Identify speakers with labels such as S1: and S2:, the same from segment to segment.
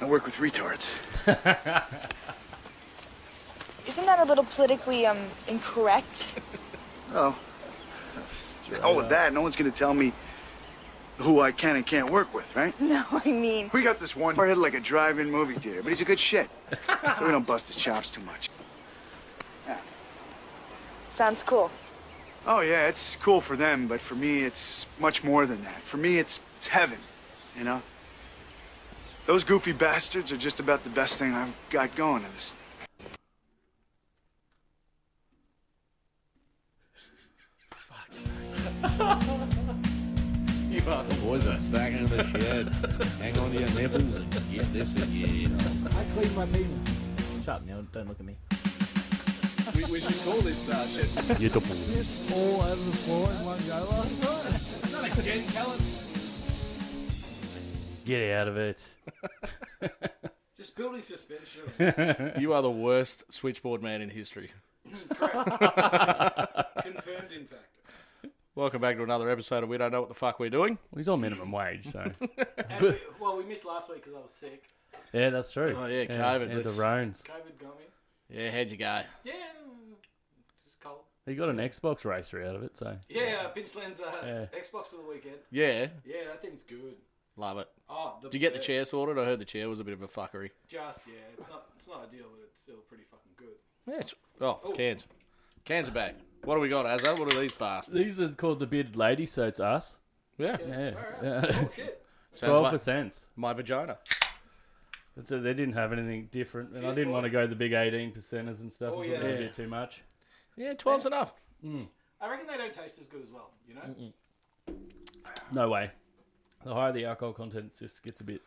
S1: I work with retards.
S2: Isn't that a little politically um incorrect?
S1: Oh. Oh, with that, no one's gonna tell me who I can and can't work with, right?
S2: No, I mean,
S1: We got this one hit like a drive-in movie theater, but he's a good shit. so we don't bust his chops too much.
S2: sounds cool.
S1: Oh yeah, it's cool for them, but for me, it's much more than that. For me, it's it's heaven, you know. Those goofy bastards are just about the best thing I've got going in this.
S3: You are the
S4: Boys are stuck in the shed. Hang on to your nipples and get this again.
S5: I clean my penis.
S6: Shut up, Neil. Don't look at me.
S7: We, we should call this uh, shit.
S8: Your double.
S5: Piss all over the floor in one go last night.
S7: Not again, Callum.
S8: Get out of it.
S7: Just building suspension.
S4: you
S3: You are the worst switchboard man in history.
S7: Confirmed, in fact.
S3: Welcome back to another episode of We Don't Know What the Fuck We're Doing.
S8: Well, he's on minimum wage, so
S9: And we, well, we missed last week because I was sick.
S8: yeah, that's true.
S3: Oh, yeah, COVID,
S8: And the
S3: let's-
S8: Roans.
S9: COVID got me.
S3: Yeah, how'd you go?
S9: Yeah, just cold.
S8: He got an Xbox racer out of it, so
S9: Yeah, I pinch lens uh,
S8: Yeah.
S9: Xbox for the weekend.
S3: Yeah,
S9: Yeah, that thing's good.
S3: love it.
S9: Oh, the
S3: Did you get the
S9: best.
S3: chair sorted? I heard the chair was a bit of a fuckery.
S9: Just yeah, it's not it's not ideal, but it's still pretty fucking good.
S3: Yeah, it's... Oh, cans. Cans are back. What do we got, Azza? What are these bastards?
S8: these are called the bearded lady, so it's us.
S3: Yeah,
S8: Yeah,
S9: Alright.
S8: yeah.
S9: Oh shit.
S3: sounds
S8: twelve
S3: like
S8: percent.
S3: my vagina.
S8: So they didn't have anything different, and I
S9: Cheers,
S8: didn't want to
S9: boys.
S8: go the big eighteen percenters and stuff.
S9: Oh,
S8: I thought that was a
S9: yeah.
S8: bit too much.
S3: Yeah, 12's enough.
S9: I reckon they don't taste as good as well. You know,
S8: No way. The higher the alcohol content, it just gets a bit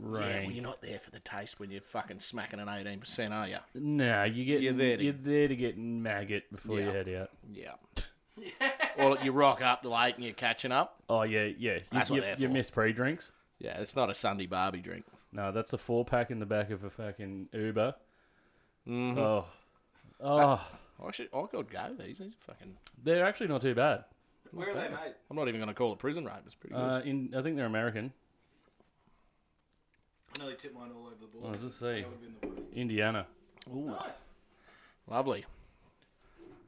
S3: Yeah,
S8: rank.
S3: well, you're not there for the taste when you're fucking smacking an 18%, are you?
S8: nah, you get
S3: You're there to-
S8: you're there to get maggot before
S3: Yeah.
S8: you head out.
S3: Yeah. or you rock up late and you're catching up.
S8: Oh yeah, yeah. You,
S3: That's what
S8: you,
S3: they're
S8: you
S3: for.
S8: miss pre-drinks.
S3: Yeah, it's not a Sunday Barbie drink.
S8: No, that's a four pack in the back of a fucking Uber.
S3: Mm-hmm.
S8: Oh, oh,
S3: I should. I could go these. These are fucking.
S8: they're actually not too bad.
S9: where are they made?
S3: I'm not even going to call it prison rape. It's pretty good.
S8: Uh, in I think they're American.
S9: I nearly tipped mine all over the board.
S8: What does it say?
S9: That would have been the worst.
S8: Indiana.
S9: Nice.
S3: Lovely.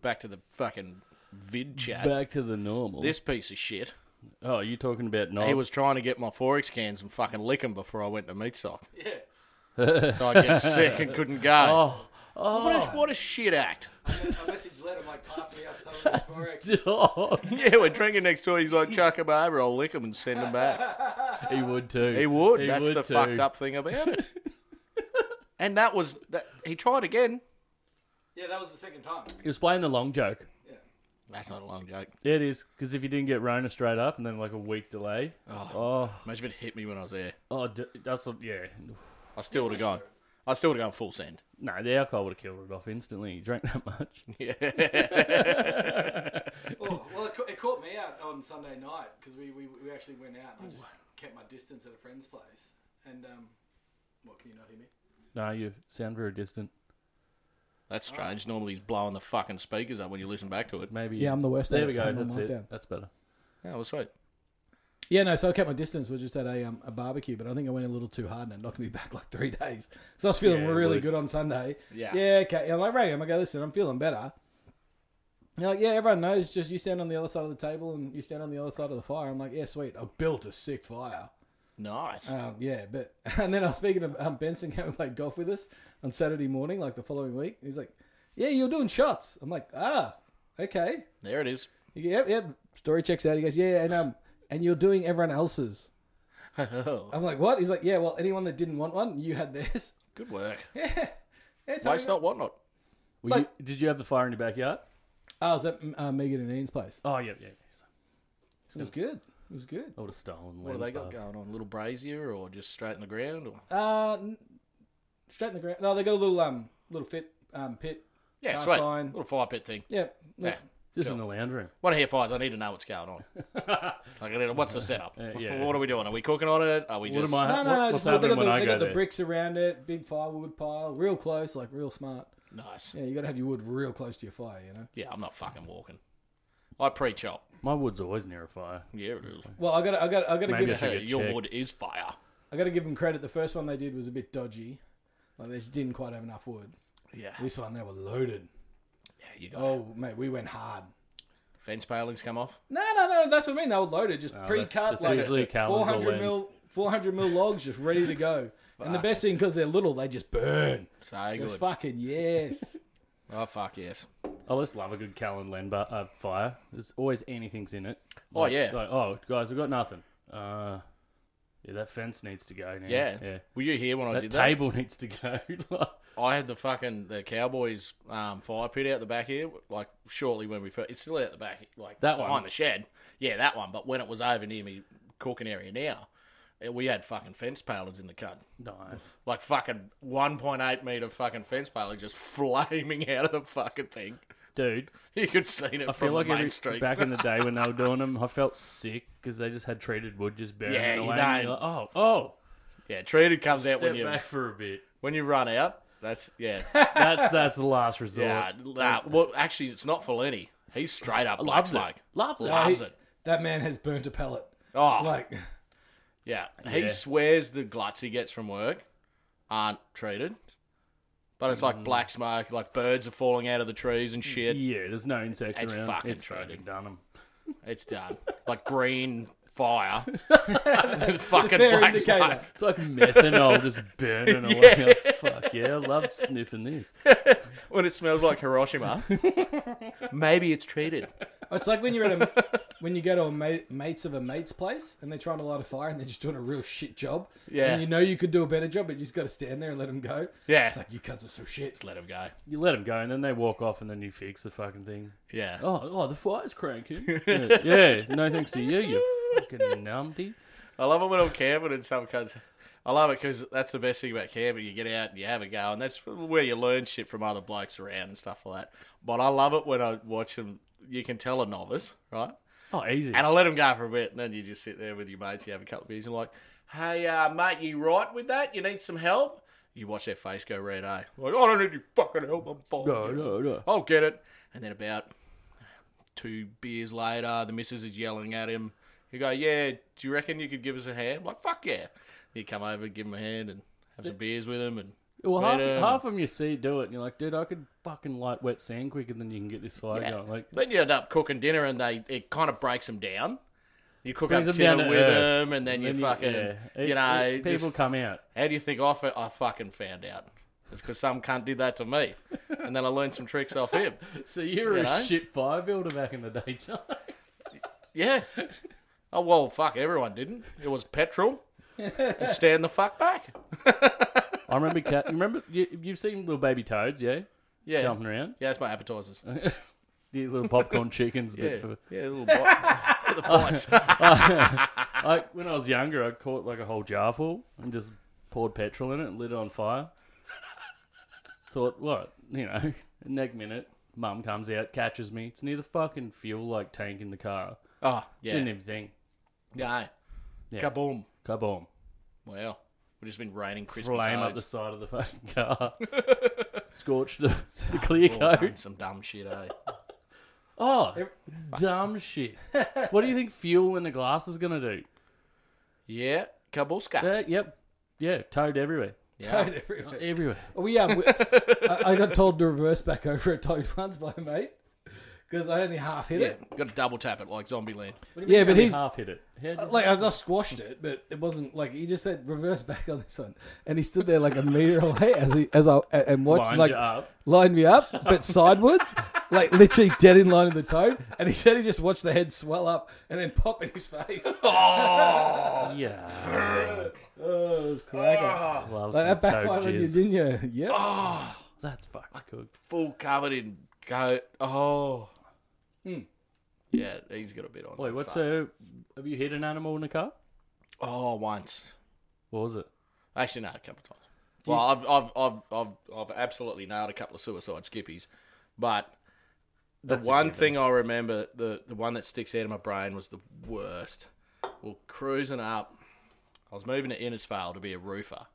S3: Back to the fucking vid chat.
S8: Back to the normal.
S3: This piece of shit.
S8: oh, you talking about
S3: He
S8: knob?
S3: was trying to get my forex cans and fucking lick them before I went to meat sock,
S9: Yeah.
S3: so I get sick and couldn't go.
S8: Oh, oh,
S3: What, a, what a shit act!
S9: I messaged Led. I'm like, pass me up some of this forex.
S8: dog.
S3: Yeah, we're drinking next door. He's like, chuck 'em over. I'll lick 'em and send 'em back.
S8: he would too.
S3: He would.
S8: He
S3: That's
S8: would
S3: the
S8: too.
S3: fucked up thing about it. and that was that. He tried again.
S9: Yeah, that was the second time.
S8: He was playing the long joke.
S3: That's not a long joke.
S8: Yeah, it is because if you didn't get Rona straight up and then like a week delay. Oh,
S3: Imagine if it hit me when I was there.
S8: oh, d that's a, yeah.
S3: I still would have gone. I still would have gone full send.
S8: No, the alcohol would have killed it off instantly. You drank that much.
S9: Oh, well, it, ca- it caught me out on Sunday night because we, we, we actually went out
S5: Oh,
S9: and I just kept my distance at a friend's place. And, um, what, can you not hear me?
S8: No, you sound very distant.
S3: That's strange. Normally he's blowing the fucking speakers up when you listen back to it.
S8: Maybe.
S5: Yeah, I'm the worst at
S8: There
S5: it.
S8: we go.
S5: I'm on
S8: That's it.
S5: lockdown.
S8: That's better.
S3: Yeah, well, sweet.
S5: Yeah, no, so I kept my distance. We're just at a, um, a barbecue, but I think I went a little too hard and it knocked me back like three days. So I was feeling
S8: Yeah, it
S5: really
S8: would.
S5: good on Sunday.
S3: Yeah.
S5: Yeah, okay. I'm like, Ray, I go, listen, I'm feeling better. You're like, yeah, everyone knows, just you stand on the other side of the table and you stand on the other side of the fire. I'm like, yeah, sweet. I built a sick fire.
S3: Nice.
S5: Um, yeah, but and then I was speaking to um, Benson came and played golf with us on Saturday morning, like the following week. He's like, "Yeah, you're doing shots." I'm like, "Ah, okay."
S3: there it is.
S5: He goes, yep, yep. Story checks out. He goes, "Yeah," and um, and you're doing everyone else's. I'm like, "What?" He's like, "Yeah, well, anyone that didn't want one, you had theirs."
S3: Good work.
S5: Yeah, tell me
S3: Waste not, what not.
S8: Were
S5: Like-
S8: you, did you have the fire in your backyard?
S5: about- I was at uh, Megan and Ian's place.
S8: Oh yeah, yeah.
S5: It was good. It was good.
S8: I would have stolen.
S3: What have
S8: Len's
S3: they got
S8: bar.
S3: going on? A little brazier or just straight in the ground? Or...
S5: Uh, n- straight in the ground. No, they got a little um, little fit um pit.
S3: Yeah,
S5: Cast
S3: sweet.
S5: iron.
S3: Little fire pit thing.
S5: Yeah,
S3: Yeah.
S5: look,
S8: Just in the lounge room.
S3: Want to hear fires? I need to know what's going on. like, I need to, what's the setup?
S8: yeah.
S3: What are we doing? Are we cooking on it? Are we
S8: What
S3: just?
S8: am I?
S5: No, no,
S8: what-
S5: no.
S8: what's
S5: just, well, they
S8: happening
S5: got,
S8: when
S5: the,
S8: I
S5: they
S8: go
S5: got the
S8: there?
S5: bricks around it, big firewood pile, real close, like real smart.
S3: Nice.
S5: Yeah, you got to have your wood real close to your fire, you know.
S3: Yeah, I'm not fucking walking. I pre-chop.
S8: My wood's always near a fire.
S3: Yeah, it is.
S5: Well, I got, to I got, to I got to
S8: Maybe
S5: give,
S8: I should-
S5: it-
S3: Hey,
S8: get
S3: your
S8: checked.
S3: wood is fire.
S5: I I got to give them credit. The first one they did was a bit dodgy. Like they just didn't quite have enough wood.
S3: Yeah.
S5: This one they were loaded.
S3: Yeah, you got
S5: Oh mate, we went hard.
S3: fence palings come off.
S5: No, no, no. That's what I mean. They were loaded, just
S8: Ah, that's-
S5: pre-cut,
S8: that's
S5: like
S8: usually Callan's or
S5: 400 mil, 400 mil logs, just ready to go. and the best thing, because they're little, they just burn.
S3: So
S5: It was
S3: good.
S5: fucking yes.
S3: oh fuck yes.
S8: I just love a good Callan Len bu- uh, fire. There's always anything's in it.
S3: Oh,
S8: Like-
S3: yeah.
S8: Like, oh, guys, we've got nothing. Uh, yeah, that fence needs to go now.
S3: Yeah.
S8: Yeah.
S3: Were you here when I
S8: That
S3: did
S8: table needs to go. Like,
S3: that? I had the fucking the Cowboys um, fire pit out the back here, like shortly when we first. It's still out the back, like
S8: That
S3: behind
S8: one?
S3: the shed. Yeah, that one. But when it was over near me cooking area now, eh, we had fucking fence palings in the cut.
S8: nice.
S3: Like fucking 1.8 meter fucking fence paling just flaming out of the fucking thing.
S8: Dude,
S3: You could see it
S8: I feel
S3: from
S8: like
S3: the main
S8: every,
S3: street.
S8: back in the day when they were doing them, I felt sick because they just had treated wood just burning
S3: Yeah, you
S8: away. and you're
S3: don't.
S8: like, oh, oh,
S3: yeah, treated comes out when
S8: step
S3: you
S8: back for a bit.
S3: when you run out. That's yeah.
S8: That's that's the last resort.
S3: Yeah, nah, well, actually, it's not for Lenny. He's straight up
S8: Loves it.
S3: like,
S8: Loves it. Ah.
S3: loves
S5: He-
S3: it.
S5: That man has burnt a pellet.
S3: Oh,
S5: Like,
S3: yeah. He
S8: Yeah.
S3: swears the gluts he gets from work aren't treated, but it's like black smoke, like birds are falling out of the trees and shit.
S8: Mm. Yeah, there's no insects
S3: It's
S8: around.
S3: fucking
S8: it's fucking
S3: treated.
S8: done 'em.
S3: It's done. Like green fire, and
S5: it's a
S3: fucking
S5: fair
S3: black
S5: indicator.
S3: smoke.
S8: It's like methanol just burning away. Oh, fuck yeah, I love sniffing this.
S3: When it smells like Hiroshima, maybe it's treated.
S5: It's like when you're at a when you go to a mate, mates of a mate's place and they're trying to light a fire and they're just doing a real shit job.
S3: Yeah.
S5: And you know you could do a better job, but you just got to stand there and let them go.
S3: Yeah.
S5: It's like you cunts are so shit.
S3: Let him go.
S8: You let them go, and then they walk off, and then you fix the fucking thing.
S3: Yeah.
S8: Oh, oh, the fire's cranking. yeah, yeah, no thanks to you, you fucking numpty.
S3: I love it when I'm camping and some cunts. I love it because that's the best thing about camping. You get out and you have a go, and that's where you learn shit from other blokes around and stuff like that. But I love it when I watch them. You can tell a novice, right?
S8: Oh, easy.
S3: And I let them go for a bit, and then you just sit there with your mates. You have a couple of beers, and you're like, "Hey, uh, mate, you right with that? You need some help?" You watch their face go red. Eh? Like, I don't need your fucking help. I'm fine.
S8: No, no, no.
S3: I'll get it. And then about two beers later, the missus is yelling at him. You go, yeah, do you reckon you could give us a hand? like, fuck yeah. You come over, give him a hand and have some beers with him. And
S8: Well, half,
S3: Better.
S8: half of them you see do it, and you're like, dude, I could fucking light wet sand quicker than you can get this fire going. Like,
S3: then you end up cooking dinner and they it kind of breaks them down. You cook up
S8: Brings
S3: dinner
S8: 'em down to
S3: with
S8: earth.
S3: them and then you
S8: then
S3: fucking,
S8: yeah. It-
S3: you know.
S8: it- people
S3: just-
S8: come out.
S3: How do you think I, f- I fucking found out? It's because some cunt did that to me. And then I learned some tricks off him.
S8: So you're
S3: You
S8: a
S3: know?
S8: shit fire builder back in the day, John.
S3: Yeah. Oh, well, fuck, everyone didn't. It was petrol and stand the fuck back.
S8: I remember. Cat, you remember? You, you've seen little baby toads, yeah,
S3: Yeah.
S8: jumping around.
S3: Yeah, that's my appetizers.
S8: The little popcorn chickens.
S3: Yeah.
S8: Bit for, Oh.
S3: Yeah, the little bite. the bites.
S8: I, when I was younger, I caught like a whole jar full and just poured petrol in it and lit it on fire. Thought, what? You know, next minute, mum comes out, catches me. It's near the fucking fuel like tank in the car.
S3: Oh, yeah.
S8: Didn't even think.
S3: No.
S8: Yeah.
S3: Kaboom.
S8: Kaboom.
S3: Wow. We've just been raining crisp
S8: Flame up the
S3: toads.
S8: side of the fucking car. Scorched the, the clear
S3: Oh,
S8: coat.
S3: done some dumb shit, eh?
S8: Oh, dumb shit. What do you think fuel in the glass is going to do?
S3: Yeah. Kabuska.
S8: Uh, yep. Yeah, toad everywhere.
S3: yeah.
S8: Everywhere.
S5: We um, we- I, I got told to reverse back over a toad once by a mate because I only half hit
S3: yeah.
S5: it.
S3: Got to double tap it like Zombie Land.
S5: Yeah, but
S8: Only
S5: he's
S8: half hit it. How did-
S5: like I just squashed it, but it wasn't like he just said reverse back on this one, and he stood there like a meter away as he as I and watched
S8: Lined
S5: like
S8: you up.
S5: lined me up, but sideways, like literally dead in line of the toad. And he said he just watched the head swell up and then pop in his face.
S8: Oh, Yeah.
S5: Oh, it was cracker.
S8: Love
S5: Like that
S8: some toad
S5: backfired on you,
S8: jizz.
S5: didn't you? Yeah.
S8: Ah. That's fucking good.
S3: Oh, Full covered in goat. Oh. Yeah, he's got a bit on.
S8: Hmm. Wait,
S3: That's
S8: what's
S3: fucked.
S8: so? Have you hit an animal in a car?
S3: Oh, once.
S8: What was it?
S3: Actually, no, a couple of times. Well, I've, I've, I've, I've, I've absolutely nailed a couple of suicide skippies, but the
S8: That's a
S3: one
S8: given.
S3: thing I remember, the the one that sticks out of my brain was the worst. We're cruising up. I was moving to Innisfail to be a roofer.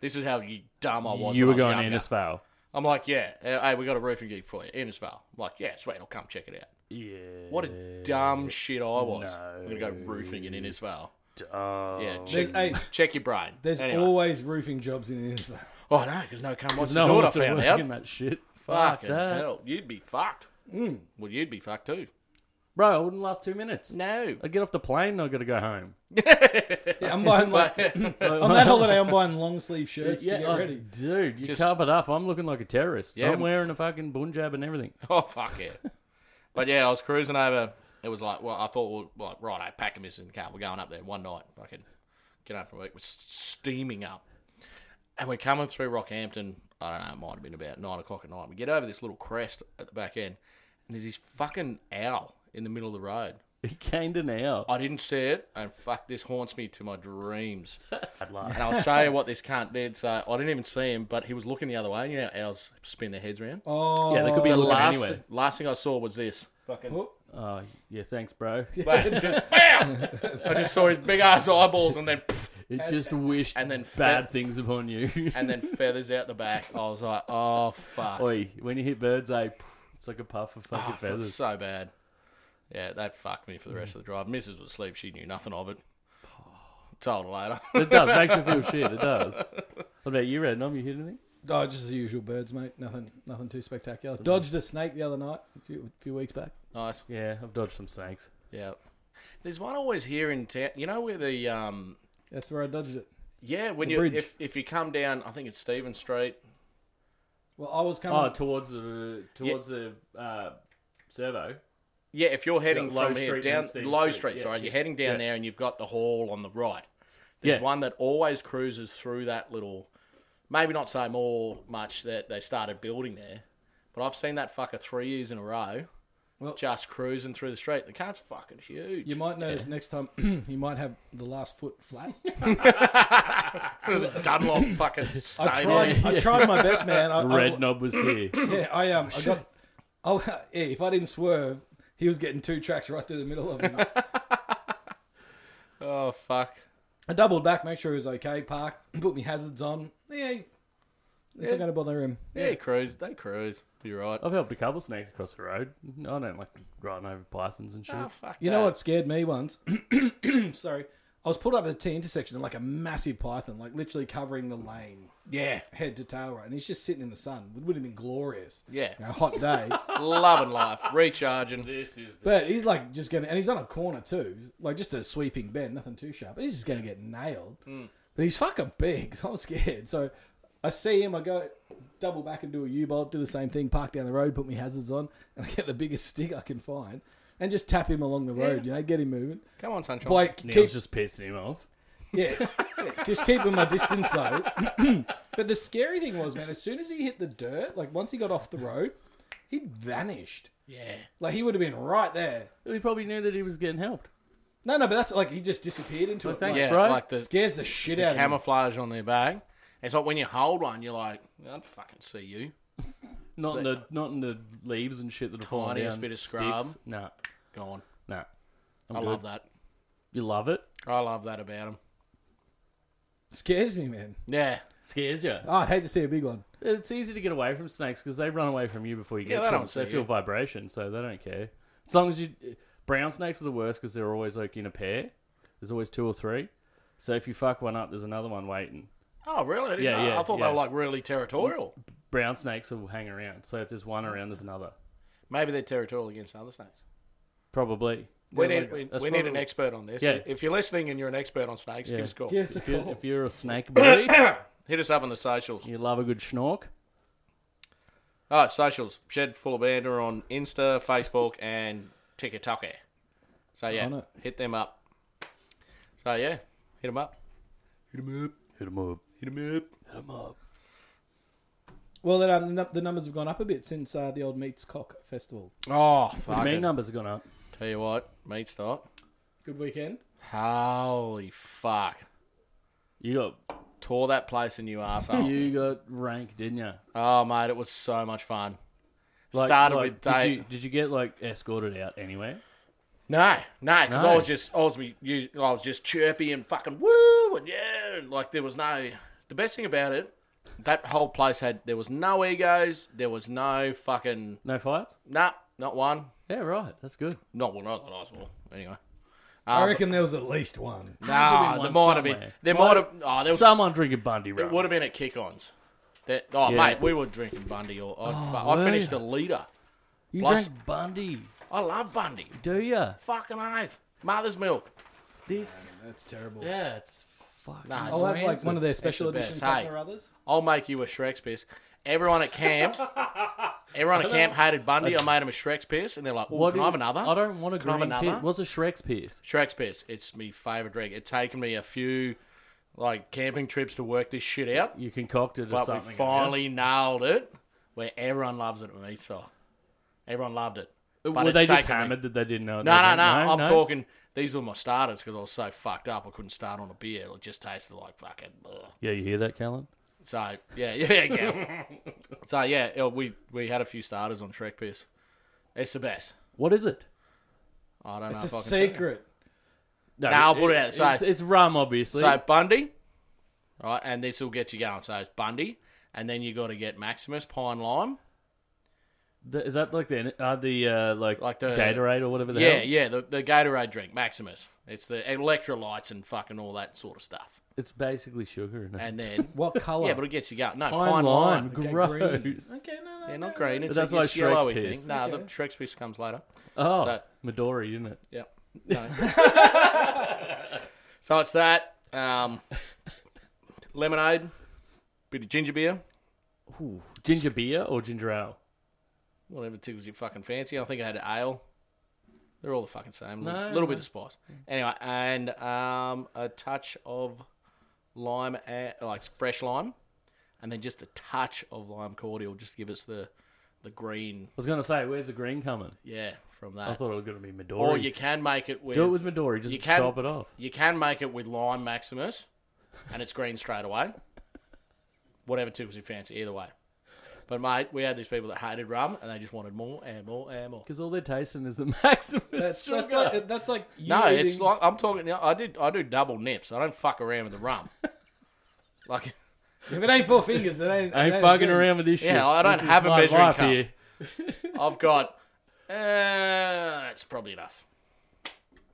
S3: This is how you dumb I was.
S8: You were
S3: when I was
S8: going
S3: younger.
S8: to Innisfail.
S3: I'm like, yeah, uh, hey, we got a roofing gig for you, Innisfail. I'm like, yeah, sweet, I'll come check it out.
S8: Yeah.
S3: What a dumb shit I was.
S8: No.
S3: I'm gonna go roofing in Innisfail. Yeah,
S5: There's,
S3: check,
S5: hey,
S3: check your brain.
S5: there's
S3: Anyway.
S5: always roofing jobs in Israel.
S3: oh no, because no, come on,
S8: No one
S3: daughter
S8: wants to
S3: found
S8: work
S3: out.
S8: in that shit.
S3: Fucking
S8: that. Mm.
S3: hell, you'd be fucked. Well, you'd be fucked too.
S8: Bro, I wouldn't last two minutes.
S3: No,
S8: I get off the plane and I gotta go home.
S5: Yeah, I'm buying like on that holiday. I'm buying long sleeve shirts to get
S8: I-
S5: ready.
S8: oh, Dude, you
S3: Just-
S8: covered up. I'm looking like a terrorist.
S3: Yeah.
S8: I'm wearing a fucking bunjab and everything.
S3: Oh fuck yeah! but yeah, I was cruising over. It was like, well, I thought, well, like, right, I packed a miss in the car. We're going up there one night. Fucking get home from work. We're steaming up, and we're coming through Rockhampton. I don't know. It might have been about nine o'clock at night. We get over this little crest at the back end, and there's this fucking owl in the middle of the road.
S8: He caned an hour.
S3: I didn't see it, and fuck, this haunts me to my dreams.
S8: That's I'd laugh.
S3: And I'll show you what this cunt did. So I didn't even see him, but he was looking the other way. You know, how owls spin their heads around.
S5: Oh,
S8: Yeah, they could be
S3: the
S8: looking
S3: last,
S8: anywhere.
S3: last thing I saw was this. Fucking
S8: Oh, yeah, thanks, bro.
S3: I just saw his big ass eyeballs and then
S8: It just wished
S3: and then
S8: bad
S3: fe-
S8: things upon you.
S3: and then feathers out the back. I was like, oh fuck,
S8: Oi, when you hit bird's eye, it's like a puff of
S3: Oh,
S8: fucking
S3: I felt
S8: feathers.
S3: so bad. Yeah, that fucked me for the rest of the drive. Mrs. was asleep; she knew nothing of it. Told her later.
S8: It does. Makes you feel shit. It does. What about you, Rednom? You hit anything?
S5: Oh, just the usual birds, mate. Nothing, nothing too spectacular. Dodged a snake the other night, a few, few weeks back.
S3: nice.
S8: Yeah, I've dodged some snakes.
S3: Yeah. There's one always here in town. You know where the um
S5: That's where I dodged it.
S3: yeah when
S5: The
S3: you
S5: bridge.
S3: if, if you come down I think it's Stephen Street.
S5: Well, I was
S8: Oh,
S5: coming.
S8: towards the towards the uh, servo.
S3: Yeah, if you're heading
S8: Low
S3: from here
S8: Street
S3: down
S8: and Stephen
S3: Low
S8: Street.
S3: Street,
S8: Yeah,
S3: sorry,
S8: yeah,
S3: you're heading down
S8: yeah.
S3: there and you've got the hall on the right. There's
S8: Yeah.
S3: one that always cruises through that little, maybe not so more much that they started building there, but I've seen that fucker three years in a row,
S5: Well-
S3: just cruising through the street. The car's fucking huge.
S5: You might notice next time you might have the last foot flat.
S3: Dunlop fucking
S5: I
S3: stayed on
S5: tried.
S3: it.
S5: I tried my best, man.
S3: Oh,
S5: I,
S8: Red
S5: I,
S8: knob was here.
S5: Yeah, I um, I got. Oh, yeah. If I didn't swerve, he was getting two tracks right through the middle of him.
S3: Oh fuck!
S5: I doubled back, make sure he was okay, parked, put me hazards on. Yeah, he- it's not going to bother him.
S3: Yeah, they cruise. They cruise. You're right.
S8: I've helped a couple snakes across the road. I don't like riding over pythons and shit.
S3: Oh, fuck
S5: You know
S3: that.
S5: what scared me once? Sorry. I was pulled up at a T intersection and like a massive python, like literally covering the lane,
S3: Yeah,
S5: head to tail, right? And he's just sitting in the sun. It would have been glorious.
S3: Yeah.
S5: You know, hot day.
S3: loving life, recharging. This is the
S5: but he's like just going to, and he's on a corner too, like just a sweeping bend, nothing too sharp. He's just going to get nailed.
S3: Hmm.
S5: But he's fucking big, so I'm scared. So I see him, I go double back and do a U bolt, do the same thing, park down the road, put my hazards on, and I get the biggest stick I can find and just tap him along the road, you know, get him moving.
S3: come on, sunshine.
S5: Like,
S8: Neil's
S5: keep,
S8: just pissing him off.
S5: yeah, yeah, just keeping my distance though. but the scary thing was, man, as soon as he hit the dirt, like once he got off the road, he vanished.
S3: Yeah,
S5: Like he would have been right there.
S8: He probably knew that he was getting helped.
S5: No, no, but that's like he just disappeared into
S8: Well,
S5: it.
S8: thanks,
S5: like,
S3: yeah.
S8: bro.
S3: Like the
S5: scares the shit out of me.
S3: camouflage on their bag. It's like when you hold one, you're like, I don't fucking see you.
S8: Not in the not in the leaves and shit that are falling
S3: Tiniest
S8: down.
S3: bit of scrub.
S8: Sticks. Nah,
S3: Gone.
S8: nah. I'm
S3: i
S8: good.
S3: love that.
S8: You love it.
S3: I love that about them.
S5: Scares me, man.
S3: Yeah.
S8: Scares you.
S5: Oh, I'd hate to see a big one.
S8: It's easy to get away from snakes because they run away from you before you
S3: Yeah,
S8: get
S3: they
S8: to them.
S3: don't
S8: So they
S3: see
S8: feel
S3: you.
S8: vibration, so they don't care. As long as you, brown snakes are the worst because they're always like in a pair. There's always two or three. So if you fuck one up, there's another one waiting.
S3: Oh, really? I didn't
S8: Yeah,
S3: know.
S8: yeah,
S3: I thought
S8: yeah.
S3: they were like really territorial.
S8: Brown snakes will hang around. So if there's one around, there's another.
S3: Maybe they're territorial against other snakes.
S8: Probably.
S3: We need, we,
S8: That's
S3: we need an
S8: probably-
S3: expert on this.
S8: Yeah.
S3: If you're listening and you're an expert on snakes,
S8: Yeah.
S3: give us a call.
S5: Yes,
S8: If you're,
S5: cool.
S8: if you're a snake buddy,
S3: Hit us up on the socials.
S8: you love a good schnork.
S3: All right, socials. Shed Full of Banter on Insta, Facebook, and TikTok. So,
S5: On
S3: yeah,
S5: it.
S3: hit them up. So, yeah, hit them up. Hit them up.
S8: Hit 'em up.
S3: Hit them up.
S5: Well, then, um, the num- the numbers have gone up a bit since uh, the old Meats Cock Festival.
S3: Oh,
S8: Your
S3: fuck.
S8: mean numbers have gone up.
S3: Tell you what, meat start.
S5: Good weekend.
S3: Holy fuck.
S8: You got
S3: Tore that place a new arsehole.
S8: you got rank, didn't you?
S3: oh, mate, it was so much fun.
S8: Like,
S3: Started
S8: like,
S3: with
S8: did
S3: day.
S8: you, did you get like escorted out anywhere?
S3: No, no, because I
S8: No.
S3: was just, I was, me- you- I was just chirpy and fucking woo and yeah, and like there was no. The best thing about it, that whole place had there was no egos, there was no fucking
S8: No fights.
S3: nah, not one,
S8: Yeah, right. That's good.
S3: not well, not that I saw anyway.
S5: I reckon there was at least one.
S8: Had to have
S3: Ah, Nah,
S8: been
S3: there
S8: one
S3: might have been.
S8: somewhere.
S3: There might have. Oh, there was,
S8: Someone drinking Bundy rum.
S3: it would have been at kick-ons. That, oh,
S8: Yeah. Oh,
S3: mate, we were drinking Bundy. Or I, fu-
S8: were
S3: I finished a
S8: you?
S3: liter.
S8: you
S3: Plus-
S8: drank Bundy,
S3: I love Bundy.
S8: do ya?
S3: Fucking oath. Mother's milk.
S8: This,
S5: That's terrible.
S8: yeah, it's fucking.
S3: Nah,
S5: I'll have like
S3: Rancid.
S5: one of their
S3: It's
S5: special
S3: the best.
S5: edition something
S3: Hey,
S5: or others.
S3: I'll make you a Shrek's piss. Everyone at camp, everyone at camp hated Bundy. I made him a Shrek's piss, and they're like, "Ooh,
S8: What
S3: "Can
S8: do-
S3: I have another?"
S8: I don't want a
S3: Can I have
S8: green
S3: another?
S8: piss. What's a Shrek's piss?
S3: Shrek's piss. It's my favorite drink. It's taken me a few like camping trips to work this shit out,
S8: You concocted or
S3: but
S8: something.
S3: we
S8: haven't you?
S3: finally nailed it. Where everyone loves it at me, so everyone loved it. But
S8: Uh, Were
S3: it's
S8: they just
S3: taken me-
S8: hammered that they didn't know?
S3: No, no, no, I'm talking. These were my starters because I was so fucked up. I couldn't start on a beer. It just tasted like fucking. Ugh.
S8: Yeah, you hear that, Callan?
S3: So yeah, yeah, yeah. so yeah, uh, we we had a few starters on Shrek piss. It's the best.
S8: What is it?
S3: I don't
S5: It's
S3: know. if I
S5: a
S3: can tell you.
S5: secret.
S8: No,
S3: Nah, I'll put it out. So-
S8: it's, it's rum, obviously.
S3: So Bundy, right, and this will get you going. So it's Bundy, and then you got to get Maximus Pine Lime.
S8: Th- is that like the uh, the uh, like,
S3: Like the-
S8: Gatorade or whatever? The
S3: yeah,
S8: hell?
S3: yeah, the, the Gatorade drink, Maximus. It's the electrolytes and fucking all that sort of stuff.
S8: It's basically sugar. isn't it?
S3: And then
S5: What color?
S3: yeah, but it gets you going. No
S8: pine, lime, gross.
S5: Okay, green. Okay, no, no.
S3: They're not
S5: no.
S3: green. It's,
S8: That's
S3: that's
S8: why
S3: why it's
S8: Shrek's
S3: yellowy
S8: piss.
S3: thing. No, the
S5: Okay.
S3: Shrek's piece comes later.
S8: Oh,
S3: So-
S8: Midori, isn't it?
S3: Yeah. so it's that um, lemonade, bit of ginger beer,
S8: Ginger beer or ginger ale?
S3: whatever tickles your fucking fancy. I think I had ale. They're all the fucking same.
S8: No,
S3: little, little
S8: no.
S3: bit of spice. Anyway, and um, a touch of lime, and, like fresh lime, and then just a touch of lime cordial, just to give us the the green.
S8: I was gonna say, where's the green coming?
S3: Yeah, from
S8: I
S3: that.
S8: thought it was gonna be Midori.
S3: Or you can make it with
S8: do it with Midori. Just
S3: you can-
S8: chop it off.
S3: You can make it with lime maximus, and it's green straight away. Whatever tickles your fancy, either way. But mate, we had these people that hated rum and they just wanted more and more and more.
S8: Because all they're tasting is the Maximus
S5: That's,
S8: sugar.
S5: that's like that's like you
S3: No,
S5: eating,
S3: it's like I'm talking. you know, I did. I do double nips. I don't fuck around with the rum. like,
S5: if it ain't four fingers, it ain't.
S8: I
S5: it
S8: ain't
S5: ain't
S8: fucking
S5: a drink.
S8: around with this
S3: Yeah,
S8: shit.
S3: I don't
S8: This is
S3: have a
S8: my
S3: measuring
S8: life
S3: cup.
S8: here.
S3: I've got. Uh, it's probably enough.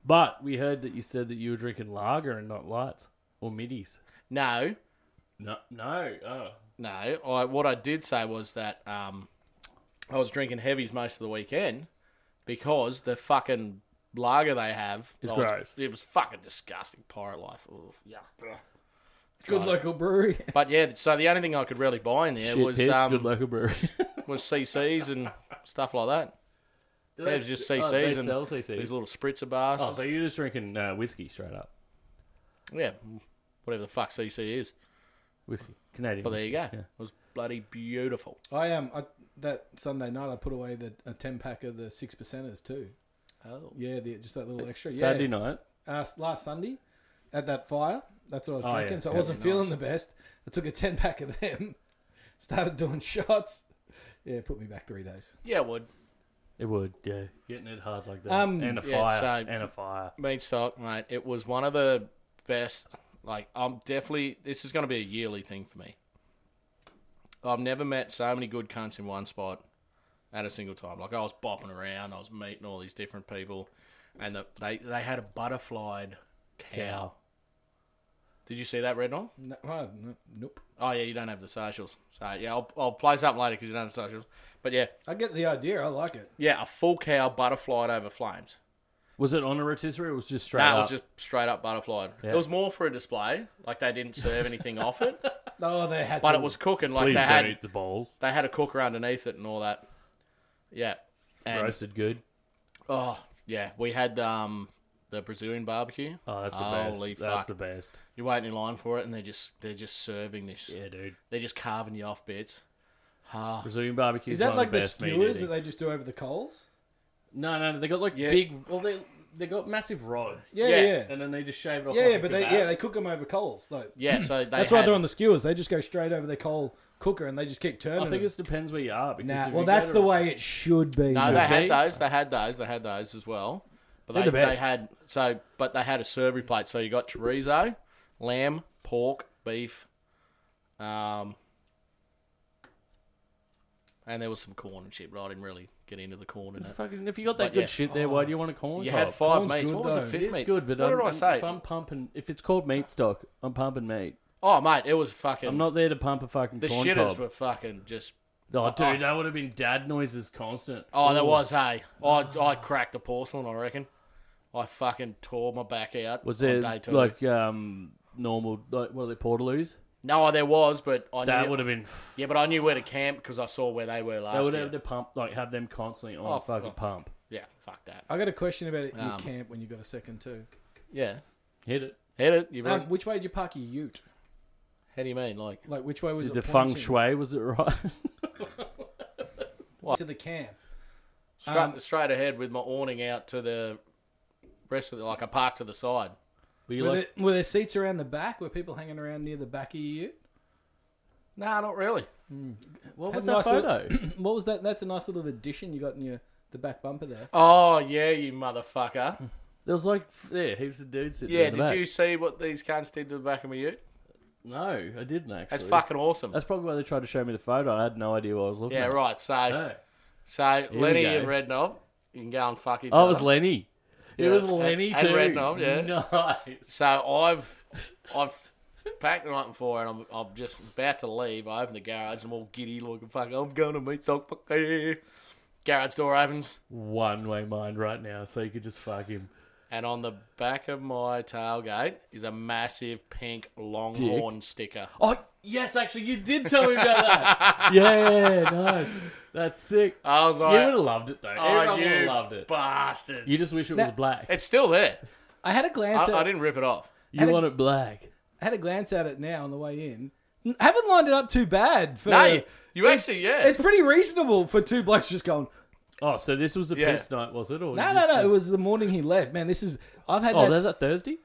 S8: But we heard that you said that you were drinking lager and not lights or middies.
S3: No,
S8: No, no. Oh.
S3: no. I what I did say was that um, I was drinking heavies most of the weekend because the fucking lager they have
S8: It's
S3: I was-
S8: gross.
S3: It was fucking disgusting. Pirate life. Oof, yuck.
S5: Good local brewery.
S3: But yeah, so the only thing I could really buy in there
S8: Shit
S3: was
S8: piss, good
S3: um,
S8: local brewery.
S3: was CCs and stuff like that. They was just CCs
S8: Oh, they
S3: and
S8: sell CCs.
S3: these little spritzer bars.
S8: Oh, so you're just drinking uh, whiskey straight up.
S3: yeah, whatever the fuck CC is.
S8: Whiskey. Canadian.
S3: Well, there you go.
S8: whiskey,
S3: It was bloody beautiful.
S5: I am. Um, I- that Sunday night, I put away the a ten pack of the six percenters too.
S3: Oh,
S5: Yeah, the, just that little extra.
S8: Yeah.
S5: Yeah,
S8: Saturday night.
S5: uh, last Sunday at that fire. That's what I was
S8: Oh,
S5: drinking,
S8: yeah.
S5: so I
S8: Yeah,
S5: wasn't feeling the best. I took a ten pack of them, started doing shots. Yeah, it put me back three days.
S3: yeah, it would
S8: It would, yeah. Getting it hard like that.
S5: Um,
S8: and a
S3: yeah,
S8: fire.
S3: so-
S8: and a fire.
S3: meat stock, mate. It was one of the best. Like, I'm definitely this is going to be a yearly thing for me. I've never met so many good cunts in one spot at a single time. Like, I was bopping around, I was meeting all these different people, and the, they they had a butterflied cow.
S8: Cow.
S3: Did you see that red on?
S5: No, oh, no, nope.
S3: Oh yeah, you don't have the socials. So yeah, I'll, I'll play something later because you don't have the socials. But yeah,
S5: I get the idea. I like it.
S3: yeah, a full cow butterflied over flames.
S8: Was it on a rotisserie or was it just straight
S3: That
S8: up?
S3: was just straight up butterflied.
S8: Yeah.
S3: It was more for a display, like they didn't serve anything off it,
S5: Oh, they had.
S3: but
S5: to,
S3: it was cooking. Like
S8: Please
S3: they
S8: don't
S3: had
S8: eat the bowls.
S3: they had a cooker underneath it and all that. Yeah, and
S8: Roasted good.
S3: oh yeah, we had um the Brazilian barbecue.
S8: Oh, that's the
S3: Holy
S8: best. That's
S3: fuck.
S8: the best.
S3: You're waiting in line for it, and they're just they're just serving this.
S8: Yeah, dude.
S3: They're just carving you off bits.
S8: Ah. Brazilian barbecue
S5: Is
S8: is
S5: that
S8: one
S5: like
S8: of the
S5: the,
S8: best meat
S5: skewers that
S8: eating.
S5: they just do over the coals?
S8: No, no, no, they got like
S3: Yeah.
S8: big. Well, they they got massive rods.
S5: Yeah,
S3: Yeah,
S5: yeah, yeah.
S8: and then they just shave it off.
S5: yeah,
S8: like a
S5: but they
S8: kebab.
S5: yeah they cook them over coals though.
S3: Yeah, so they
S5: That's
S3: had,
S5: why they're on the skewers. They just go straight over their coal cooker and they just keep turning.
S8: I think
S5: them.
S8: it depends where you are. Because
S5: nah.
S8: if
S5: Well,
S8: you
S5: that's
S8: go
S5: the
S8: to-
S5: way it should be.
S3: No,
S5: mate.
S3: they
S8: They-
S3: had those. They had those. They had those as well. But they,
S5: They're the best.
S3: they had so, but they had a survey plate. So you got chorizo, lamb, pork, beef. Um, And there was some corn and shit, but I didn't really get into the corn in it.
S8: Fucking, if you got that
S3: But
S8: good
S3: yeah.
S8: shit there, why do you want a corn
S3: You
S8: cob?
S3: had five
S5: corn's
S3: mates.
S5: good
S3: what was
S5: though.
S3: the fifth
S8: It's
S3: mate?
S8: good, but
S3: what
S8: I'm,
S3: did I
S8: I'm-
S3: say?
S8: if I'm pumping, if it's called meat stock, I'm pumping meat.
S3: Oh, mate, it was fucking.
S8: I'm not there to pump a fucking
S3: the
S8: corn
S3: shitters
S8: cob.
S3: were fucking just.
S8: Oh, dude,
S3: Oh.
S8: that would have been dad noises constant.
S3: Oh, there
S8: Ooh.
S3: was. Hey, I I cracked the porcelain. I reckon. I fucking tore my back out.
S8: Was
S3: on
S8: there
S3: day two.
S8: like um normal like what are they portaloos?
S3: No, oh, there was, but I
S8: That
S3: knew,
S8: would have been.
S3: Yeah, but I knew where to camp because I saw where they were last
S8: They would
S3: year.
S8: have to pump like have them constantly on
S3: Oh,
S8: fucking
S3: fuck.
S8: pump.
S3: Yeah, fuck that.
S5: I got a question about it, your
S3: Um,
S5: camp when you got a second too.
S3: Yeah,
S8: Hit it.
S3: hit it. You
S5: Um,
S3: ready?
S5: which way did you park your Ute?
S3: How do you mean? Like,
S5: Like which way was
S8: Did
S5: it
S8: the feng
S5: pointing?
S8: shui was it right?
S5: to the camp?
S3: Straight, straight ahead with my awning out to the rest of the, like I parked to the side.
S8: Were you
S5: Were,
S8: like
S5: there, were there seats around the back? Were people hanging around near the back of your Ute?
S3: Nah, not really.
S8: what
S5: Had
S8: was
S5: a
S8: that
S5: nice
S8: photo?
S5: little- what was that? That's a nice little addition you got in your the back bumper there.
S3: Oh yeah, you motherfucker.
S8: there was like f- yeah heaps of dudes sitting.
S3: Yeah,
S8: in
S3: did
S8: the back.
S3: you see what these cunts did to the back of my ute?
S8: No, I didn't actually.
S3: That's fucking awesome.
S8: That's probably why they tried to show me the photo. I had no idea what I was looking
S3: yeah,
S8: at.
S3: right. So,
S8: No.
S3: so
S8: we
S3: Lenny
S8: go.
S3: and Red Knob, you can go and fuck each
S8: Oh, it
S3: other.
S8: was Lenny. It
S3: Yeah,
S8: was
S3: and-
S8: Lenny
S3: and
S8: too.
S3: Red Knob, yeah.
S8: Nice.
S3: So I've I've packed the night before and I'm I'm just about to leave. I open the garage, I'm all giddy looking fuck, I'm gonna meet some fucking garage door opens
S8: One way mind right now, so you could just fuck him.
S3: and on the back of my tailgate is a massive pink longhorn sticker.
S8: Oh yes, actually, you did tell me about that. yeah, nice. That's sick.
S3: I was
S8: you would
S3: like
S8: have loved it though.
S3: Oh,
S8: Everyone would
S3: you
S8: have loved it.
S3: bastards.
S8: You just wish it was black.
S3: It's still there.
S5: I had a glance.
S3: I,
S5: at,
S3: I didn't rip it off.
S8: You want it black.
S5: I had a glance at it now on the way in. N- Haven't lined it up too bad. For,
S3: No, you, you actually yeah.
S5: It's pretty reasonable for two blokes just going.
S8: Oh, so this was a
S3: Yeah.
S8: piss night, was it? Or
S5: No,
S8: you
S5: no,
S8: just-
S5: no. It was the morning he left. Man, this is. I've had
S8: Oh,
S5: that.
S8: that's that Thursday.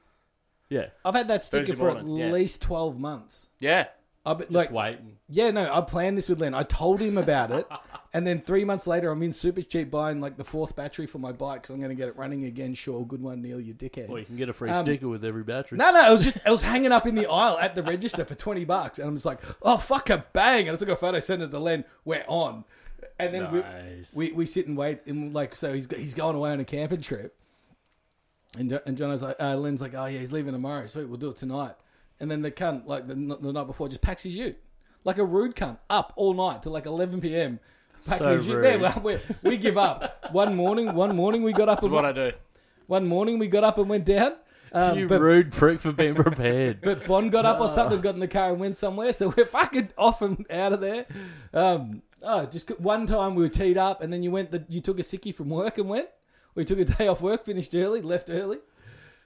S8: Yeah,
S5: I've had that sticker
S3: Thursday
S5: for
S3: morning,
S5: at
S3: yeah.
S5: least twelve months.
S3: Yeah.
S5: I be, like,
S8: waiting.
S5: yeah, no, I planned this with Len. I told him about it, and then three months later, I'm in super cheap buying like the fourth battery for my bike because I'm going to get it running again. Sure, good one, Neil, you dickhead.
S8: Well, you can get a free sticker with every battery.
S5: No, no, it was just it was hanging up in the aisle at the register for twenty bucks, and I'm just like, oh fuck a bang, and I took a photo, sent it to Len. We're on, and then
S8: Nice.
S5: we, we we sit and wait, and like so he's go- he's going away on a camping trip, and Jo- and Jono's like, uh, Len's like, oh yeah, he's leaving tomorrow, sweet, we'll do it tonight, and then the cunt like the, n- the night before just packs his ute like a rude cunt up all night till like eleven p.m. Packing
S8: So
S5: his ute. Yeah,
S8: rude.
S5: well, we we give up. one morning, one morning we got up and
S3: What I do.
S5: one morning we got up and went down. Um,
S8: you
S5: but-
S8: rude prick for being prepared.
S5: but Bond got up or something, got in the car and went somewhere. So we're fucking off and out of there. Um, oh, just got- one time we were teed up, and then you went. The, you took a sickie from work and went. We took a day off work, finished early, left early.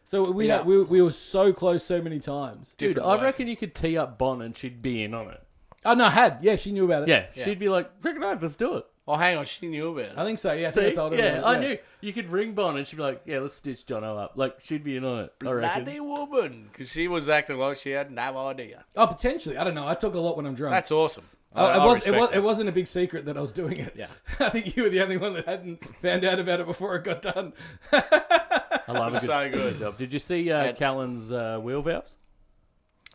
S5: So we
S3: Yeah.
S5: we, we were so close so many times.
S8: Dude,
S3: Different
S8: I
S3: way.
S8: reckon you could tee up Bon and she'd be in on it.
S5: Oh no, I had yeah, she knew about it.
S8: Yeah, she'd be like, "Freaking up, let's do it."
S3: Oh hang on, she knew about it.
S5: I think so. Yeah, I think
S8: See?
S5: I told her.
S8: yeah,
S5: about it,
S8: I knew you could ring Bon and she'd be like, "Yeah, let's stitch Jono up." Like she'd be in on it. I
S3: Bloody
S8: reckon. Um,
S3: woman, because she was acting like she had no idea.
S5: Oh, potentially. I don't know. I talk a lot when I'm drunk.
S3: That's awesome.
S5: Oh,
S3: I- I
S5: it, was, it,
S3: respect
S5: was,
S3: that.
S5: it wasn't a big secret that I was doing it.
S3: Yeah.
S5: I think you were the only one that hadn't found out about it before it got done.
S8: I love a good,
S3: So
S8: sticker
S3: good.
S8: job. Did you see uh,
S3: And-
S8: Callan's uh, wheel valves?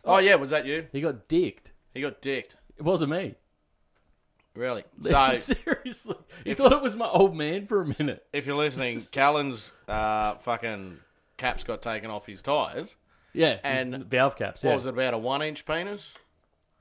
S3: Oh yeah, was that you?
S8: He got dicked.
S3: He got dicked.
S8: It wasn't me.
S3: Really? So,
S8: Seriously, he thought it was my old man for a minute.
S3: if you're listening, Callan's uh, fucking caps got taken off his tyres.
S8: Yeah,
S3: And-
S8: his valve caps.
S3: What
S8: Yeah,
S3: was it, about a one inch penis?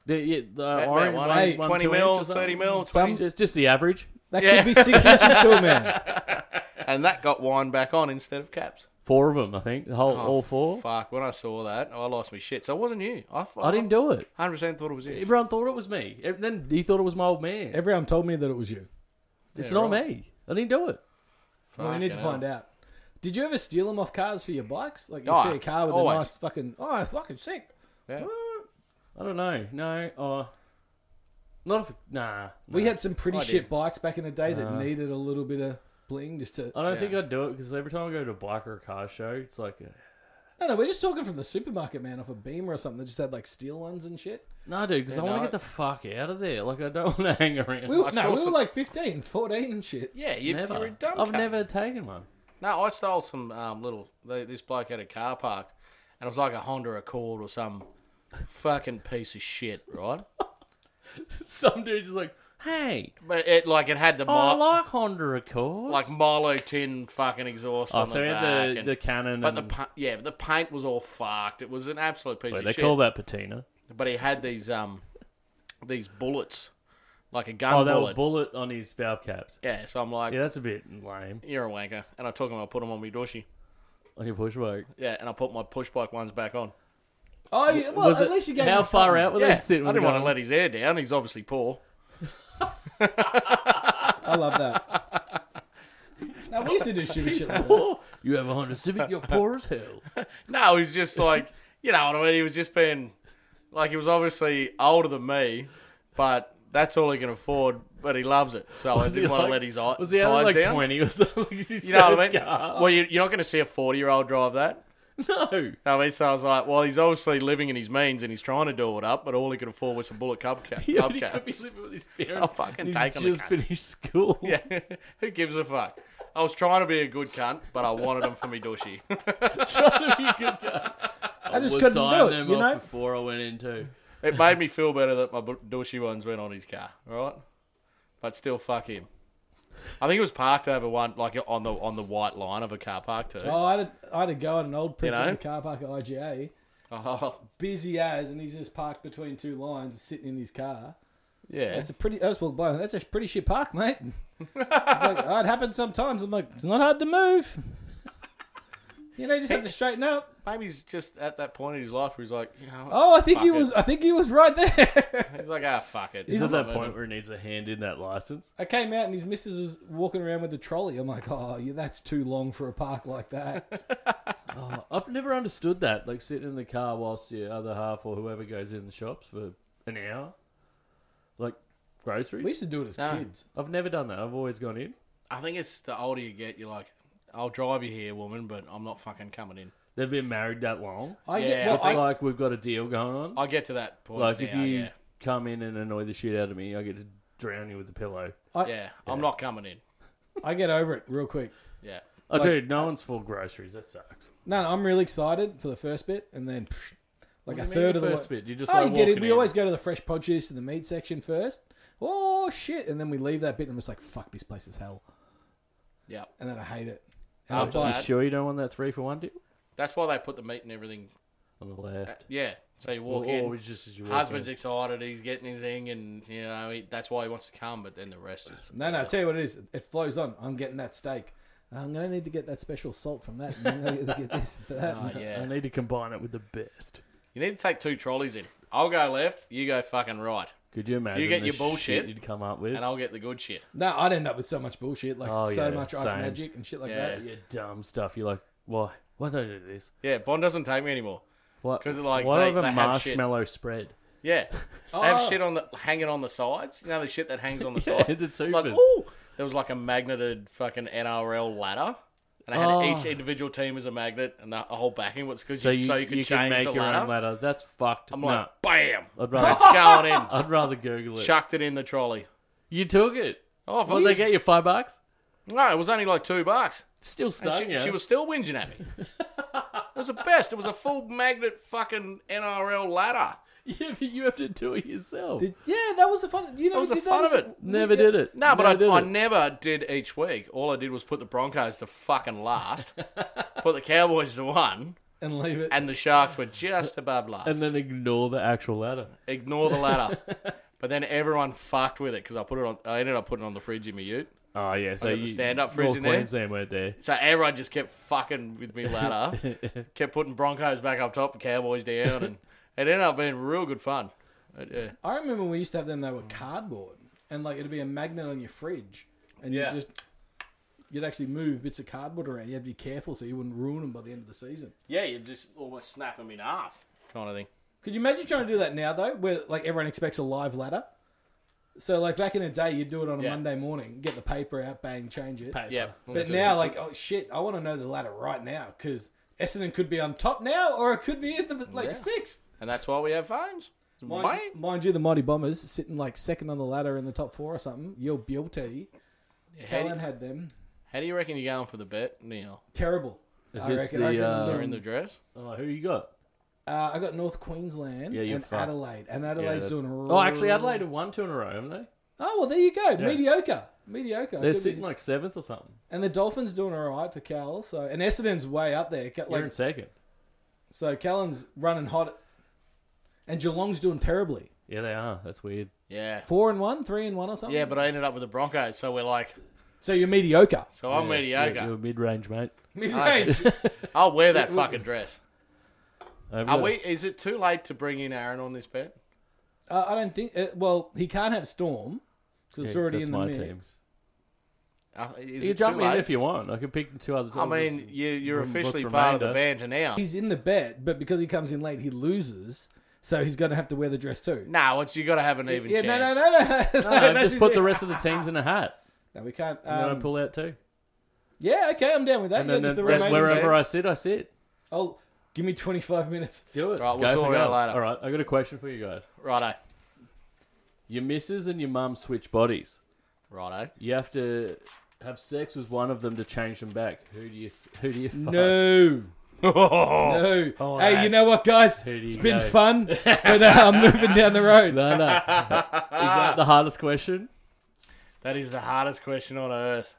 S8: The, yeah, the
S3: About
S8: orange
S3: one
S8: ones,
S3: inch,
S8: one,
S3: 20
S8: two um, inch
S3: mil, 30
S8: or something.
S3: mil,
S5: Some-
S3: 20,
S8: Just, just the average.
S5: That
S3: Yeah.
S5: could be six inches to a man.
S3: and that got wind back on instead of caps.
S8: Four of them, I think. The whole, all four.
S3: Oh, Fuck, when I saw that, I lost my shit. So it wasn't you. I,
S8: I didn't do it.
S3: 100% thought it was you.
S8: Everyone thought it was me. And Then he thought it was my old man.
S5: Everyone told me that it was you.
S8: It's not
S3: right.
S8: me. I didn't do it.
S5: Well, we need to
S3: Fucking
S5: find out. Did you ever steal them off cars for your bikes? Like you
S3: Oh,
S5: see a car with
S3: always.
S5: a nice fucking oh fucking sick.
S3: Yeah.
S8: I don't know. No. Uh, not if. Nah.
S5: We had some pretty
S3: I
S5: shit
S3: did.
S5: bikes back in the day that needed a little bit of bling just to.
S8: I don't think I'd do it because every time I go to a bike or a car show, it's like. uh,
S5: No, no, we're just talking from the supermarket man off a Beamer or something that just had like steel ones and shit.
S8: No, dude, because I want to
S3: no.
S8: get the fuck out of there. Like, I don't want to hang around.
S5: We were,
S3: saw
S5: no, we were
S3: some-
S5: like 15, 14 and shit.
S3: Yeah, you,
S8: never.
S3: you're a dumb
S8: I've
S3: cunt.
S8: never taken one.
S3: No, I stole some um, little. th this bloke had a car parked, and it was like a Honda Accord or some fucking piece of shit, right?
S8: Some dude's just like, hey,
S3: But it like it had the
S8: oh, I
S3: mi-
S8: like Honda Accord.
S3: like Milo tin fucking exhaust.
S8: oh,
S3: on
S8: so
S3: the,
S8: we
S3: back
S8: had the,
S3: and-
S8: the cannon.
S3: But the
S8: and,
S3: pa- yeah, but the paint was all fucked. It was an absolute piece
S8: wait,
S3: of
S8: they
S3: shit.
S8: call that patina.
S3: But he had these um these bullets, like a gun
S8: Oh, they
S3: bullet.
S8: were bullet on his valve caps.
S3: yeah, so I'm like,
S8: Yeah, that's a bit lame.
S3: you're a wanker, and I took him. I put him on my dushy.
S8: On your push bike.
S3: Yeah, and I put my push bike ones back on.
S5: Oh, yeah, well,
S8: Was
S5: at
S8: it-
S5: least you gave
S8: how
S5: him
S8: far
S5: something.
S8: out were
S3: yeah,
S8: they sitting?
S3: I
S8: with the
S3: didn't want
S8: gun?
S3: to let his hair down. He's obviously poor.
S5: I love that. now we used to do shitty shit. Like that.
S8: Oh, you have a Honda Civic. You're poor as hell.
S3: No, he was just like, you know what I mean? He was just being, like, he was obviously older than me, but that's all he can afford, but he loves it. So I didn't
S8: he
S3: want
S8: like-
S3: to let his eye,
S8: Was he
S3: ties
S8: only like
S3: down.
S8: twenty or something? Is his
S3: You know what I
S8: first
S3: mean?
S8: car?
S3: Well, you, you're not going to see a 40 year old drive that.
S8: No.
S3: I mean, so I was like, well, he's obviously living in his means and he's trying to do it up, but all he could afford was some bullet cubca-
S8: Yeah, but he could be
S3: hubcaps.
S8: living with his parents.
S3: fucking
S8: and he's
S3: take him to
S8: just
S3: cunt.
S8: finished school.
S3: Yeah, who gives a fuck? I was trying to be a good cunt, but I wanted him for me dushy.
S8: Trying to be a good guy.
S5: I just
S8: was
S5: couldn't
S8: signing
S5: do it.
S8: them
S5: You
S8: off
S5: know,
S8: before I went into.
S3: It made me feel better that my bu- douchey ones went on his car, all right? But still, fuck him. I think it was parked over one, like on the on the white line of a car park too.
S5: oh, I had, I had to go at an old prick
S3: You know?
S5: in the car park at IGA,
S3: Oh,
S5: busy as, and he's just parked between two lines, sitting in his car.
S3: yeah.
S5: That's a pretty. I just walked by. and That's a pretty shit park, mate. it's like oh, it happens sometimes. I'm like, it's not hard to move. You know, you just have to straighten up.
S3: Maybe he's just at that point in his life where he's like, you know,
S5: Oh, I think he
S3: Fuck it.
S5: was. I think he was right there.
S3: he's like, ah, fuck it.
S8: Is
S3: I'm
S8: it
S3: not
S8: that point
S3: moving.
S8: where he needs to hand in that license?
S5: I came out and his missus was walking around with a trolley. I'm like, oh, yeah, that's too long for a park like that.
S8: Oh, I've never understood that. Like sitting in the car whilst your other half or whoever goes in the shops for an hour, like groceries.
S5: we used to do it as
S3: No.
S5: kids.
S8: I've never done that. I've always gone in.
S3: I think it's the older you get, you're like, I'll drive you here, woman, but I'm not fucking coming in.
S8: They've been married that long.
S5: I
S3: Yeah,
S5: get. Well,
S8: It's
S5: I,
S8: like we've got a deal going on.
S3: I get to that point.
S8: like if
S3: now,
S8: you
S3: yeah,
S8: come in and annoy the shit out of me, I get to drown you with a pillow.
S5: I,
S3: yeah, I'm not coming in.
S5: I get over it real quick.
S3: Yeah,
S8: Oh, dude,
S3: uh,
S8: no one's full groceries. That sucks.
S5: No, no, I'm really excited for the first bit, and then psh,
S8: What
S5: like a
S8: do you mean
S5: third
S8: the
S5: of the
S8: first
S5: way.
S8: bit? You just
S5: oh,
S8: like
S5: you get it.
S8: walking
S5: We
S8: in.
S5: always go to the fresh produce and the meat section first. Oh shit! And then we leave that bit, and I'm just like, fuck, this place is hell,
S3: yeah.
S5: and then I hate it. And I
S3: After
S5: buy,
S8: You
S3: that,
S8: sure you don't want that three for one deal
S3: that's why they put the meat and everything.
S8: on the left?
S3: Yeah, so Uh, you
S8: Or,
S3: walk in.
S8: or just as you walk
S3: Husband's
S8: in.
S3: excited. He's getting his thing, and you know he, that's why he wants to come. But then the rest is
S5: no, no, I tell you what it is. It flows on. I'm getting that steak. I'm gonna need to get that special salt from that. And then I get this, that.
S3: Oh,
S8: I
S3: yeah.
S8: need to combine it with the best.
S3: You need to take two trolleys in. I'll go left. You go fucking right,
S8: Could you imagine?
S3: You get
S8: the
S3: your bullshit,
S8: shit you'd come up with.
S3: and I'll get the good shit.
S5: No, I'd end up with so much bullshit, like
S8: Oh,
S5: so
S8: yeah,
S5: much ice
S8: same.
S5: magic and shit like
S3: Yeah.
S5: that.
S8: your dumb stuff. You're like, why? Why did I do this?
S3: Yeah, Bond doesn't take me anymore.
S8: Why?
S3: 'Cause, like,
S8: why
S3: they-
S8: do I
S3: they
S8: have a
S3: have shit.
S8: marshmallow spread?
S3: Yeah, they have
S5: Oh.
S3: shit on the hanging on the sides. You know the shit that hangs on the
S8: Yeah,
S3: sides.
S8: the
S3: like,
S8: twofers.
S3: ooh, there was like a magneted fucking NRL ladder, and I had
S8: Oh.
S3: each individual team as a magnet, and the whole backing was because
S8: So
S3: you,
S8: you,
S3: so you could
S8: you
S3: change
S8: can make
S3: the
S8: your
S3: ladder.
S8: own ladder. That's fucked.
S3: I'm
S8: no,
S3: like, bam,
S8: I'd rather
S3: it's going in.
S8: I'd rather Google it.
S3: Chucked it in the trolley.
S8: You took it.
S3: Oh,
S8: What did they
S3: fuck.
S8: get you? Five bucks?
S3: no, it was only like two bucks.
S8: Still
S3: And
S8: stung
S3: she,
S8: you.
S3: she was still whinging at me. it was the best. It was a full magnet fucking NRL ladder.
S8: Yeah, but you have to do it yourself.
S5: Did, yeah, that was the fun. You know,
S3: That was
S5: we
S3: the
S5: did
S3: fun
S5: as-
S3: of it.
S8: Never did it.
S3: No, but
S8: Never did
S3: I, I
S8: it.
S3: never did each week. All I did was put the Broncos to fucking last, put the Cowboys to one,
S5: and leave it.
S3: and the Sharks were just above last.
S8: and then ignore the actual ladder.
S3: Ignore the ladder. but then everyone fucked with it because I put it on. I ended up putting it on the fridge in my Ute.
S8: Oh yeah, so
S3: got the
S8: you
S3: stand-up fridge
S8: North
S3: in there.
S8: Queensland weren't there.
S3: So everyone just kept fucking with me ladder, kept putting Broncos back up top, and Cowboys down, and it ended up being real good fun. But, yeah.
S5: I remember we used to have them. They were cardboard, and like it'd be a magnet on your fridge, and
S3: Yeah.
S5: you just you'd actually move bits of cardboard around. You had to be careful so you wouldn't ruin them by the end of the season.
S3: Yeah, you just almost snap them in half, kind of thing.
S5: Could you imagine trying to do that now though, where like everyone expects a live ladder? So like back in the day, you'd do it on a
S3: Yeah.
S5: Monday morning, get the paper out, bang, change it.
S3: Yeah,
S5: But now, like, oh shit, I want to know the ladder right now because Essendon could be on top now, or it could be at the like
S3: Yeah.
S5: sixth.
S3: and that's why we have phones.
S5: Mind,
S3: Mate.
S5: mind you, the Mighty Bombers sitting like second on the ladder in the top four or something. You're guilty.
S3: How do,
S5: Kellen
S3: you,
S5: had them.
S3: how do you reckon you're going for the bet, Neil?
S5: Terrible. I
S8: this
S5: reckon.
S8: the,
S5: I, reckon
S8: uh,
S5: they're
S3: You're in
S5: in-
S3: the dress.
S8: Oh, who you got?
S5: uh, I got North Queensland
S8: Yeah, you're
S5: and
S8: fucked.
S5: Adelaide, and
S8: Yeah,
S5: Adelaide's
S8: that-
S5: doing.
S8: Oh, actually, Adelaide have won two in a row, haven't they?
S5: Oh well, there you go.
S8: Yeah.
S5: Mediocre, mediocre.
S8: They're
S5: Could be-
S8: sitting like seventh or something.
S5: and the Dolphins doing all right for Cal. So and Essendon's way up there. Ca-
S8: You're
S5: Like
S8: in second.
S5: so, Callan's running hot, and Geelong's doing terribly.
S8: Yeah, they are. That's weird.
S3: Yeah.
S5: Four and one, three and one, or something.
S3: Yeah, but I ended up with the Broncos, so we're like,
S5: so you're mediocre.
S3: so I'm
S8: Yeah,
S3: mediocre.
S8: You're, you're mid-range, mate.
S5: Mid-range.
S3: I'll wear that fucking dress.
S8: I've
S3: Are
S8: got-
S3: we? Is it too late to bring in Aaron on this bet?
S5: uh, I don't think. Uh, well, he can't have Storm
S8: Yeah,
S5: because it's
S8: 'cause
S5: already
S8: that's
S5: in the
S8: my
S5: mix.
S8: team.
S3: Uh, is
S8: You
S3: it
S8: can jump
S3: too
S8: in
S3: late?
S8: if you want. I can pick two other.
S3: I mean, you, you're officially part of the band now.
S5: He's in the bet, but because he comes in late, he loses. So he's going to have to wear the dress too.
S3: Nah, what you got to have an even
S5: yeah,
S3: chance.
S5: no, no, no,
S8: No,
S5: no. That's
S8: just
S5: his
S8: put
S5: it.
S8: the rest of the teams in a hat.
S5: No, we can't.
S8: And then I
S5: Um,
S8: pull out two.
S5: yeah, okay, I'm down with that.
S8: And
S5: yeah,
S8: then
S5: just the
S8: the- that's
S5: remaining
S8: wherever
S5: team.
S8: I sit, I sit.
S5: Oh, give me 25 minutes.
S8: Do it.
S3: Right, we'll
S8: Go
S3: sort
S8: for
S3: it out
S8: gold.
S3: later.
S8: All right, I got a question for you guys.
S3: Righto,
S8: Your missus and your mum switch bodies.
S3: righto.
S8: You have to have sex with one of them to change them back. Who do you? s- Who do you? Fuck? Oh,
S5: No. no. hey, you know what, guys?
S8: Here you
S5: It's been
S8: go.
S5: fun, but uh, I'm moving down the road.
S8: No, no. Is that the hardest question?
S3: That is the hardest question on earth.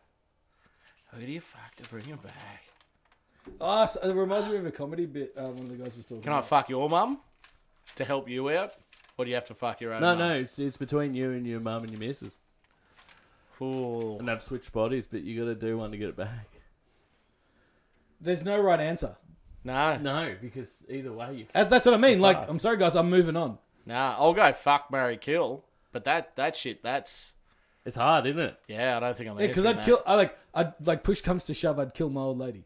S3: Who do you fuck to bring him back?
S5: Oh, so it reminds me of a comedy bit uh, one of the guys was talking
S3: Can I
S5: about.
S3: fuck your mum to help you out, or do you have to fuck your own?
S8: No,
S3: mum?
S8: no. It's, it's between you and your mum and your missus.
S3: Cool.
S8: And they've switched bodies, but you got to do one to get it back.
S5: There's no right answer.
S3: No, no.
S8: No, because either way, you.
S5: Uh, That's what I mean. Like,
S8: Fuck.
S5: I'm sorry, guys, I'm moving on.
S3: Nah, I'll go fuck, marry, kill. But that that shit, that's
S8: It's hard, isn't it?
S3: yeah. I don't think I'm.
S5: Yeah, because
S3: answering that.
S5: I'd kill. I like. I'd like. Push comes to shove, I'd kill my old lady.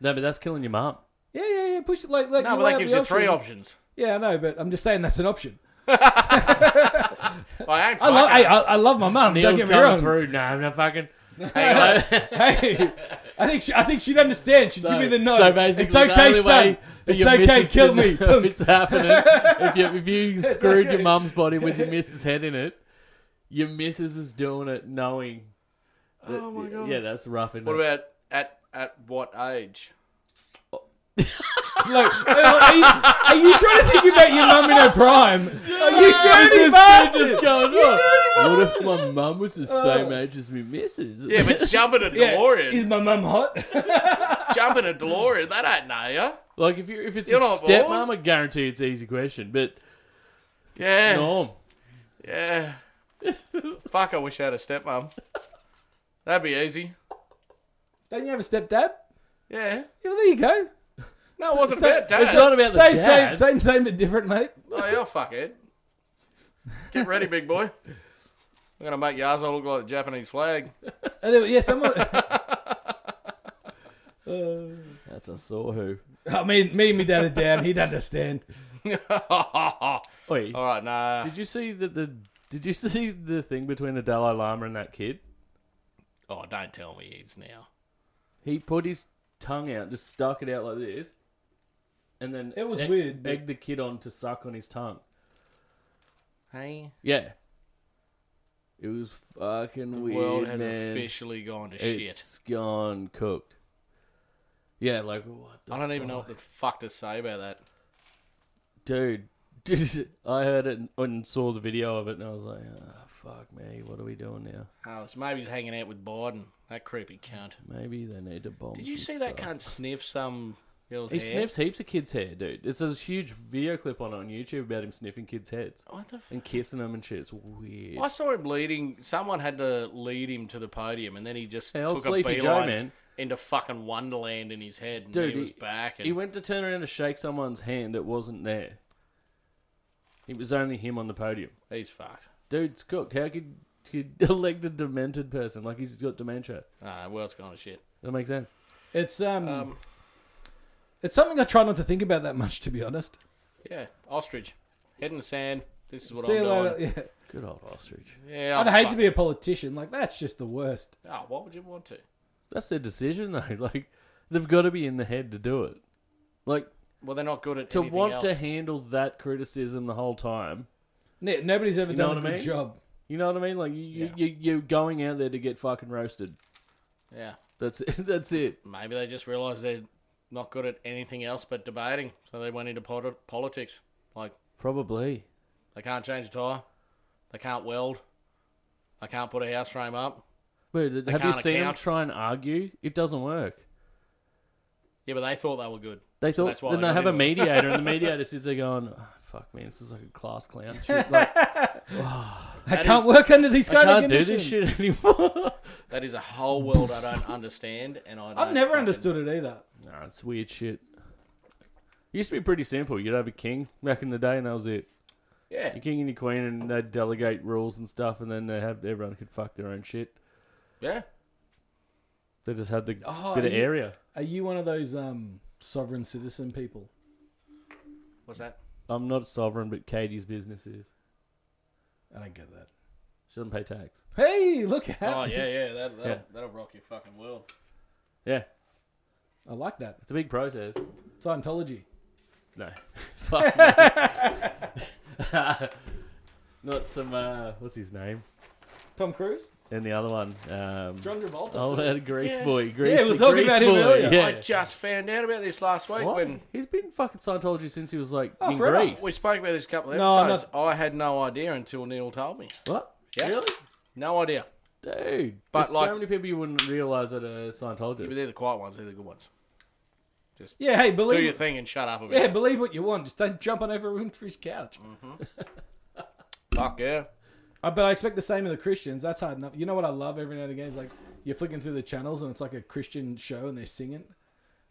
S8: No, but that's killing your mum.
S5: Yeah, yeah, yeah. Push it like like.
S3: No,
S5: you
S3: but
S5: lay
S3: that
S5: out
S3: gives
S5: the
S3: you three options.
S5: Yeah, I know, but I'm just saying that's an option.
S3: I ain't
S5: I love. I,
S3: fucking-
S5: I, I love my mum. Don't
S8: Neil's
S5: get me
S8: coming
S5: wrong.
S8: through. No, I'm not fucking.
S5: hey, I think she, I think she'd understand. She'd give me the nod.
S8: So basically,
S5: it's
S8: the
S5: okay,
S8: only
S5: son.
S8: way for
S5: It's
S8: your
S5: okay.
S8: missus
S5: Kill
S8: to
S5: me.
S8: know
S5: Tunk.
S8: if It's happening. if you if you screwed
S5: okay.
S8: your mum's body with your missus head in it, your missus is doing it knowing. That, oh my god! Yeah, that's rough. Isn't
S3: What
S8: it?
S3: about at at what age?
S5: Look, are, you, are you trying to think about your mum in her prime? Are you dirty bastard?
S8: What's going on? What if my mum was the same
S5: Oh.
S8: age as my missus?
S3: Yeah, but jumping a
S5: Yeah,
S3: DeLorean,
S5: Is my mum hot?
S3: jumping a DeLorean, that ain't know ya.
S8: like if you if it's
S3: You're
S8: a
S3: not bored.
S8: stepmom, I guarantee it's an easy question. But
S3: Yeah,
S8: Norm,
S3: yeah. Fuck, I wish I had a stepmom. That'd be easy.
S5: Don't you have a stepdad?
S3: Yeah.
S5: Yeah, well, there you go.
S3: No, it wasn't
S5: So-
S3: about dad.
S8: it's not about the
S5: Same, same,
S8: dad.
S5: same, same, but different, mate.
S3: Oh, yeah, fuck it. Get ready, big boy. I'm gonna make Yazo look like the Japanese flag.
S5: And then, yeah, someone.
S8: That's a saw who.
S5: Uh, I mean, me and my dad are down. He'd understand.
S3: All
S8: Oi,
S3: right, nah.
S8: did you see that the? Did you see the thing between the Dalai Lama and that kid?
S3: Oh, don't tell me he's now.
S8: He put his tongue out, just stuck it out like this, and then
S5: It was
S8: egg-
S5: weird, but-
S8: Egged the kid on to suck on his tongue.
S3: Hey,
S8: Yeah, it was fucking
S3: the
S8: weird,
S3: world has
S8: man.
S3: officially gone to shit.
S8: It's gone cooked. Yeah, like what the
S3: I don't even know what the fuck to say about that.
S8: dude? I heard it and saw the video of it, and I was like, oh, "Fuck me, what are we doing now?"
S3: Oh, it's maybe he's hanging out with Biden. That creepy cunt.
S8: Maybe they need to bomb.
S3: Did you
S8: some
S3: see that
S8: stuff.
S3: cunt sniff some girl's
S8: He
S3: hair?
S8: sniffs heaps of kids' hair, dude. It's a huge video clip on it on YouTube about him sniffing kids' heads
S3: What the? F-
S8: and kissing them and shit. It's weird.
S3: I saw him leading. Someone had to lead him to the podium, and then he just
S8: Hey, old
S3: took a
S8: Sleepy
S3: beeline
S8: Joe, man.
S3: into fucking Wonderland in his head, and
S8: Dude,
S3: he was
S8: he-
S3: back. And
S8: He went to turn around to shake someone's hand that wasn't there. It was only him on the podium.
S3: he's fucked.
S8: Dude's cooked. How could you elect a demented person? Like he's got dementia.
S3: Ah, the world's gone to shit.
S8: That makes sense.
S5: It's
S8: Hmm.
S5: um,
S3: Um,
S5: it's something I try not to think about that much, to be honest.
S3: yeah, ostrich, head in the sand. This is what
S5: See
S3: I'm
S5: you
S3: doing.
S5: later. Yeah.
S8: Good old ostrich.
S3: Yeah,
S5: I'd
S3: I'm
S5: hate to
S3: fucked.
S5: be a politician. Like that's just the worst.
S3: Oh, why would you want to?
S8: That's their decision though. Like they've got to be in the head to do it. Like
S3: Well, they're not good at
S8: to
S3: anything
S8: want
S3: else.
S8: to handle that criticism the whole time.
S5: Ne- Nobody's ever
S8: You know
S5: done a
S8: what I
S5: good
S8: mean?
S5: job.
S8: You know what I mean? Like you, you, you, you're going out there to get fucking roasted.
S3: yeah,
S8: That's it. That's it.
S3: maybe they just realised they're not good at anything else but debating, so they went into pol- politics. Like
S8: Probably.
S3: they can't change a tyre, They can't weld. They can't put a house frame up.
S8: Wait, have you
S3: can't
S8: seen them
S3: account.
S8: try and argue? It doesn't work.
S3: Yeah, but they thought they were good.
S8: They
S3: So
S8: thought,
S3: that's why
S8: and
S3: they
S8: they
S3: got
S8: have a
S3: into it.
S8: mediator, and the mediator sits there going, oh, "Fuck, man, this is like a class clown shit. Like,
S5: I can't work under these
S8: I
S5: kind
S8: can't
S5: of
S8: do
S5: conditions.
S8: this shit anymore."
S3: That is a whole world I don't understand, and I
S5: I've
S3: don't
S5: never
S3: fucking-
S5: understood it either.
S8: no, it's weird shit. It used to be pretty simple. You'd have a king back in the day, and that was it.
S3: Yeah,
S8: Your king and your queen, and they'd delegate rules and stuff, and then they have everyone could fuck their own shit.
S3: yeah.
S8: They just had the
S5: Oh,
S8: bit of
S5: you-
S8: area.
S5: Are you one of those um, sovereign citizen people?
S3: What's that?
S8: I'm not sovereign, but Katie's business is.
S5: I don't get that.
S8: She doesn't pay tax.
S5: Hey, look at
S3: Oh yeah, yeah. That that'll,
S8: Yeah.
S3: that'll rock your fucking world.
S8: Yeah,
S5: I like that.
S8: it's a big process.
S5: Scientology.
S8: No. Fuck no. Not some, uh, what's his name?
S5: Tom Cruise?
S8: And the other one. Um,
S5: John Travolta.
S8: oh, that Grease Boy. Grease,
S5: Yeah, we were talking
S8: Grease
S5: about him
S8: Boy.
S5: earlier.
S8: Yeah.
S3: I just found out about this last week
S8: What?
S3: when
S8: He's been fucking Scientology since he was like
S5: Oh,
S8: in
S5: forever.
S8: Greece.
S3: we spoke about this a couple of
S5: No, I'm
S3: episodes. I had no idea until Neil told me.
S8: What?
S3: Yeah.
S8: Really?
S3: No idea.
S8: Dude.
S3: But,
S8: But
S3: like-
S8: so many people you wouldn't realize that are
S3: Yeah, but
S8: Scientologists.
S3: they're the quiet ones. They're the good ones.
S5: Yeah, hey,
S3: Do your
S5: believe
S3: thing and shut up about
S5: Yeah,
S3: it.
S5: believe what you want. Just don't jump on over Winfrey's couch.
S3: Mm. Fuck yeah.
S5: Uh, but I expect the same of the Christians. That's hard enough. You know what I love every now and again is like you're flicking through the channels and it's like a Christian show and they're singing.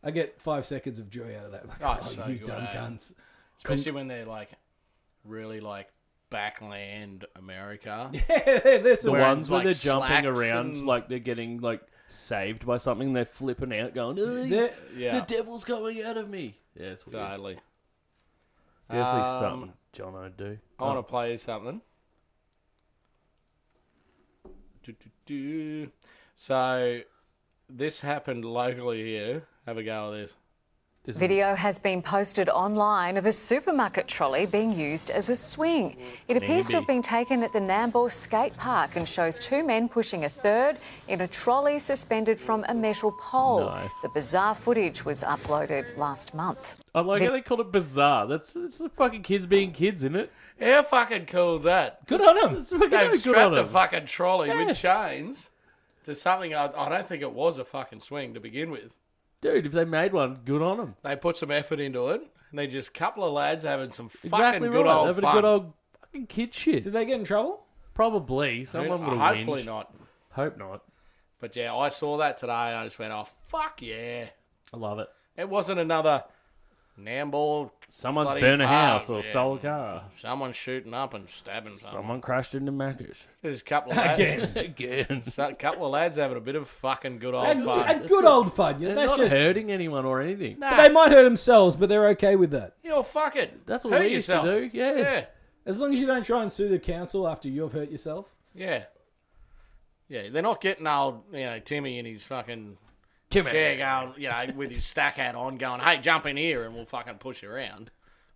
S5: I get five seconds of joy out of that. Like,
S3: Oh,
S5: oh,
S3: it's so
S5: you
S3: good,
S5: dumb
S3: eh?
S5: cunts.
S3: Especially when they're like really like backland America.
S5: Yeah, they're
S8: The
S5: some-
S3: Wearing,
S8: ones where
S3: like,
S8: they're jumping
S3: slacks
S8: around
S3: and-
S8: like they're getting like saved by something. They're flipping out going, "Oh, he's-
S5: they're-
S3: Yeah.
S8: the devil's going out of me. Yeah, it's weird.
S3: Totally.
S8: Definitely
S3: Um,
S8: something John would do.
S3: I want to play you something. Do, do, do. So, this happened locally here. Have a go at this.
S10: Video has been posted online of a supermarket trolley being used as a swing. It appears to have been taken at the Nambour skate park and shows two men pushing a third in a trolley suspended from a metal pole.
S8: Nice.
S10: The bizarre footage was uploaded last month.
S8: I like how they call it bizarre. That's it's the fucking kids being kids, isn't it?
S3: How fucking cool is that?
S5: good on them.
S8: It's fucking
S3: They've
S8: good on
S3: strapped a
S8: them.
S3: fucking trolley
S8: Yeah.
S3: with chains to something I, I don't think it was a fucking swing to begin with.
S8: Dude, if they made one, good on them.
S3: They put some effort into it, and they're just a couple of lads having some fucking
S8: Exactly
S3: good
S8: right.
S3: old
S8: Having
S3: fun.
S8: a good old fucking kid shit.
S5: Did they get in trouble?
S8: Probably
S3: I mean,
S8: someone would have
S3: hopefully not.
S8: Hope not.
S3: But yeah, I saw that today, and I just went, "Oh fuck yeah!"
S8: I love it.
S3: It wasn't another Nambour
S8: Someone's
S3: Bloody
S8: burned a
S3: car,
S8: house or
S3: yeah.
S8: stole a car.
S3: Someone shooting up and stabbing someone.
S8: Someone crashed into Macca's
S3: There's a couple of lads,
S8: again.
S3: so- a couple of lads having a bit of fucking good old
S5: And,
S3: fun.
S5: and good old fun. You know,
S8: They're
S5: that's
S8: not
S5: just.
S8: hurting anyone or anything.
S5: but They might hurt themselves, but they're okay with that.
S3: you know, fuck it.
S8: That's what
S3: Hurt
S8: we used
S3: yourself.
S8: to do. Yeah.
S3: Yeah,
S5: As long as you don't try and sue the council after you've hurt yourself.
S3: yeah, yeah. They're not getting old, you know, Timmy in his fucking
S8: Come
S3: chair, going, you know, with his stack hat on, going, "Hey, jump in here, and we'll fucking push you around."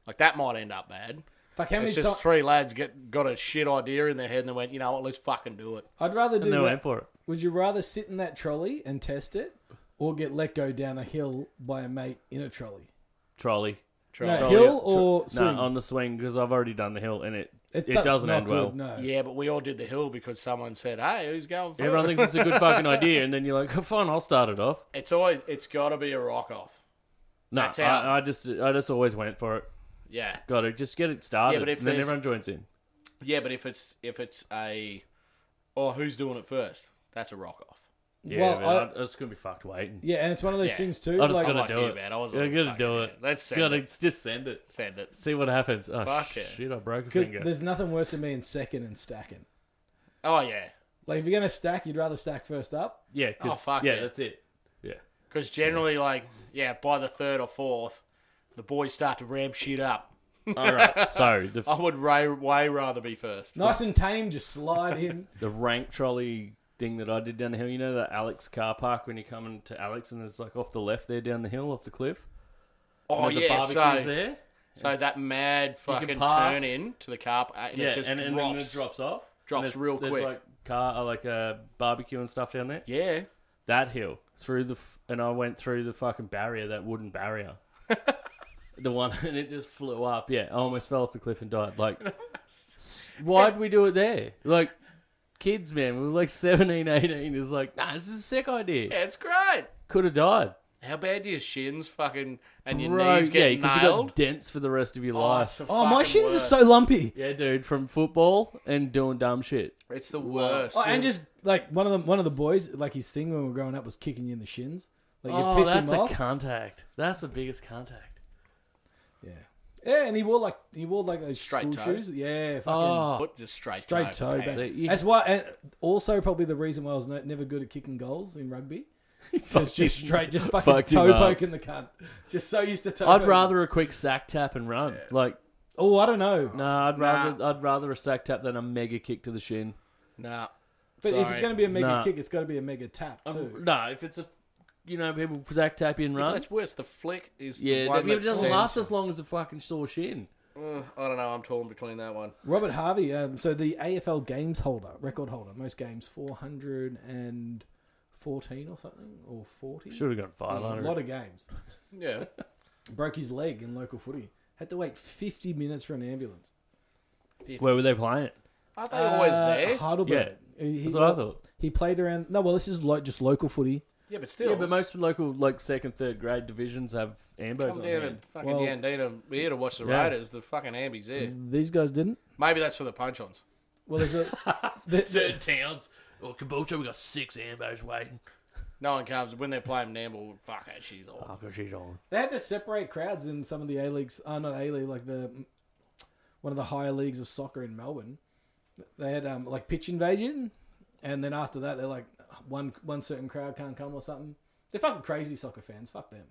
S3: Like that might end up bad.
S5: Fuck, how many
S3: It's just
S5: times?
S3: three lads get got a shit idea in their head and they went, you know what, let's fucking do it.
S5: I'd rather do
S8: And they
S5: that.
S8: went for it.
S5: Would you rather sit in that trolley and test it, or get let go down a hill by a mate in a trolley?
S8: Trolley.
S5: No,
S8: Trolley.
S5: hill or
S8: Tro-
S5: swing?
S8: No, on the swing because I've already done the hill and it it,
S5: does-
S8: doesn't
S5: not
S8: end well.
S5: good, No.
S3: Yeah, but we all did the hill because someone said, "Hey, who's going?" First?
S8: Everyone thinks it's a good fucking idea, and then you're like, "Fine, I'll start it off."
S3: it's always it's got to be a rock off.
S8: No,
S3: That's how-
S8: I, I just I just always went for it.
S3: Yeah,
S8: Got to just get it started,
S3: Yeah, but if
S8: and then
S3: there's-
S8: everyone joins in.
S3: yeah, but if it's if it's a, oh, who's doing it first? That's a rock off.
S8: Yeah,
S5: Well,
S8: man, I,
S5: I-
S8: I just gonna be fucked waiting.
S5: Yeah, and it's one of those
S3: Yeah.
S5: things too.
S8: I just
S5: like,
S8: gotta
S3: like
S8: do
S3: you,
S8: it.
S3: man. I was
S8: I
S3: always
S8: gotta
S3: like,
S8: do
S3: yeah,
S8: it.
S3: let's send
S8: gotta
S3: it.
S8: just send it.
S3: Send it.
S8: See what happens. Oh
S3: Fuck yeah.
S8: shit! I broke a
S5: 'cause
S8: finger.
S5: there's nothing worse than being second and stacking.
S3: Oh yeah,
S5: Like if you're gonna stack, you'd rather stack first up.
S8: Yeah,
S3: Oh,
S8: 'cause-
S3: fuck
S8: yeah,
S3: yeah.
S8: that's it. Yeah,
S3: because generally, like, yeah, by the third or fourth, the boys start to ramp shit up.
S8: all right. So the
S3: I would ra- way rather be first.
S5: Nice and tame, just slide in.
S8: the rank trolley thing that I did down the hill. You know that Alex car park when you're coming to Alex and there's like off the left there down the hill off the cliff. And
S3: Oh
S8: there's
S3: yeah,
S8: a
S3: so
S8: barbecue's there.
S3: So that mad fucking
S8: park.
S3: turn in to the car, uh, and
S8: Yeah,
S3: it just
S8: and, and
S3: drops.
S8: then it drops off. And
S3: Drops
S8: there's-
S3: real
S8: there's
S3: quick.
S8: like car uh, like a barbecue and stuff down there.
S3: Yeah,
S8: that hill through the f- and I went through the fucking barrier, that wooden barrier, the one, and it just flew up. Yeah, I almost fell off the cliff and died. Like Why'd we do it there? Like, kids, man, we were like 17, 18. It's like, nah, this is a sick idea.
S3: Yeah, it's great.
S8: Could have died.
S3: How bad do your shins fucking and your
S8: Bro,
S3: knees
S8: yeah,
S3: get
S8: you
S3: nailed?
S8: got dents for the rest of your
S3: it's
S8: life.
S3: the
S5: Oh, my
S3: fucking
S5: shins are
S3: worst.
S5: so lumpy.
S8: Yeah, dude, from football and doing dumb shit.
S3: It's the worst.
S5: Oh, and just like one of them, one of the boys, like his thing when we were growing up was kicking you in the shins. Like you
S8: oh,
S5: piss
S8: that's
S5: him
S8: a
S5: off.
S8: contact. That's the biggest contact.
S5: yeah, yeah, and he wore like he wore like those
S3: Straight
S5: school
S3: toe.
S5: shoes. Yeah, fucking
S8: Oh,
S3: Foot just straight,
S5: straight toe.
S3: Hey,
S5: back.
S8: See, you-
S5: That's why, and also probably the reason why I was no, never good at kicking goals in rugby. Just,
S8: Fucked him-
S5: just straight, just fucking
S8: fucked him
S5: toe
S8: up.
S5: poking the cunt. Just so used to toe.
S8: I'd
S5: poking.
S8: rather a quick sack tap and run. Like,
S5: Oh, I don't know.
S8: nah, I'd rather I'd rather a sack tap than a mega kick to the shin.
S3: Nah.
S5: but if it's
S3: sorry.
S5: going to be a mega
S8: Nah. Um,
S5: kick, it's got to be a mega tap too.
S8: Nah, if it's a, you know, people sack tap you and run.
S3: That's worse. The flick is
S8: Yeah,
S3: the
S8: that,
S3: one
S8: it
S3: that
S8: doesn't
S3: sends-
S8: last as long as a fucking sore shin.
S3: Uh, I don't know. I'm torn between that one.
S5: Robert Harvey, um, so the AFL games holder, record holder, most games, 414 or something, or 40.
S8: Should have gone
S5: A
S3: Mm,
S8: 500.
S5: lot of games.
S3: Yeah.
S5: Broke his leg in local footy. Had to wait 50 minutes for an ambulance.
S8: Where were they playing?
S3: Aren't they always
S5: Uh,
S3: there?
S5: Heidelberg. He,
S8: That's what I thought.
S5: He played around. No, well, this is lo- just local footy.
S3: Yeah, but still.
S8: Yeah, but most local, like second, third grade divisions have
S3: Come
S8: ambos on
S3: down
S8: hand.
S3: and fucking
S5: Well-
S3: Yandina. We're here to watch the
S8: Yeah.
S3: Raiders. The fucking Ambies there.
S5: These guys didn't.
S3: Maybe that's for the punch-ons.
S5: Well, there's a. there's-
S8: Certain towns. Well, Caboolture, we got six ambos waiting.
S3: No one comes when they're playing Namble. Fuck it, she's all.
S8: Oh, 'cause she's on.
S5: they had to separate crowds in some of the A leagues. Uh, not A league, like the one of the higher leagues of soccer in Melbourne. They had um, like pitch invasion, and then after that, they're like one one certain crowd can't come or something. They're fucking crazy soccer fans. Fuck them.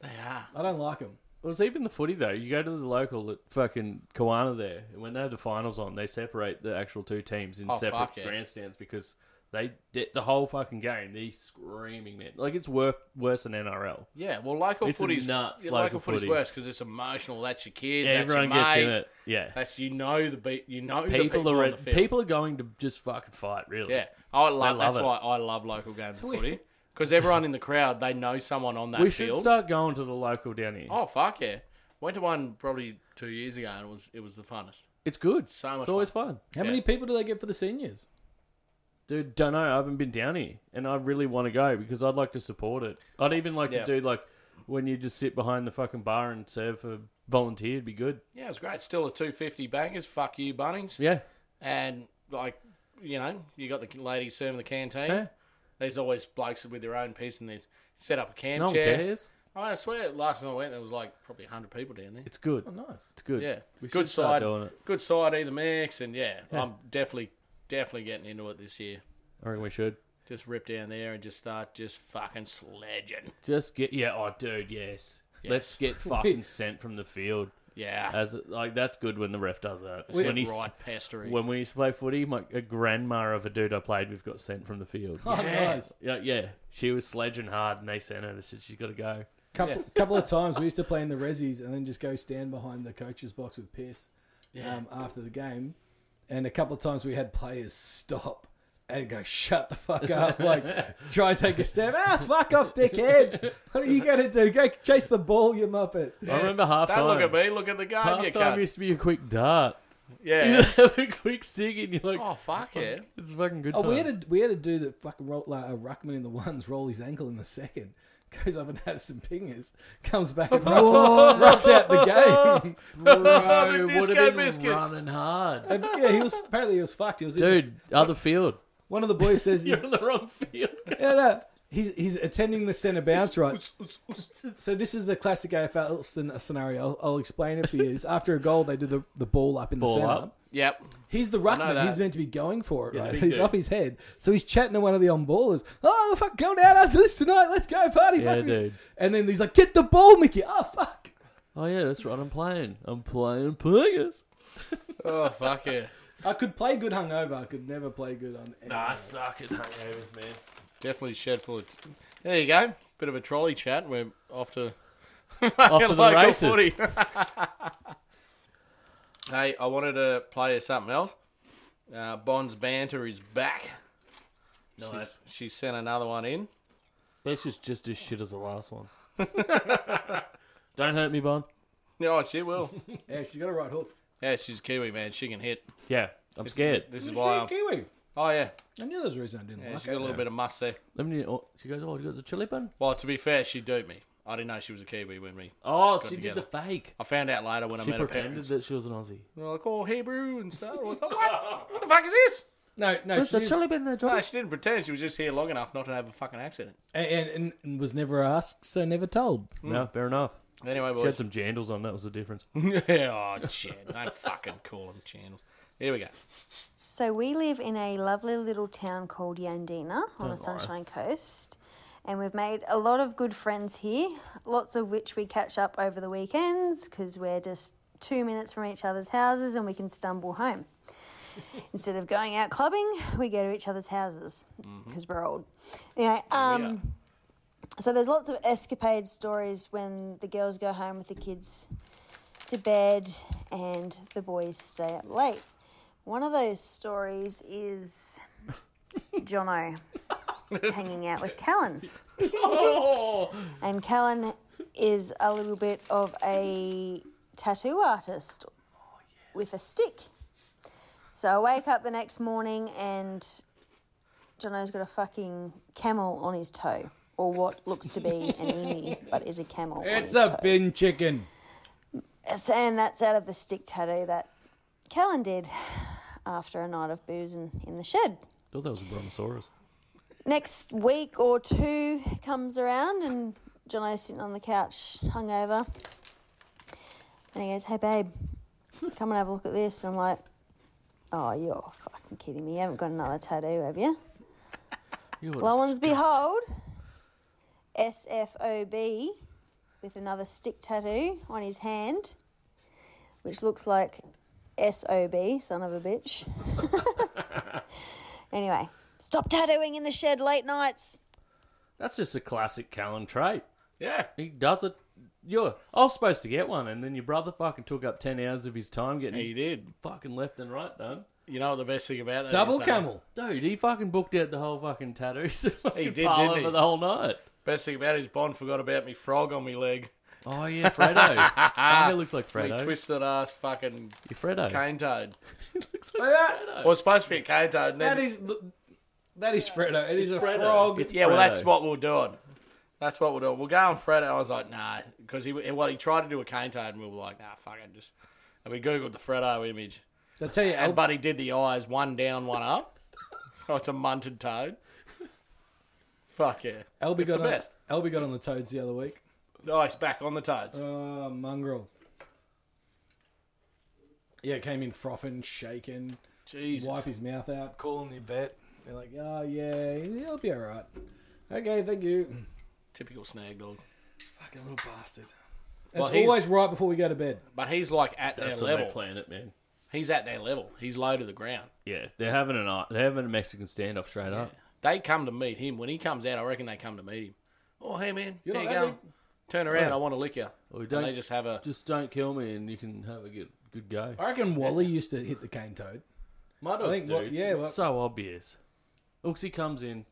S3: They are.
S5: I don't like them.
S8: It was even the footy though. You go to the local at fucking Kiwana there, and when they have the finals on, they separate the actual two teams in
S3: Oh,
S8: separate
S3: fuck yeah.
S8: grandstands because they the the whole fucking game. They screaming man, like it's worth worse than NRL.
S3: Yeah, well, local
S8: It's
S3: footy's
S8: nuts,
S3: Yeah,
S8: local
S3: local, footy's
S8: footy.
S3: worse because it's emotional. That's your kid.
S8: Everyone
S3: that's your
S8: gets
S3: mate.
S8: in it. Yeah,
S3: That's you know the beat. You know the
S8: people,
S3: people
S8: are
S3: on the field.
S8: people are going to just fucking fight. Really.
S3: Yeah, I love.
S8: love
S3: that's
S8: it.
S3: why I love local games of footy because everyone in the crowd they know someone on that
S8: We should
S3: field.
S8: start going to the local down here.
S3: Oh fuck yeah! Went to one probably two years ago and it was it was the funnest.
S8: It's good.
S3: So much
S8: it's always fun.
S3: Yeah.
S5: How many people do they get for the seniors?
S8: Dude, don't know. I haven't been down here, and I really want to go because I'd like to support it. I'd even like
S3: Yeah.
S8: to do like when you just sit behind the fucking bar and serve for volunteer. It'd be good.
S3: Yeah, it was great. Still a two fifty bangers. Fuck you, Bunnings.
S8: Yeah,
S3: And like you know, you got the lady serving the canteen.
S8: Yeah.
S3: There's always blokes with their own piece and they set up a camp
S8: no one
S3: chair.
S8: cares.
S3: I swear, last time I went, there was like probably hundred people down there.
S8: It's good.
S5: Oh, nice.
S8: It's good.
S3: Yeah,
S8: we
S3: good
S8: should start
S3: side,
S8: doing it.
S3: good side either mix, and yeah, I'm definitely definitely getting into it this year.
S8: I reckon we should
S3: Just rip down there and just start just fucking sledging.
S8: just get. Yeah, oh, dude, yes.
S3: Yes.
S8: Let's get fucking sent from the field.
S3: Yeah,
S8: As like that's good when the ref does that.
S3: Just
S8: when
S3: get
S8: he's
S3: right pestering.
S8: when we used to play footy, my a grandma of a dude I played with got sent from the field.
S5: Oh, nice.
S8: Yeah, yeah. She was sledging hard, and they sent her. They said she's got to go.
S5: Couple couple of times we used to play in the resis and then just go stand behind the coach's box with piss um, after the game, and a couple of times we had players stop and go shut the fuck up, like try and take a step. Ah, fuck off, dickhead! What are you gonna do? Go chase the ball, you muppet.
S8: I remember half
S3: Don't
S8: time.
S3: look at me. Look at the guard. You
S8: Half time
S3: cunt.
S8: used to be a quick dart. You
S3: Yeah.
S8: have a quick sig, and you're like,
S3: oh fuck yeah.
S8: it's fucking good.
S5: Oh, we
S8: times.
S5: had a we had a dude that fucking roll like a ruckman in the ones, roll his ankle in the second, goes up and has some pingers, comes back and rocks, rocks out the game.
S3: The
S8: bro. would
S3: disco
S8: have been
S3: biscuits.
S8: running hard,
S5: And, yeah, he was apparently he was fucked. He was in this-
S8: dude. Other field.
S5: One of the boys says he's,
S8: You're in the wrong field.
S5: no, no, he's he's attending the centre bounce right. So this is the classic AFL scen- scenario. I'll, I'll explain it for you. Is after a goal they do the, the ball up in the
S8: Ball
S5: centre.
S8: up.
S3: Yep.
S5: He's the
S3: know
S5: ruckman.
S3: that.
S5: He's meant to be going for it, right?
S8: big
S5: He's
S8: dude.
S5: off his head. So he's chatting to one of the on ballers. Oh fuck, going out after this tonight. Let's go party.
S8: Yeah,
S5: fuck me."
S8: dude.
S5: And then he's like, get the ball, Mickey. Oh fuck.
S8: Oh yeah, that's right. I'm playing. I'm playing players.
S3: Oh fuck yeah.
S5: I could play good hungover. I could never play good on. Anything.
S8: I suck at hangovers, man.
S3: Definitely shed full. Of there you go. Bit of a trolley chat. We're off to
S8: Off to the
S3: Local
S8: races.
S3: footy. hey, I wanted to play you something else. Uh, Bond's banter is back. Nice. She sent another one in.
S8: This is just as shit as the last one. Don't hurt me, Bon.
S3: Oh, she will.
S5: Yeah, she's got a right hook.
S3: Yeah, she's a Kiwi, man. She can hit.
S8: Yeah, I'm
S3: This-
S8: scared.
S3: This is why. I'm-
S5: Kiwi.
S3: Oh, yeah.
S5: I knew there was a reason I didn't
S3: Yeah,
S5: like
S3: she's got a
S5: it.
S3: little bit of must there.
S8: Let me. Oh, she goes. Oh, you got the chili bun.
S3: Well, to be fair, she duped me. I didn't know she was a Kiwi when we.
S8: Oh,
S3: got
S8: she
S3: together.
S8: did the fake.
S3: I found out later when I
S8: She
S3: met her
S8: pretended
S3: parents.
S8: that she was an Aussie.
S3: They're like, oh, Hebrew and stuff. I was like, what? what the fuck is this?
S5: No, no,
S8: Where's
S5: she
S8: the
S5: is,
S8: chili bun there, Johnny?
S3: No, she didn't pretend. She was just here long enough not to have a fucking accident.
S5: and, and, and was never asked, so never told.
S8: No, fair enough.
S3: Anyway,
S8: She had
S3: boys.
S8: some jandals on. That was the difference.
S3: yeah, oh, Chan. Don't fucking call them channels. Here we go.
S11: So we live in a lovely little town called Yandina on the
S3: Don't lie.
S11: Sunshine Coast, and we've made a lot of good friends here. Lots of which we catch up over the weekends because we're just two minutes from each other's houses and we can stumble home. Instead of going out clubbing, we go to each other's houses because we're old. Anyway, um, so there's lots of escapade stories when the girls go home with the kids to bed and the boys stay up late. One of those stories is Jono hanging out with Callan. And Callan is a little bit of a tattoo
S5: Oh,
S11: artist with a stick. So I wake up the next morning and Jono's got a fucking camel on his toe, or what looks to be an emu, but is a camel. on
S5: It's
S11: his
S5: a
S11: toe.
S5: bin chicken.
S11: Yes, And that's out of the stick tattoo that Callan did after a night of boozing in the shed.
S8: thought that was a brontosaurus.
S11: Next week or two comes around, and Jono's sitting on the couch, hungover. And he goes, Hey, babe, come and have a look at this. And I'm like, Oh, you're fucking kidding me. You haven't got another tattoo, have you?
S8: You would've
S11: Lo and
S8: scared-
S11: behold, SFOB with another stick tattoo on his hand, which looks like SOB, son of a bitch. anyway, stop tattooing in the shed late nights.
S8: That's just a classic Callan trait.
S3: Yeah.
S8: He does it. You're. I was supposed to get one, and then your brother fucking took up ten hours of his time getting
S3: He did.
S8: fucking left and right done.
S3: You know what the best thing about that is,
S5: Double
S3: eh? though?
S5: camel.
S8: Dude, he fucking booked out the whole fucking tattoo. So he
S3: did, didn't he?
S8: for the whole night.
S3: Best thing about it is Bond forgot about me frog on me leg.
S8: Oh yeah, Fredo. oh, he looks like
S3: Me
S8: Fredo.
S3: twisted ass fucking
S8: You're Fredo.
S3: cane toad.
S5: That,
S3: Well, it's supposed to be a cane toad. And then,
S5: that is that is Fredo. It is a
S8: Fredo.
S5: frog.
S8: It's
S3: yeah, well,
S8: Fredo.
S3: that's what we're doing. That's what we're doing. We'll go on Fredo. I was like, nah, because he what he tried to do a cane toad, and we were like, nah, fuck it, just. And we googled the Fredo image,
S5: I tell you, Al-
S3: and but he did the eyes one down, one up, so it's a munted toad. Fuck yeah,
S5: Albie
S3: it's
S5: got
S3: the
S5: on,
S3: best.
S5: Albie got on the toads the other week.
S3: No, he's back on the toads.
S5: Uh, mongrel. Yeah, came in frothing, shaking,
S3: Jesus.
S5: wipe his mouth out, calling the vet. They're like, oh yeah, he'll be all right. Okay, thank you.
S3: Typical snag dog.
S5: Fucking little bastard. It's
S3: Well, he's-
S5: always right before we go to bed.
S3: But he's like at
S8: That's
S3: their
S8: what they
S3: level.
S8: playing it, man.
S3: He's at their level. He's low to the ground.
S8: Yeah, they're having an art- they're having a Mexican standoff straight up.
S3: They come to meet him. When he comes out, I reckon they come to meet him. Oh, hey, man.
S5: You're
S3: how
S5: not
S3: you
S5: that
S3: going? Turn around.
S8: Yeah.
S3: I want to lick you.
S8: Oh,
S3: and
S8: don't-
S3: they just have a...
S8: Just don't kill me, and you can have a good good go.
S5: I reckon Wally used to hit the cane toad.
S8: My
S5: I think what- yeah,
S8: It's
S5: what-
S8: so obvious. Oxy comes in,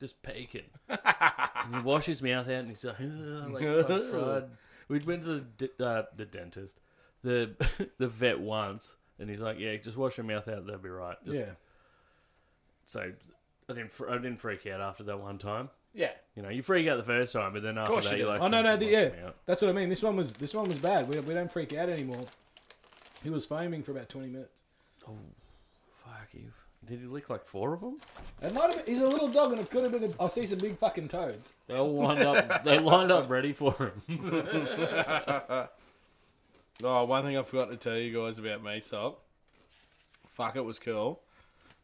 S8: just peeking. and he washes his mouth out, and he's like, "Ugh," like fucking fried. We went to the d- uh, the dentist, the the vet once, and he's like, "Yeah, just wash your mouth out. That'll be right." Just-
S5: Yeah.
S8: So I didn't fr- I didn't freak out after that one time.
S3: Yeah.
S8: You know, you freak out the first time, but then after
S3: course
S8: that,
S3: you
S8: you're
S3: do.
S8: like,
S5: Oh no, no,
S8: "Fucking
S5: the,
S8: wash
S5: yeah,
S8: me out."
S5: that's what I mean. This one was this one was bad. We, we don't freak out anymore. He was foaming for about twenty minutes.
S8: Fuck you. Did he lick like four of them?
S5: It might have been, he's a little dog, and it could have been. A, I see some big fucking toads.
S8: They all lined up. They lined up ready for him.
S3: Oh, one thing I forgot to tell you guys about me, so fuck, it was cool.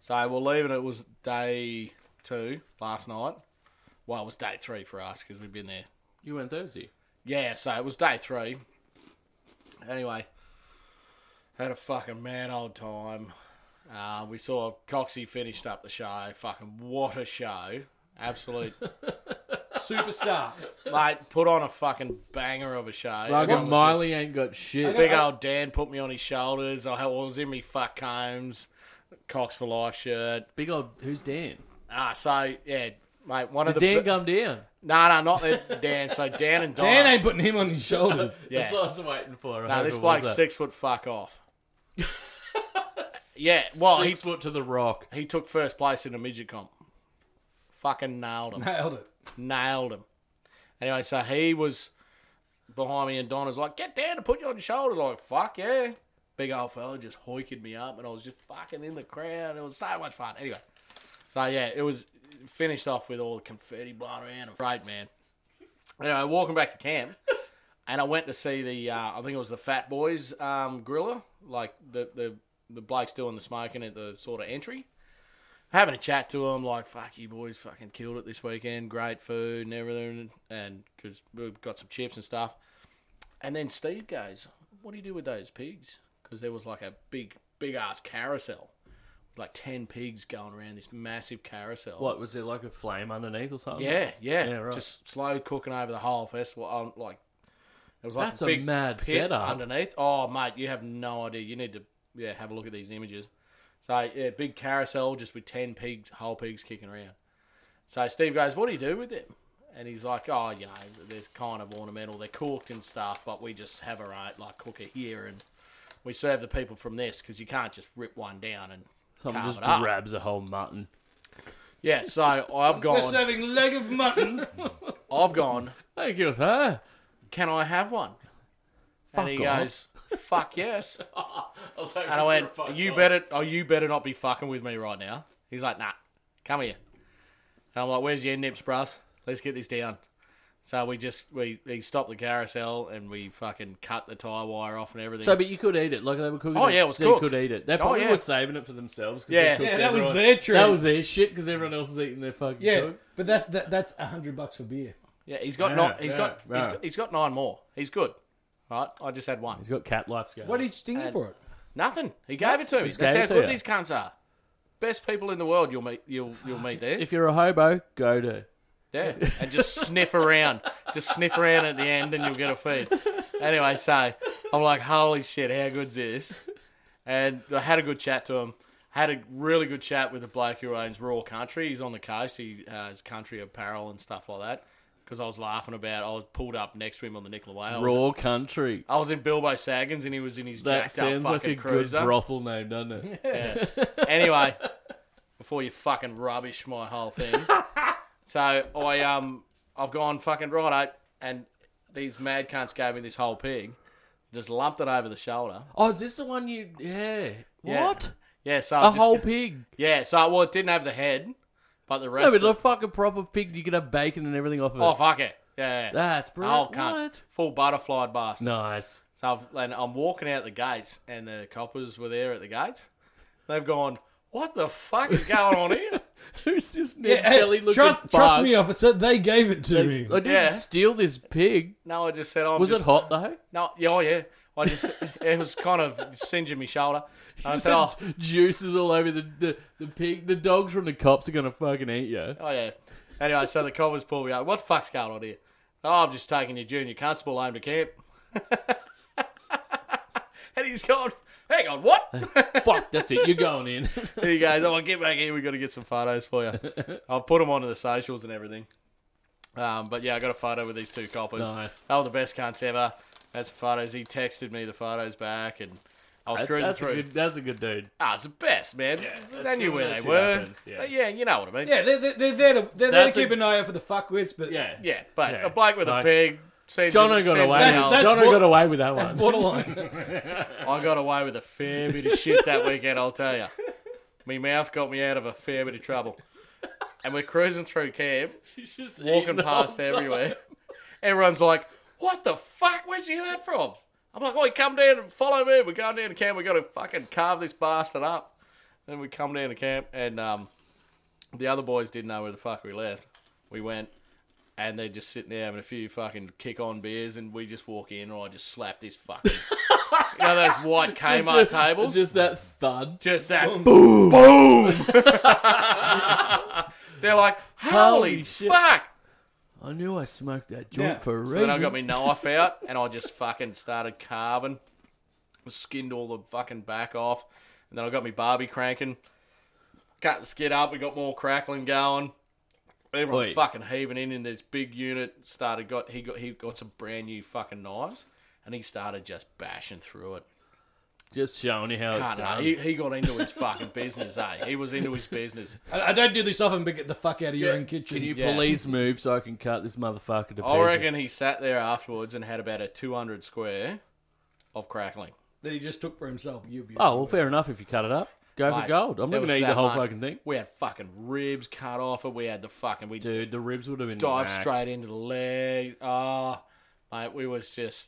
S3: So we're leaving. It was day two last night. Well, it was day three for us because we've been there.
S8: You went Thursday.
S3: Yeah, so it was day three. Anyway, had a fucking mad old time. Uh, we saw Coxie finished up the show. Fucking what a show! Absolute
S5: Superstar.
S3: mate, put on a fucking banger of a show. Everyone
S8: Rugged
S3: was
S8: Miley ain't got shit.
S3: just- Big old Dan put me on his shoulders. I had- I was in me fuck combs, Cox for life shirt.
S8: Big old, who's Dan?
S3: Ah, so yeah, mate. One of the
S8: Dan
S3: be-
S8: come down.
S3: no, no, not that Dan. So Dan and Donna.
S5: Dan ain't putting him on his shoulders.
S3: yeah.
S8: That's what I was waiting for. I
S3: No,
S8: hope
S3: this
S8: it was
S3: bloke's
S8: that.
S3: six foot fuck off. Yeah, well,
S8: Six
S3: he
S8: foot to the rock.
S3: He took first place in a midget comp. Fucking nailed him.
S5: Nailed it.
S3: Nailed him. Anyway, so he was behind me, and Donna's like, "Get down and put you on your shoulders." I'm like, "Fuck yeah!" Big old fella just hoiked me up, and I was just fucking in the crowd. It was so much fun. Anyway, so yeah, it was finished off with all the confetti blown around. and Great man. Anyway, walking back to camp, and I went to see the uh, I think it was the Fat Boys um, griller, like the the the blokes doing the smoking at the sort of entry. Having a chat to them, like fuck you boys, fucking killed it this weekend, great food and everything, and because we've got some chips and stuff. And then Steve goes, "What do you do with those pigs?" Because there was like a big big ass carousel, like ten pigs going around this massive carousel.
S8: What was there like a flame underneath or something?
S3: Yeah, yeah,
S8: right.
S3: Just slow cooking over the whole festival. Um, like it was like
S8: That's
S3: a
S8: a
S3: big
S8: mad
S3: pit
S8: setup.
S3: underneath. Oh, mate, you have no idea. You need to yeah have a look at these images. So yeah, big carousel just with ten pigs, whole pigs kicking around. So Steve goes, "What do you do with them?" And he's like, "Oh, you know, there's kind of ornamental. They're cooked and stuff, but we just have our own like cooker here, and we serve the people from this because you can't just rip one down and
S8: Someone
S3: carve
S8: just
S3: it up."
S8: grabs a whole mutton.
S3: Yeah, so I've
S5: We're
S3: gone.
S5: serving leg of mutton.
S3: I've gone.
S8: Thank you, sir.
S3: Can I have one?
S8: Fuck
S3: and he
S8: off.
S3: goes, "Fuck yes."
S8: I was
S3: and I went, "You better, oh, you better not be fucking with me right now." He's like, "Nah, come here." And I'm like, "Where's your nips, brus? Let's get this down." So we just we he stopped the carousel and we fucking cut the tie wire off and everything.
S8: So, but you could eat it. Like they were cooking.
S3: Oh,
S8: it,
S3: yeah, it was
S8: so
S3: cooked.
S8: You could eat it. They
S3: Oh,
S8: probably
S3: yeah.
S8: were saving it for themselves. 'cause
S3: Yeah.
S8: they cooked
S3: Yeah, that was
S8: everyone-
S5: their treat.
S8: That was their shit because everyone else was eating their fucking.
S5: Yeah,
S8: cook.
S5: but that, that that's a hundred bucks for beer.
S3: yeah, he's got
S8: Yeah,
S3: nine. He's
S8: yeah,
S3: got, he's
S8: yeah.
S3: got he's got nine more. He's good. Right, I just had one.
S8: He's got cat life's going.
S5: What did you sting him
S3: And-
S5: for it?
S3: Nothing. He gave it to me.
S8: Just
S3: That's
S8: gave
S3: how
S8: it to
S3: good
S8: you.
S3: these cunts are. Best people in the world. You'll meet. You'll you'll meet there.
S8: If you're a hobo, go to.
S3: Yeah, and just sniff around. Just sniff around at the end and you'll get a feed. Anyway, so I'm like, holy shit, how good's this? And I had a good chat to him. Had a really good chat with the bloke who owns Raw Country. He's on the coast. He uh, has country apparel and stuff like that. Because I was laughing about, I was pulled up next to him on the Nicola Way. I was-
S8: Raw country.
S3: I was in Bilbo Saggins and he was in his
S8: That
S3: jacked up
S8: sounds like
S3: fucking
S8: a
S3: cruiser.
S8: good brothel name, doesn't it?
S3: Yeah. anyway, before you fucking rubbish my whole thing, so I um I've gone fucking righto, and these mad cunts gave me this whole pig, just lumped it over the shoulder.
S8: Oh, is this the one you? Yeah.
S3: Yeah.
S8: What?
S3: Yeah, so
S8: A
S3: I've just-
S8: whole pig.
S3: Yeah, so well it didn't have the head, but the rest.
S8: No, but
S3: of-
S8: a fucking proper pig. You could have bacon and everything off of it.
S3: oh fuck it, yeah, yeah.
S8: That's
S3: The whole
S8: brilliant.
S3: cunt.
S8: What?
S3: full butterflied bastard.
S8: Nice.
S3: So I've, and I'm walking out the gates, and the coppers were there at the gates. They've gone. What the fuck is going on here?
S8: Who's this Ned
S5: Yeah, hey,
S8: Kelly looking
S5: trust, trust
S8: bastard?
S5: me, officer. They gave it to me.
S8: I didn't
S3: Yeah.
S8: steal this pig.
S3: No, I just said I'm.
S8: Was
S3: just,
S8: it hot though?
S3: No, yeah, oh, yeah. I just it was kind of singeing my shoulder. And I said, oh,
S8: Juices all over the, the, the pig. The dogs from the cops are gonna fucking eat you.
S3: oh yeah. Anyway, so the coppers pulled me up. What the fuck's going on here? Oh, I'm just taking your junior constable home to camp. and he's gone. Hang on, what?
S8: Fuck, that's it. You're going in.
S3: and he goes, "Oh, get back here. We got to get some photos for you. I'll put them onto the socials and everything." Um, but yeah, I got a photo with these two coppers.
S8: Nice.
S3: They were the best cunts ever. That's photos. He texted me the photos back, and I was
S8: That-
S3: cruising
S8: that's, a
S3: through.
S8: good, that's a good dude.
S3: Ah, it's the best, man. they
S8: that's
S3: knew
S8: good
S3: where
S8: when
S3: they
S8: that
S3: were.
S8: shit happens, yeah.
S3: But yeah, you know what I mean.
S5: Yeah, they're, they're, they're there to they're there to
S8: That's
S5: keep
S8: a-
S5: an eye out for the fucklets, but
S8: Yeah.
S3: Yeah, but
S8: Yeah.
S3: a bloke with
S8: Like-
S3: a pig. Seems
S8: Jono
S3: seems
S8: got away.
S3: well.
S5: That's- that's
S8: Jono
S5: what-
S8: got away with that
S5: that's
S8: one.
S5: borderline.
S3: I got away with a fair bit of shit that weekend, I'll tell you. My mouth got me out of a fair bit of trouble. And we're cruising through camp,
S8: He's just eating
S3: walking
S8: the whole
S3: past
S8: time.
S3: everywhere. Everyone's like, "What the fuck? Where'd you hear that from?" I'm like, "Well, come down and follow me. We're going down to camp. We got to fucking carve this bastard up." Then we come down to camp, and um, the other boys didn't know where the fuck we left. We went, and they're just sitting there having a few fucking kick-on beers, and we just walk in, and I just slap this fucking, you know, those white
S8: Just
S3: Kmart
S8: a-
S3: tables, just,
S8: Just that thud.
S3: that boom, boom. they're like, "Holy,
S8: Holy shit.
S3: fuck!"
S8: I knew I smoked that joint
S5: Yeah.
S8: for a
S3: So
S8: reason.
S3: then I got my knife out and I just fucking started carving. Skinned all the fucking back off. And then I got me Barbie cranking. Cut the skid up. We got more crackling going. Everyone's
S8: Oi.
S3: fucking heaving in in this big unit. Started got he got he got some brand new fucking knives and he started just bashing through it.
S8: Just showing you how it's
S3: Can't, nah,
S8: done.
S3: he, he got into his fucking business, eh? He was into his business.
S5: I, I don't do this often, but get the fuck out of your own kitchen.
S8: Can you please move so I can cut this motherfucker to pieces?
S3: I reckon he sat there afterwards and had about a 200 square of crackling.
S5: That he just took for himself. You'd be
S8: Oh well, fair enough. If you cut it up, go for
S3: Mate,
S8: gold. I'm
S3: there
S8: not going to
S3: was
S8: eat the
S3: that
S8: whole
S3: much.
S8: fucking thing.
S3: We had fucking ribs cut off, and we had the fucking we
S8: dude. The ribs would have been
S3: dive
S8: whacked.
S3: straight into the leg. Ah, mate, we was just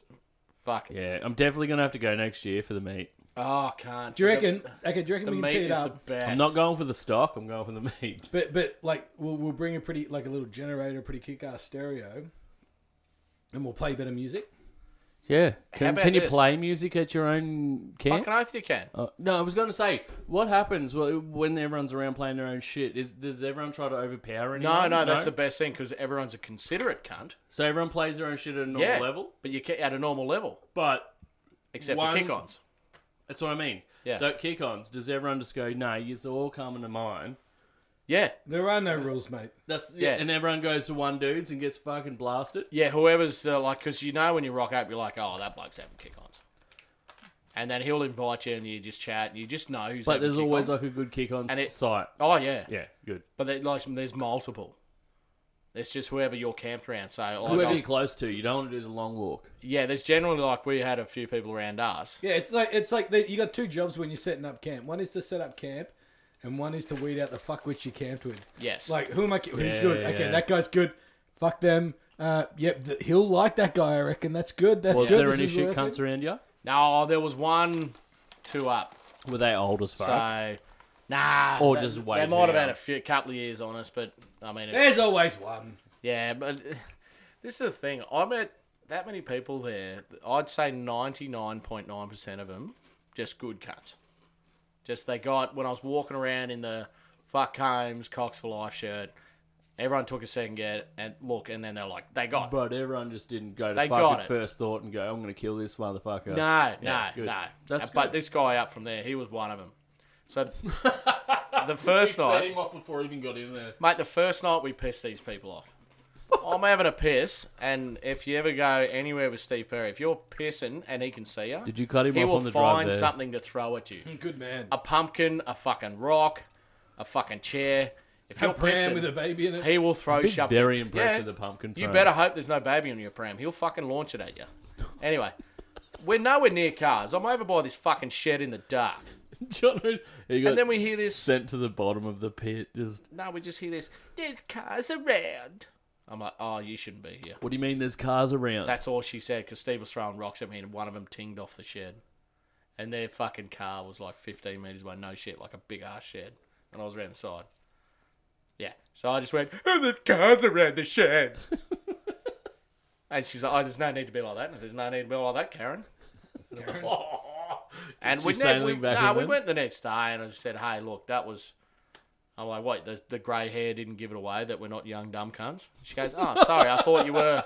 S3: fucking.
S8: Yeah, I'm definitely going to have to go next year for the meat.
S3: Oh, can't.
S5: Do you reckon? Okay, do you reckon
S3: the
S5: we can
S3: meat
S5: tee it
S3: is
S5: up?
S3: The best.
S8: I'm not going for the stock. I'm going for the meat.
S5: But but like we'll we'll bring a pretty like a little generator, a pretty kick-ass stereo, and we'll play a bit of music.
S8: Yeah. Can,
S5: about
S8: can you
S5: this?
S8: play music at your own camp?
S3: Fucking oath you can.
S8: Uh, no, I was going to say, what happens wh- when everyone's around playing their own shit? Is does everyone try to overpower
S3: No,
S8: anyone?
S3: no, that's the best thing because everyone's a considerate cunt.
S8: So everyone plays their own shit at a normal
S3: yeah,
S8: level,
S3: but you ca- at a normal level,
S8: but
S3: except
S8: one-
S3: for kick-ons.
S8: That's what I mean.
S3: Yeah.
S8: So at kick-ons, does everyone just go, "No, you're all coming to mine"?
S3: Yeah.
S5: There are no rules, mate.
S8: That's yeah.
S3: Yeah.
S8: And everyone goes to one dude's and gets fucking blasted.
S3: Yeah, whoever's uh, like, because you know when you rock up, you're like, oh, that bloke's having kick-ons, and then he'll invite you, and you just chat, and you just know who's.
S8: But
S3: having
S8: there's always
S3: kick-ons.
S8: like a good kick-on
S3: And it-
S8: site.
S3: Oh yeah.
S8: Yeah, good.
S3: But they, like, there's multiple. It's just whoever you're camped around. So like,
S8: Whoever
S3: I'll-
S8: you're close to, you don't want to do the long walk.
S3: yeah, there's generally like we had a few people around us.
S5: Yeah, it's like it's like they, you got two jobs when you're setting up camp. One is to set up camp, and one is to weed out the fuck which you camped with.
S3: Yes.
S5: Like who am I? ki- Who's
S8: Yeah,
S5: good? Okay,
S8: yeah.
S5: that guy's good. Fuck them. Uh, yep, th he'll like that guy. I reckon that's good. That's
S8: Was
S5: good.
S8: there
S5: This
S8: any
S5: is
S8: shit
S5: working.
S8: cunts around you?
S3: No, oh, there was one, two up.
S8: Were they old as fuck?
S3: So nah.
S8: Or
S3: they-
S8: just way
S3: They might have
S8: down.
S3: had a few couple of years on us, but I mean, it-
S5: There's always one.
S3: yeah. But uh, this is the thing. I met that many people there. I'd say ninety nine point nine percent of them just good cunts. Just they got when I was walking around in the fuck Holmes Cox for Life shirt. Everyone took a second get and look, and then they're like, they got. it.
S8: But everyone just didn't go to
S3: They got
S8: fucking
S3: it.
S8: first thought and go, I'm going to kill this motherfucker.
S3: No,
S8: Yeah,
S3: no,
S8: good.
S3: no.
S8: That's
S3: but
S8: good.
S3: this guy up from there, he was one of them. So the first
S8: He set
S3: night,
S8: him off before he even got in there.
S3: mate, the first night we pissed these people off. I'm having a piss, and if you ever go anywhere with Steve Perry, if you're pissing and he can see you,
S8: Did you cut him
S3: he
S8: off
S3: will
S8: on the drive
S3: find
S8: there?
S3: something to throw at you.
S5: Good man.
S3: A pumpkin, a fucking rock, a fucking chair. If
S5: A
S3: you're
S5: pram
S3: pissing,
S5: with a baby in it.
S3: he will throw
S8: I'd be
S3: shove.
S8: very impressed with the pumpkin
S3: You
S8: pram.
S3: better hope there's no baby on your pram. He'll fucking launch it at you. Anyway, we're nowhere near cars. I'm over by this fucking shed in the dark.
S8: John, he got
S3: And then we hear this.
S8: sent to the bottom of the pit. Just
S3: No, we just hear this. There's cars around. I'm like, oh, you shouldn't be here.
S8: what do you mean? There's cars around.
S3: That's all she said because Steve was throwing rocks at me and one of them tinged off the shed. And their fucking car was like 15 metres away. No shit, like a big ass shed. And I was around the side. Yeah. So I just went, oh, there's cars around the shed. and she's like, oh, there's no need to be like that. And I said, there's no need to be like that, Karen. and
S8: Did
S3: we,
S8: she
S3: ne-
S8: say
S3: we,
S8: anything back
S3: nah,
S8: in
S3: we
S8: then?
S3: went the next day and I just said, hey, look, that was. I'm like, wait, the, the grey hair didn't give it away that we're not young dumb cunts. She goes, oh, sorry, I thought you were.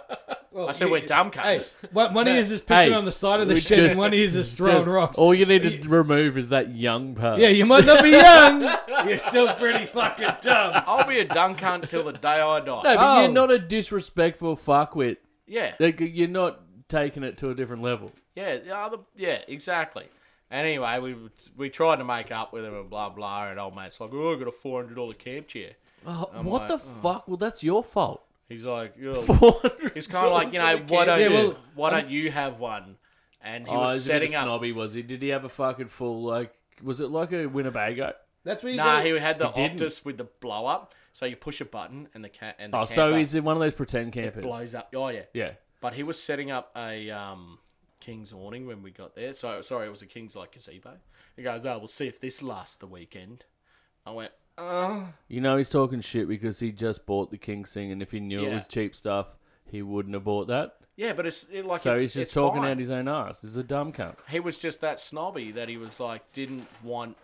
S3: I said,
S5: you-
S3: we're dumb cunts.
S5: Oh, Hey, one one ear is just pissing
S8: Hey,
S5: on the side of the
S8: we
S5: shed,
S8: just-
S5: and one ear is just throwing
S8: just-
S5: rocks.
S8: All you need to remove is that young part.
S5: Yeah, you might not be young. You're still pretty fucking dumb.
S3: I'll be a dumb cunt till the day I die.
S8: No, but
S5: Oh.
S8: you're not a disrespectful fuckwit.
S3: Yeah.
S8: Like, you're not taking it to a different level.
S3: Yeah, the other, yeah, exactly. Anyway, we we tried to make up with him and blah blah, and old mate's like, "Oh, I got a four hundred dollar camp chair."
S8: Oh,
S3: I'm like,
S8: what the
S3: oh.
S8: fuck? Well, that's your fault.
S3: He's like, "Yeah."
S8: $400
S3: He's kind of like, you know,
S8: on a
S3: why don't
S8: camp
S3: you,
S8: chair." Yeah, well,
S3: why don't you have one? And he
S8: oh,
S3: was
S8: he's a bit
S3: setting up.
S8: snobby, was he? Did he have a fucking full like? Was it like a Winnebago?
S5: That's where you
S3: Nah,
S5: gotta-
S3: he had the
S8: He didn't.
S3: Optus with the blow up, so you push a button and the cat and the
S8: Oh, so
S3: camper
S8: he's in one of those pretend campers.
S3: blows up. Oh yeah,
S8: Yeah.
S3: But he was setting up a um, king's awning when we got there. So sorry, it was a king's like gazebo. He goes, "Oh, we'll see if this lasts the weekend." I went, "Oh,
S8: You know he's talking shit because he just bought the King Sing, and if he knew it
S3: Yeah.
S8: was cheap stuff, he wouldn't have bought that.
S3: yeah," but it's it, like
S8: so
S3: it's,
S8: he's just
S3: it's
S8: talking
S3: fine.
S8: out his own ass. He's a dumb cunt.
S3: He was just that snobby that he was like didn't want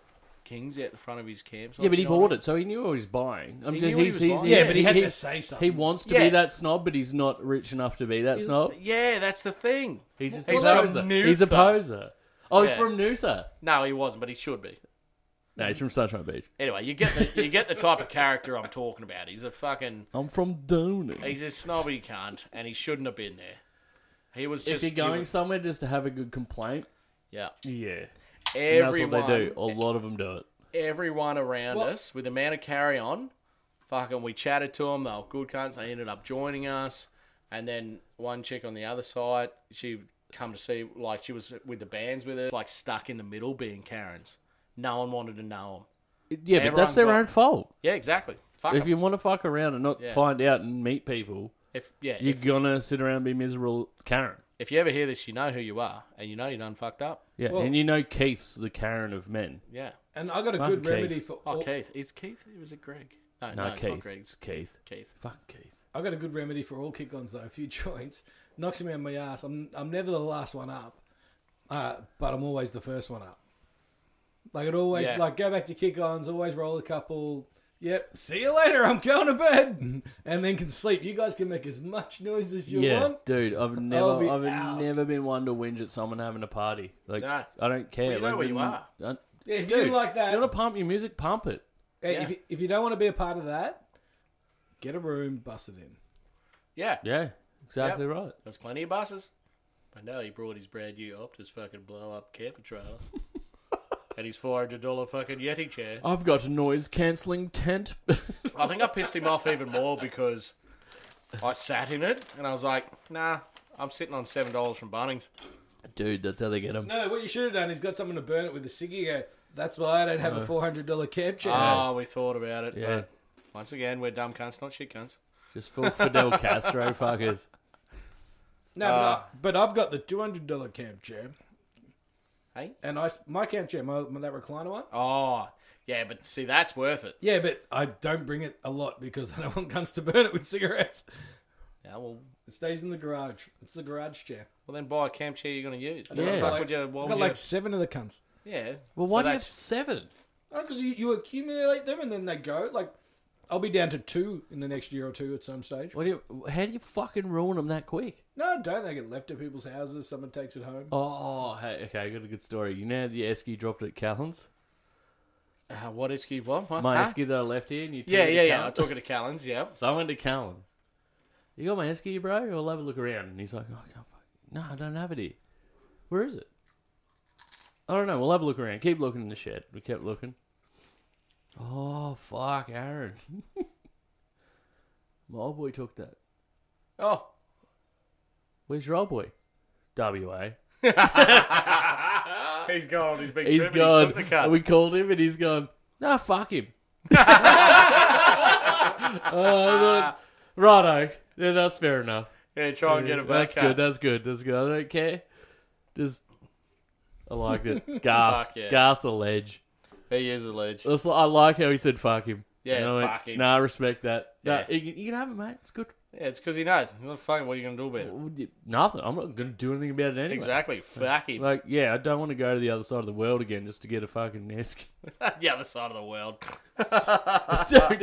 S3: kings out the front of his camp.
S8: yeah, but he bought it, so he knew what he was buying. I'm
S3: He
S8: just,
S3: knew what
S8: he's,
S3: he was
S8: he's,
S3: buying. Yeah,
S5: but he had to say
S8: He
S5: something.
S8: wants to
S3: Yeah.
S8: be that snob, but he's not rich enough to be that snob.
S3: Yeah, that's the thing.
S8: He's just
S3: He's
S8: a
S3: from
S8: poser. He's a
S3: Noosa.
S8: poser. Oh, he's
S3: Yeah.
S8: from Noosa.
S3: No, he wasn't, but he should be.
S8: No, he's from Sunshine Beach.
S3: Anyway, you get the, you get the type of character I'm talking about. He's a fucking
S8: I'm from Dooney.
S3: he's a snobby cunt, and he shouldn't have been there. He was just
S8: If you're
S3: he
S8: going
S3: was-
S8: somewhere just to have a good complaint,
S3: yeah.
S8: yeah. And
S3: Everyone,
S8: that's what they do. A lot of them do it.
S3: everyone around
S8: What?
S3: us with the amount of carry on. Fucking, we chatted to them. They were good cunts. They ended up joining us. And then one chick on the other side, she come to see, like, she was with the bands with her, like, stuck in the middle being Karens. No one wanted to know them.
S8: Yeah, but that's their own fault.
S3: Yeah, exactly. Fuck
S8: if
S3: 'em.
S8: you want to fuck around and not
S3: Yeah.
S8: find out and meet people,
S3: If- yeah,
S8: you're
S3: if-
S8: gonna sit around and be miserable, Karen.
S3: if you ever hear this, you know who you are, and you know you done fucked up.
S8: Yeah, and you know Keith's the Karen of men.
S3: Yeah.
S5: And I got a
S8: Fucking
S5: good remedy
S8: Keith.
S5: for.
S3: Oh, Keith. Is Keith? Was it Greg? No, no,
S8: No,
S3: it's
S8: Keith.
S3: not Greg.
S8: It's Keith.
S3: Keith.
S8: Fuck Keith.
S5: I got a good remedy for all kick-ons though. A few joints knocks me on my ass. I'm I'm never the last one up, uh, but I'm always the first one up. Like it always
S9: Yeah.
S5: like go back to kick-ons. Always roll a couple. Yep. See you later. I'm going to bed, and then can sleep. You guys can make as much noise as you
S8: yeah,
S5: want.
S8: dude, I've
S5: I'll
S8: never,
S5: be
S8: I've
S5: out.
S8: never been one to whinge at someone having a party. Like,
S5: No.
S8: I don't care.
S5: Well, you know
S8: like,
S5: where you
S8: I'm-
S5: are.
S8: I'm-
S5: Yeah, if you
S8: dude,
S5: didn't like that,
S8: you want to pump your music, pump it.
S5: Hey,
S8: Yeah.
S5: if, you, if you don't want to be a part of that, get a room, bust it in.
S3: Yeah.
S8: Yeah, exactly
S3: Yep.
S8: right.
S3: There's plenty of buses. I know he brought his brand new Optus fucking blow up camper trailer. and his four hundred dollar fucking Yeti chair.
S8: I've got a noise cancelling tent.
S3: I think I pissed him off even more because I sat in it and I was like, nah, I'm sitting on seven dollars from Bunnings.
S8: dude, that's how they get them.
S5: No, what you should have done is got someone to burn it with a ciggy. Go. That's why I don't have a
S8: Uh.
S3: No.
S5: four hundred dollar cab chair.
S8: Ah.
S3: Oh, we thought about it.
S8: Yeah.
S3: But once again, we're dumb cunts, not shit cunts.
S8: Just full Fidel Castro fuckers.
S5: no, but, I, but I've got the two hundred dollar camp chair.
S3: Hey,
S5: and I s- my camp chair, my, my that recliner one.
S3: Oh, yeah, but see, that's worth it.
S5: Yeah, but I don't bring it a lot because I don't want guns to burn it with cigarettes.
S3: Yeah, well,
S5: it stays in the garage. It's the garage chair.
S3: Well, then buy a camp chair you're going to use.
S5: I
S3: What the
S5: don't know,
S3: fuck
S5: like-
S3: would you-
S5: I've
S3: why
S5: got
S3: would
S5: like
S3: you-
S5: seven of the cunts.
S3: Yeah.
S8: Well,
S3: So
S8: why do you have
S3: that's-
S8: seven?
S5: That's because you, you accumulate them and then they go. Like, I'll be down to two in the next year or two at some stage.
S8: What do you? How do you fucking ruin them that quick?
S5: No, don't. They get left at people's houses. Someone takes it home.
S8: Oh, hey, okay, I got a good story. You know the esky dropped at Callan's?
S3: Uh, what esky? What? Huh?
S8: My
S3: Huh?
S8: esky that I left here and you took
S3: Yeah,
S8: it to
S3: yeah, yeah.
S8: Callan?
S3: I took it to Callan's, yeah.
S8: So I went to Callan. You got my esky, bro? I'll have a look around. And he's like, oh, I can't fuck. No, I don't have it here. Where is it? I don't know. We'll have a look around. Keep looking in the shed. We kept looking. Oh, fuck, Aaron. my old boy took that.
S3: Oh.
S8: Where's your old boy? WA.
S3: he's gone on his big
S8: He's
S3: trip and
S8: gone.
S3: he's took the cut.
S8: we called him and he's gone, nah, fuck him. Oh, uh, but, righto. Yeah, that's fair enough.
S3: Yeah, try and get it back
S8: That's
S3: up.
S8: good. That's good. That's good. I don't care. Just, I liked it. Garth.
S3: Fuck yeah.
S8: Garth's a ledge.
S3: He is a ledge.
S8: That's- I like how he said fuck him.
S3: Yeah,
S8: And I went,
S3: fuck him.
S8: Nah, I respect that. Nah,
S3: Yeah.
S8: you, can- you can have it, mate. It's good.
S3: Yeah, it's because he knows. Well, fucking, what are you going to do about
S8: it? Nothing. I'm not going to do anything about it anyway.
S3: Exactly. Fuck him.
S8: Like, yeah, I don't want to go to the other side of the world again just to get a fucking esky.
S3: the other side of the world.
S8: Dude,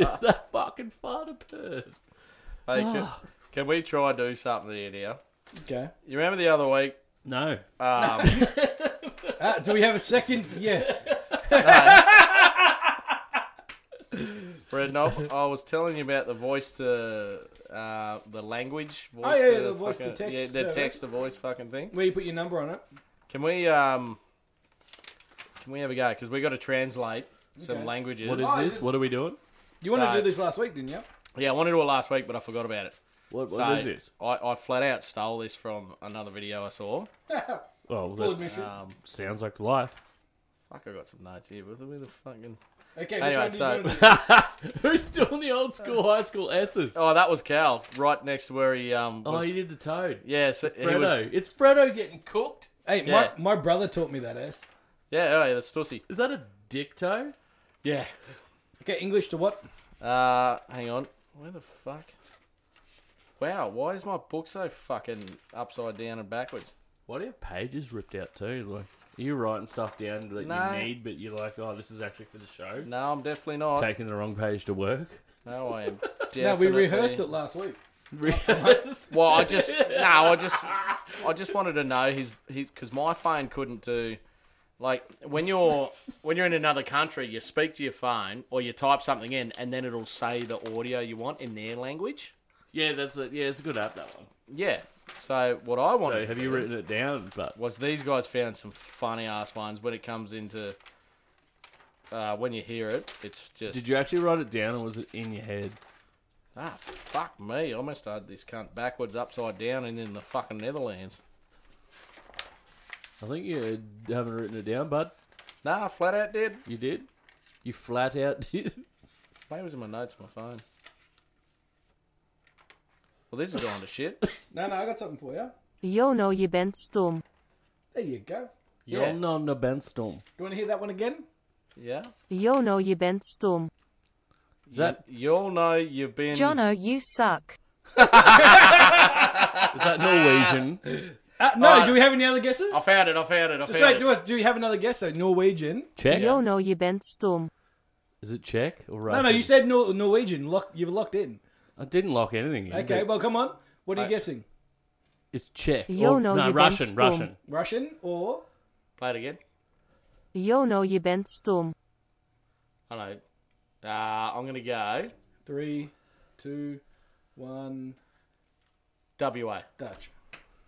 S8: it's that fucking far to Perth.
S3: Hey, can,
S8: Ah.
S3: can we try and do something here now?
S5: Okay.
S3: You remember the other week?
S8: No.
S3: Um,
S5: Uh, do we have a second? Yes.
S3: Red Knob, I was telling you about the voice to uh, the language. Voice
S5: Oh, yeah, yeah, the voice to
S3: fucking-
S5: text
S3: Yeah,
S8: uh,
S3: the
S5: service.
S3: text to voice fucking thing.
S5: Where you put your number on it?
S3: Can we um, can we have a go? Because we got to translate some
S5: Okay.
S3: languages.
S8: What is
S5: Oh,
S8: this?
S5: this-
S8: What are we doing?
S5: You wanted
S3: So-
S5: to do this last week, didn't you?
S3: Yeah, I wanted to do it last week, but I forgot about it.
S8: What-
S3: was
S8: what is this?
S3: I, I flat out stole this from another video I saw.
S8: Oh, Well,
S3: Full
S8: that
S3: admission. Um,
S8: sounds like life.
S3: Fuck, I got some notes here. Where the, where the fucking.
S5: Okay, which
S3: anyway,
S5: one did
S3: so.
S8: Who's doing the old school high school S's?
S3: Oh, that was Cal, right next to where he um.
S8: Oh,
S3: was-
S8: you did the toad.
S3: Yeah, so he
S8: Fredo.
S3: was-
S8: It's Fredo getting cooked.
S5: Hey,
S3: Yeah.
S5: my, my brother taught me that S.
S3: Yeah, oh, yeah, that's Stussy.
S8: Is that a dicto?
S3: Yeah.
S5: Okay, English to what?
S3: Uh, hang on. Where the fuck? Wow, why is my book so fucking upside down and backwards?
S8: What if? Pages ripped out too. Like, are you writing stuff down that
S3: No.
S8: you need, but you're like, oh, this is actually for the show?
S3: No, I'm definitely not.
S8: Taking the wrong page to work.
S3: No, I am.
S5: No, we
S3: definitely-
S5: rehearsed it last week.
S3: Well, I just no, I just I just wanted to know his his because my phone couldn't do like when you're when you're in another country, you speak to your phone or you type something in, and then it'll say the audio you want in their language.
S8: Yeah, that's a, yeah, it's a good app that one.
S3: Yeah, So what I wanted.
S8: So have you written it down? But
S3: was these guys found some funny ass ones when it comes into uh, when you hear it? It's just
S8: Did you actually write it down, or was it in your head?
S3: ah fuck me! I almost had this cunt backwards, upside down, and in the fucking Netherlands.
S8: I think you haven't written it down, bud.
S3: Nah, I flat out did.
S8: You did. You flat out did.
S3: Maybe it was in my notes, on my phone. Well, this is going to shit.
S5: No, no, I got something for you.
S12: Yo no, je bent stom.
S5: There you go.
S8: You're
S3: Yeah.
S8: not a bendstorm.
S5: Do you want to hear that one again?
S3: Yeah.
S12: Yo no, je bent stom.
S3: Is that you, all know you've been
S12: Jono, you suck.
S8: Is that Norwegian?
S5: Uh, no,
S3: Alright.
S5: do we have any other guesses?
S3: I found it. I found it. I
S5: Just
S3: found
S5: wait,
S3: it.
S5: do, us- do you have another guess? So Norwegian.
S8: Czech?
S12: Yo no, je bent stom.
S8: Is it Czech or
S5: No,
S8: Russian?
S5: no, you said Nor- Norwegian. Lock, you've locked in.
S8: I didn't lock anything. In,
S5: Okay,
S8: but
S5: well, come on. What are you
S8: I-
S5: guessing?
S8: it's Czech.
S12: Yo
S8: Or-
S12: no,
S8: no,
S12: you
S8: Russian,
S12: bendstorm.
S8: Russian.
S5: Russian or
S3: Play it again.
S12: Yo no, je bent stom.
S3: I know. Uh, I'm gonna go
S5: three, two, one.
S3: WA.
S5: Dutch.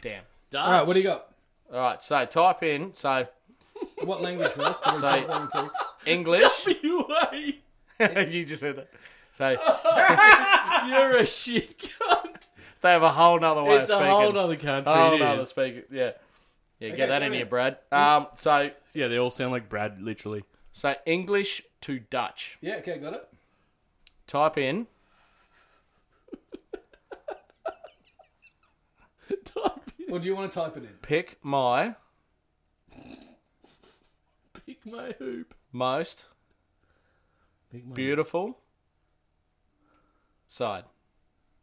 S3: Damn.
S5: All right, what do you got?
S3: All right. So type in so
S5: What language first? Can we
S3: So-
S5: change that into-
S3: English.
S8: WA.
S3: you just heard that. So
S8: You're a shit cunt.
S3: they have a whole nother way
S8: It's
S3: of
S8: a
S3: speaking.
S8: whole nother country.
S3: Whole
S8: it
S3: nother
S8: is.
S3: speaking. Yeah. Yeah.
S5: Okay,
S3: get that
S5: so
S3: in
S5: we-
S3: here, Brad. Um. So
S8: Yeah, they all sound like Brad, literally.
S3: so English to Dutch.
S5: Yeah, okay, got it.
S3: Type in
S8: Type in
S5: Or do you want to type it in?
S3: pick my
S8: pick my hoop.
S3: most
S8: Pick my,
S3: beautiful side.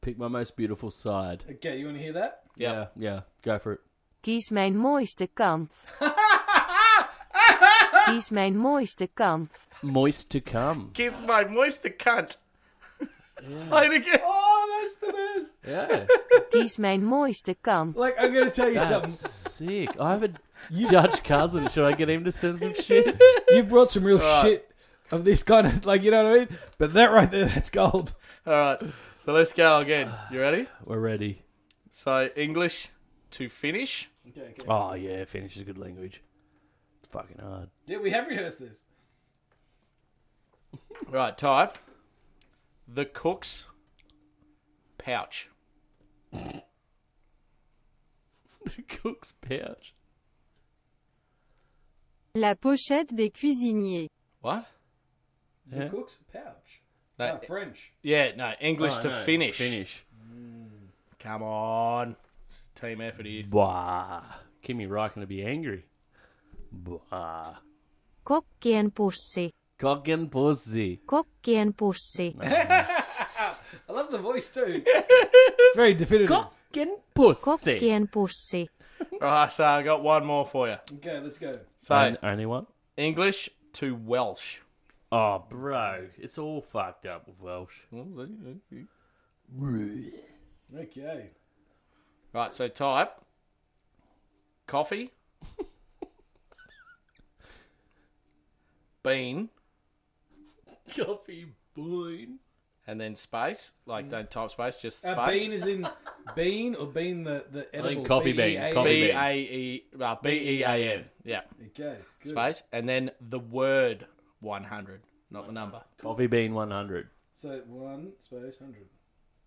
S8: pick my most beautiful side.
S5: Okay, you want to hear that?
S3: Yeah.
S8: Yeah, yeah. Go for it.
S12: Kies mijn mooiste kant. Kies mijn mooiste kant.
S8: Moist to come.
S3: Kiss my moisture cunt. Play it again.
S5: Oh, that's the best.
S8: Yeah.
S12: Kies mijn mooiste kant.
S5: Like, I'm going to tell you
S8: That's
S5: something.
S8: sick. I have a Dutch cousin. Should I get him to send some shit?
S5: You brought some real shit of this kind of, like, you know what I mean? But that right there, that's gold.
S3: All right. So let's go again. You ready?
S8: We're ready.
S3: So English to Finnish.
S5: Okay, okay.
S8: Oh yeah, Finnish is a good language. It's fucking hard.
S5: Yeah, we have rehearsed this.
S3: Right, type the cook's pouch.
S8: The cook's pouch.
S12: La pochette des cuisiniers.
S3: What?
S5: The
S8: Yeah.
S5: cook's pouch.
S3: No,
S5: Ah, French.
S3: Yeah, no, English
S8: Oh,
S3: to
S8: no,
S3: Finnish.
S8: Finnish.
S3: Come on. It's a team effort here.
S8: Bah. Kimi Raikkonen to be angry. Bah.
S12: Kokkien pussi.
S8: Cock and pussy.
S12: Kokkien pussi.
S5: I love the voice, too. it's very definitive.
S8: Cock and pussy.
S12: Kokkien pussi.
S3: Right, so I got one more for you.
S5: Okay, let's go.
S3: So
S8: Only- Only one.
S3: English to Welsh.
S8: Oh, bro, it's all fucked up with Welsh.
S5: Okay.
S3: Right, so type coffee, bean,
S8: Coffee bean.
S3: and then space. Like, don't type space, just space.
S5: Uh, bean is in bean or bean the, the edible.
S8: coffee bean,
S5: B-E-A-N.
S8: coffee
S3: B
S8: bean.
S3: A E uh, B E A N. Yeah.
S5: Okay, good.
S3: Space. And then the word 100, not the number.
S8: Coffee bean 100.
S5: So one space hundred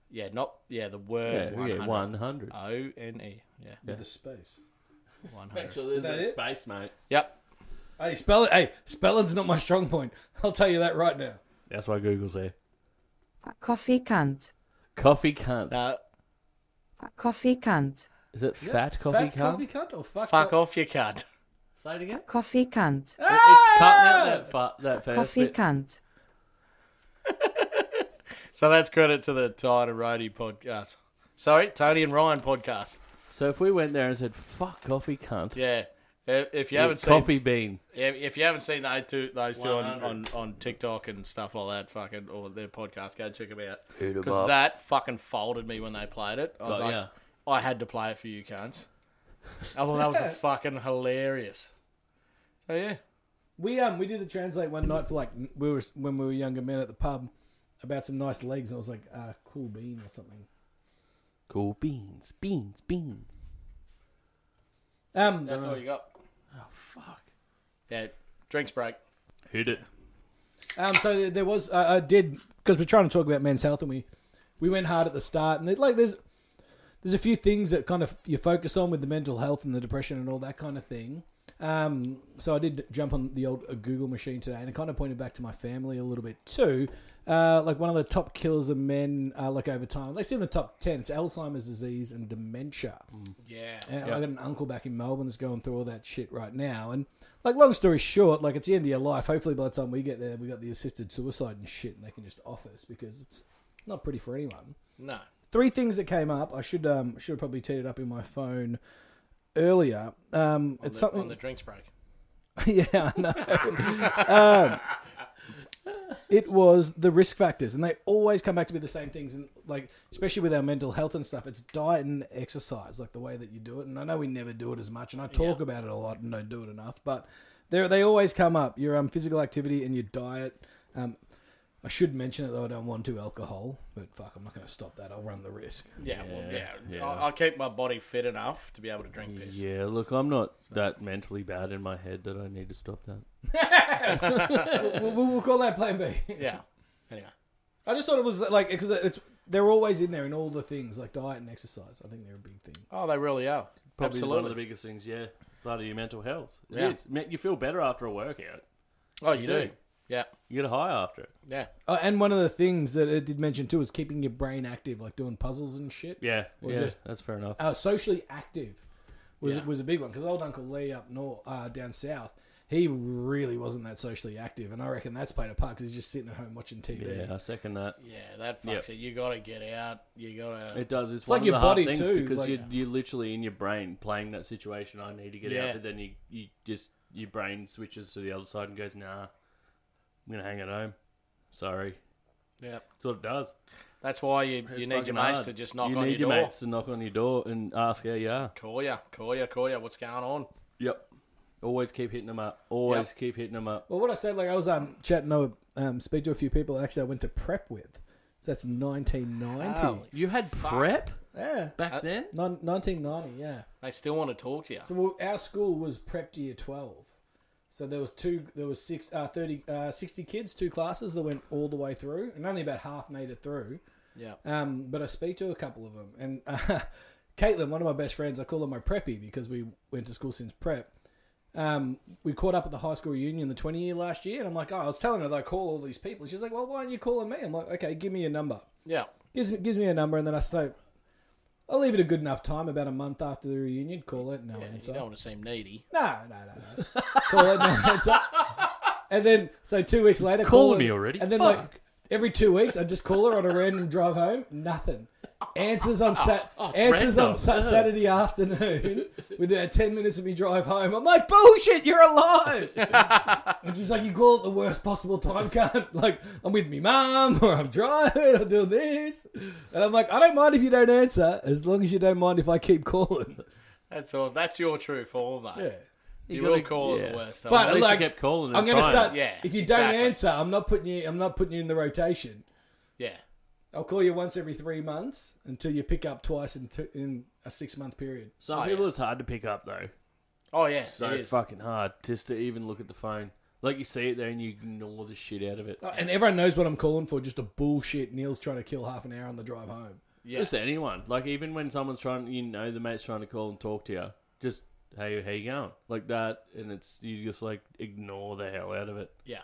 S3: Yeah, not, yeah, the
S8: Yeah,
S3: word
S8: yeah,
S3: 100.
S8: 100.
S3: O N E. Yeah,
S5: with the space.
S3: 100.
S8: sure there's
S5: that that it?
S8: space, mate.
S3: Yep.
S5: Hey, spell Hey, spelling's not my strong point. I'll tell you that right now.
S8: That's why Google's there.
S12: Koffiekant.
S8: Coffee cunt.
S3: No,
S12: Koffiekant.
S8: Is it fat coffee
S5: Fat
S8: cunt?
S5: coffee cunt or fuck?
S3: fuck
S5: off.
S3: off your card.
S8: Say it again.
S12: Koffiekant.
S8: It- It's cutting out that, fa- that first bit.
S12: Koffiekant.
S3: So that's credit to the Tide and Roadie podcast. Sorry, Tony and Ryan podcast.
S8: So if we went there and said, fuck coffee cunt.
S3: Yeah. If if you
S8: eat
S3: haven't seen
S8: coffee bean.
S3: If, if you haven't seen those two, those two on,
S8: 100.
S3: on, on TikTok and stuff like that, fucking or their podcast, go check them out.
S8: 'em
S3: Because
S8: up.
S3: that fucking folded me when they played it. I was
S8: Oh,
S3: like,
S8: yeah.
S3: I had to play it for you cunts. I thought that was a fucking hilarious. So yeah,
S5: We um we did the translate one night for like we were when we were uh, younger men at the pub about some nice legs and I was like ah cool bean or something.
S8: Cool beans, beans, beans.
S5: Um,
S3: That's all you got.
S8: Oh fuck.
S3: Yeah, drinks break.
S8: Hit it.
S5: Um, so there- there was uh, I did because we're trying to talk about men's health and we we went hard at the start and it, like there's there's a few things that kind of you focus on with the mental health and the depression and all that kind of thing. Um, so I did jump on the old uh, Google machine today and it kind of pointed back to my family a little bit too. Uh, like one of the top killers of men, uh, like over time, like it's in the top ten. It's Alzheimer's disease and dementia.
S3: Yeah.
S5: And I got an uncle back in Melbourne that's going through all that shit right now. And like, long story short, like it's the end of your life. Hopefully, by the time we get there, we got the assisted suicide and shit, and they can just off us because it's not pretty for anyone.
S3: No.
S5: Three things that came up. I should um should have probably teed it up in my phone earlier. Um,
S3: On
S5: it's
S3: the,
S5: something
S3: on the drinks break.
S5: yeah, I know. um, it was the risk factors, and they always come back to be the same things. And like, especially with our mental health and stuff, it's diet and exercise, like the way that you do it. And I know we never do it as much, and I talk about it a lot and don't do it enough, but they they always come up. Your um, physical activity and your diet. Um, I should mention it though. I don't want to alcohol, but fuck, I'm not going to stop that. I'll run the risk.
S3: Yeah, well, yeah.
S8: yeah.
S3: I, I keep my body fit enough to be able to drink piss.
S8: Yeah, look, I'm not that mentally bad in my head that I need to stop that.
S5: we'll, we'll- we'll call that Plan B.
S3: Yeah. Anyway.
S5: I just thought it was like because it's they're always in there in all the things like diet and exercise. I think they're a big thing.
S3: Oh, they really are.
S8: Probably one
S3: Absolutely.
S8: of the biggest things, yeah. Part of your mental health. It
S3: Yeah.
S8: is. Me- You feel better after a workout.
S3: Oh, you do. Yeah.
S8: You get a high after it.
S3: Yeah.
S5: Oh, and one of the things that it did mention too is keeping your brain active, like doing puzzles and shit.
S8: Yeah,
S5: or
S8: yeah,
S5: just
S8: that's fair enough.
S5: uh, socially active was
S8: Yeah.
S5: was a big one because old Uncle Lee up north, uh, down south, he really wasn't that socially active, and I reckon that's played a part because he's just sitting at home watching TV.
S8: Yeah, I second that.
S3: Yeah, that
S8: Yep.
S3: fucks it. You gotta get out. You gotta.
S8: It does. It's,
S5: It's
S8: one
S5: like
S8: of
S5: your
S8: the hard
S5: body
S8: things
S5: too,
S8: because
S5: like-
S8: you're, you're literally in your brain playing that situation. I need to get
S3: Yeah.
S8: out, but then you, you just your brain switches to the other side and goes, "Nah, I'm gonna hang at home." Sorry,
S3: Yeah.
S8: that's what it does.
S3: That's why you,
S8: It's
S3: you need
S8: fucking
S3: your mates
S8: hard.
S3: to just knock
S8: you
S3: on
S8: need
S3: your,
S8: your
S3: door.
S8: mates to knock on your door and ask how you are.
S3: Call ya, call ya, call ya. What's going on?
S8: Yep. Always keep hitting them up. Always keep hitting them up.
S5: Well, what I said, like I was um chatting, I would, um speak to a few people. Actually, I went to prep with, so that's 1990.
S8: You had prep
S5: Yeah.
S8: back then.
S5: Nin- 1990, yeah.
S3: They still want to talk to you.
S5: So well, our school was prep to year 12. So there was two, there was six, uh, 30, uh, 60 kids, two classes that went all the way through, and only about half made it through.
S3: Yeah.
S5: Um, but I speak to a couple of them, and uh, Caitlin, one of my best friends, I call her my preppy because we went to school since prep. Um, we caught up at the high school reunion the 20 year last year, and I'm like, oh, I was telling her that I call all these people. She's like, well, why aren't you calling me? I'm like, okay, give me your number
S3: Yeah.
S5: gives me gives me a number, and then I say, I'll leave it a good enough time. About a month after the reunion, call it, no answer.
S3: You don't want to seem needy.
S5: No, no, no, no. call it, no answer. And then so two weeks later,
S8: Call
S5: her-
S8: me already?
S5: And then
S8: Fuck.
S5: like every two weeks, I just call her on a random drive home. Nothing. Answers on sat
S8: Oh, it's
S5: answers on
S8: random.
S5: sa-
S8: Yeah.
S5: Saturday afternoon with about ten minutes of me drive home. I'm like, bullshit, you're alive. and she's like, you call at the worst possible time, cunt. Like I'm with me mum, or I'm driving, or doing this, and I'm like, I don't mind if you don't answer, as long as you don't mind if I keep calling.
S3: That's all. That's your true form, though.
S5: Yeah.
S3: You,
S8: You
S3: will
S8: gotta-
S3: call it
S8: yeah.
S3: the worst.
S5: But
S8: At least you
S5: like,
S8: kept calling and
S5: I'm gonna
S8: trying.
S5: start.
S3: Yeah,
S5: if you don't
S3: exactly.
S5: answer, I'm not putting you. I'm not putting you in the rotation.
S3: yeah.
S5: I'll call you once every three months until you pick up twice in two, in a six month period.
S8: Some people it's hard to pick up though.
S3: Oh yeah.
S8: so
S3: it is.
S8: fucking hard just to even look at the phone. Like you see it there and you ignore the shit out of it.
S5: Oh, And everyone knows what I'm calling for. Just a bullshit. Neil's trying to kill half an hour on the drive home.
S3: Yeah.
S8: Just anyone. Like even when someone's trying, you know, the mate's trying to call and talk to you. Just hey, how you going? Like that, and it's you just like ignore the hell out of it.
S3: yeah.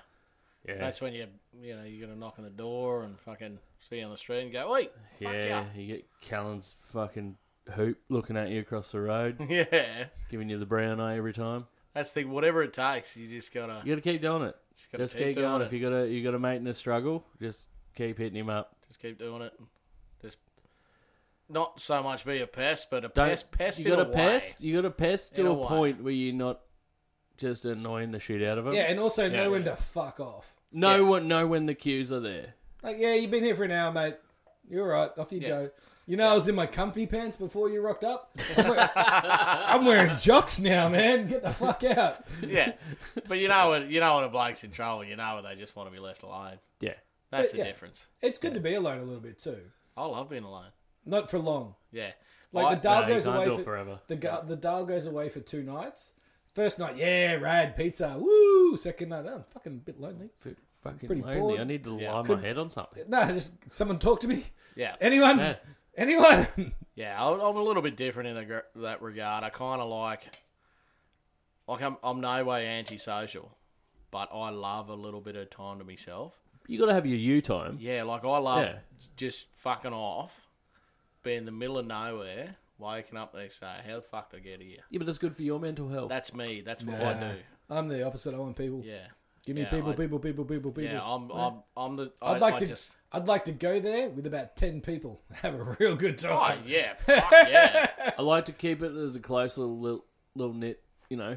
S8: Yeah,
S3: That's when you you know you're gonna knock on the door and fucking see you on the street and go, wait.
S8: yeah. You get Callan's fucking hoop looking at you across the road,
S3: Yeah.
S8: giving you the brown eye every time.
S3: That's the thing. Whatever it takes, you just gotta
S8: You got to keep doing it.
S3: Just
S8: Just,
S3: gotta keep
S8: keep
S3: doing
S8: going.
S3: it.
S8: If you got a you got a mate in a struggle, just keep hitting him up.
S3: just keep doing it. Just not so much be a pest, but a
S8: Don't
S3: pest. Pest
S8: you
S3: in
S8: got
S3: a
S8: to pest.
S3: way.
S8: You got to pest
S3: In
S8: to
S3: a
S8: a,
S3: way.
S8: point where you're not just annoying the shit out of him.
S5: Yeah, and also
S8: Yeah.
S5: know when to fuck off.
S8: know when know when the cues are there.
S5: Like, yeah, you've been here for an hour, mate. You're all right. Off you go. You know, I was in my comfy pants before you rocked up. I'm wearing, I'm wearing jocks now, man. Get the fuck out.
S3: yeah, but you know when you know when a bloke's in trouble, you know when they just want to be left alone.
S8: Yeah.
S3: That's
S5: But,
S3: the
S5: yeah.
S3: difference.
S5: It's good to be alone a little bit too.
S3: I love being alone.
S5: Not for long.
S3: Yeah.
S5: Like
S3: I-
S5: the dal
S3: no, you
S5: goes
S3: can't
S5: away
S3: do it
S5: for,
S3: forever.
S5: The ga- the dal goes away for two nights. First night, yeah, rad pizza, woo. Second night, oh, I'm fucking a bit lonely.
S8: Fucking
S5: Pretty
S8: lonely.
S5: bored.
S8: I need to lie
S5: Could-
S8: my head on something.
S5: No, just someone talk to me.
S3: Yeah.
S5: Anyone?
S3: Yeah.
S5: Anyone?
S3: Yeah, I- I'm a little bit different in the gr- that regard. I kind of like, like I'm, I'm no way antisocial, but I love a little bit of time to myself.
S8: You got to have your you time.
S3: Yeah, like I love
S8: Yeah.
S3: just fucking off, being in the middle of nowhere, waking up the next day. How the fuck did I get here?
S8: Yeah, but that's good for your mental health.
S3: That's me. That's what I
S5: Nah,
S3: do.
S5: I'm the opposite. I want people.
S3: Yeah.
S5: Give me
S3: Yeah,
S5: people,
S3: I-
S5: people, people, people, people.
S3: Yeah, I'm, I'm, I'm the. I,
S5: I'd like
S3: I
S5: to.
S3: Just,
S5: I'd like to go there with about ten people, have a real good
S3: oh
S5: time.
S3: yeah, fuck yeah,
S8: I like to keep it as a close little little, little knit, you know,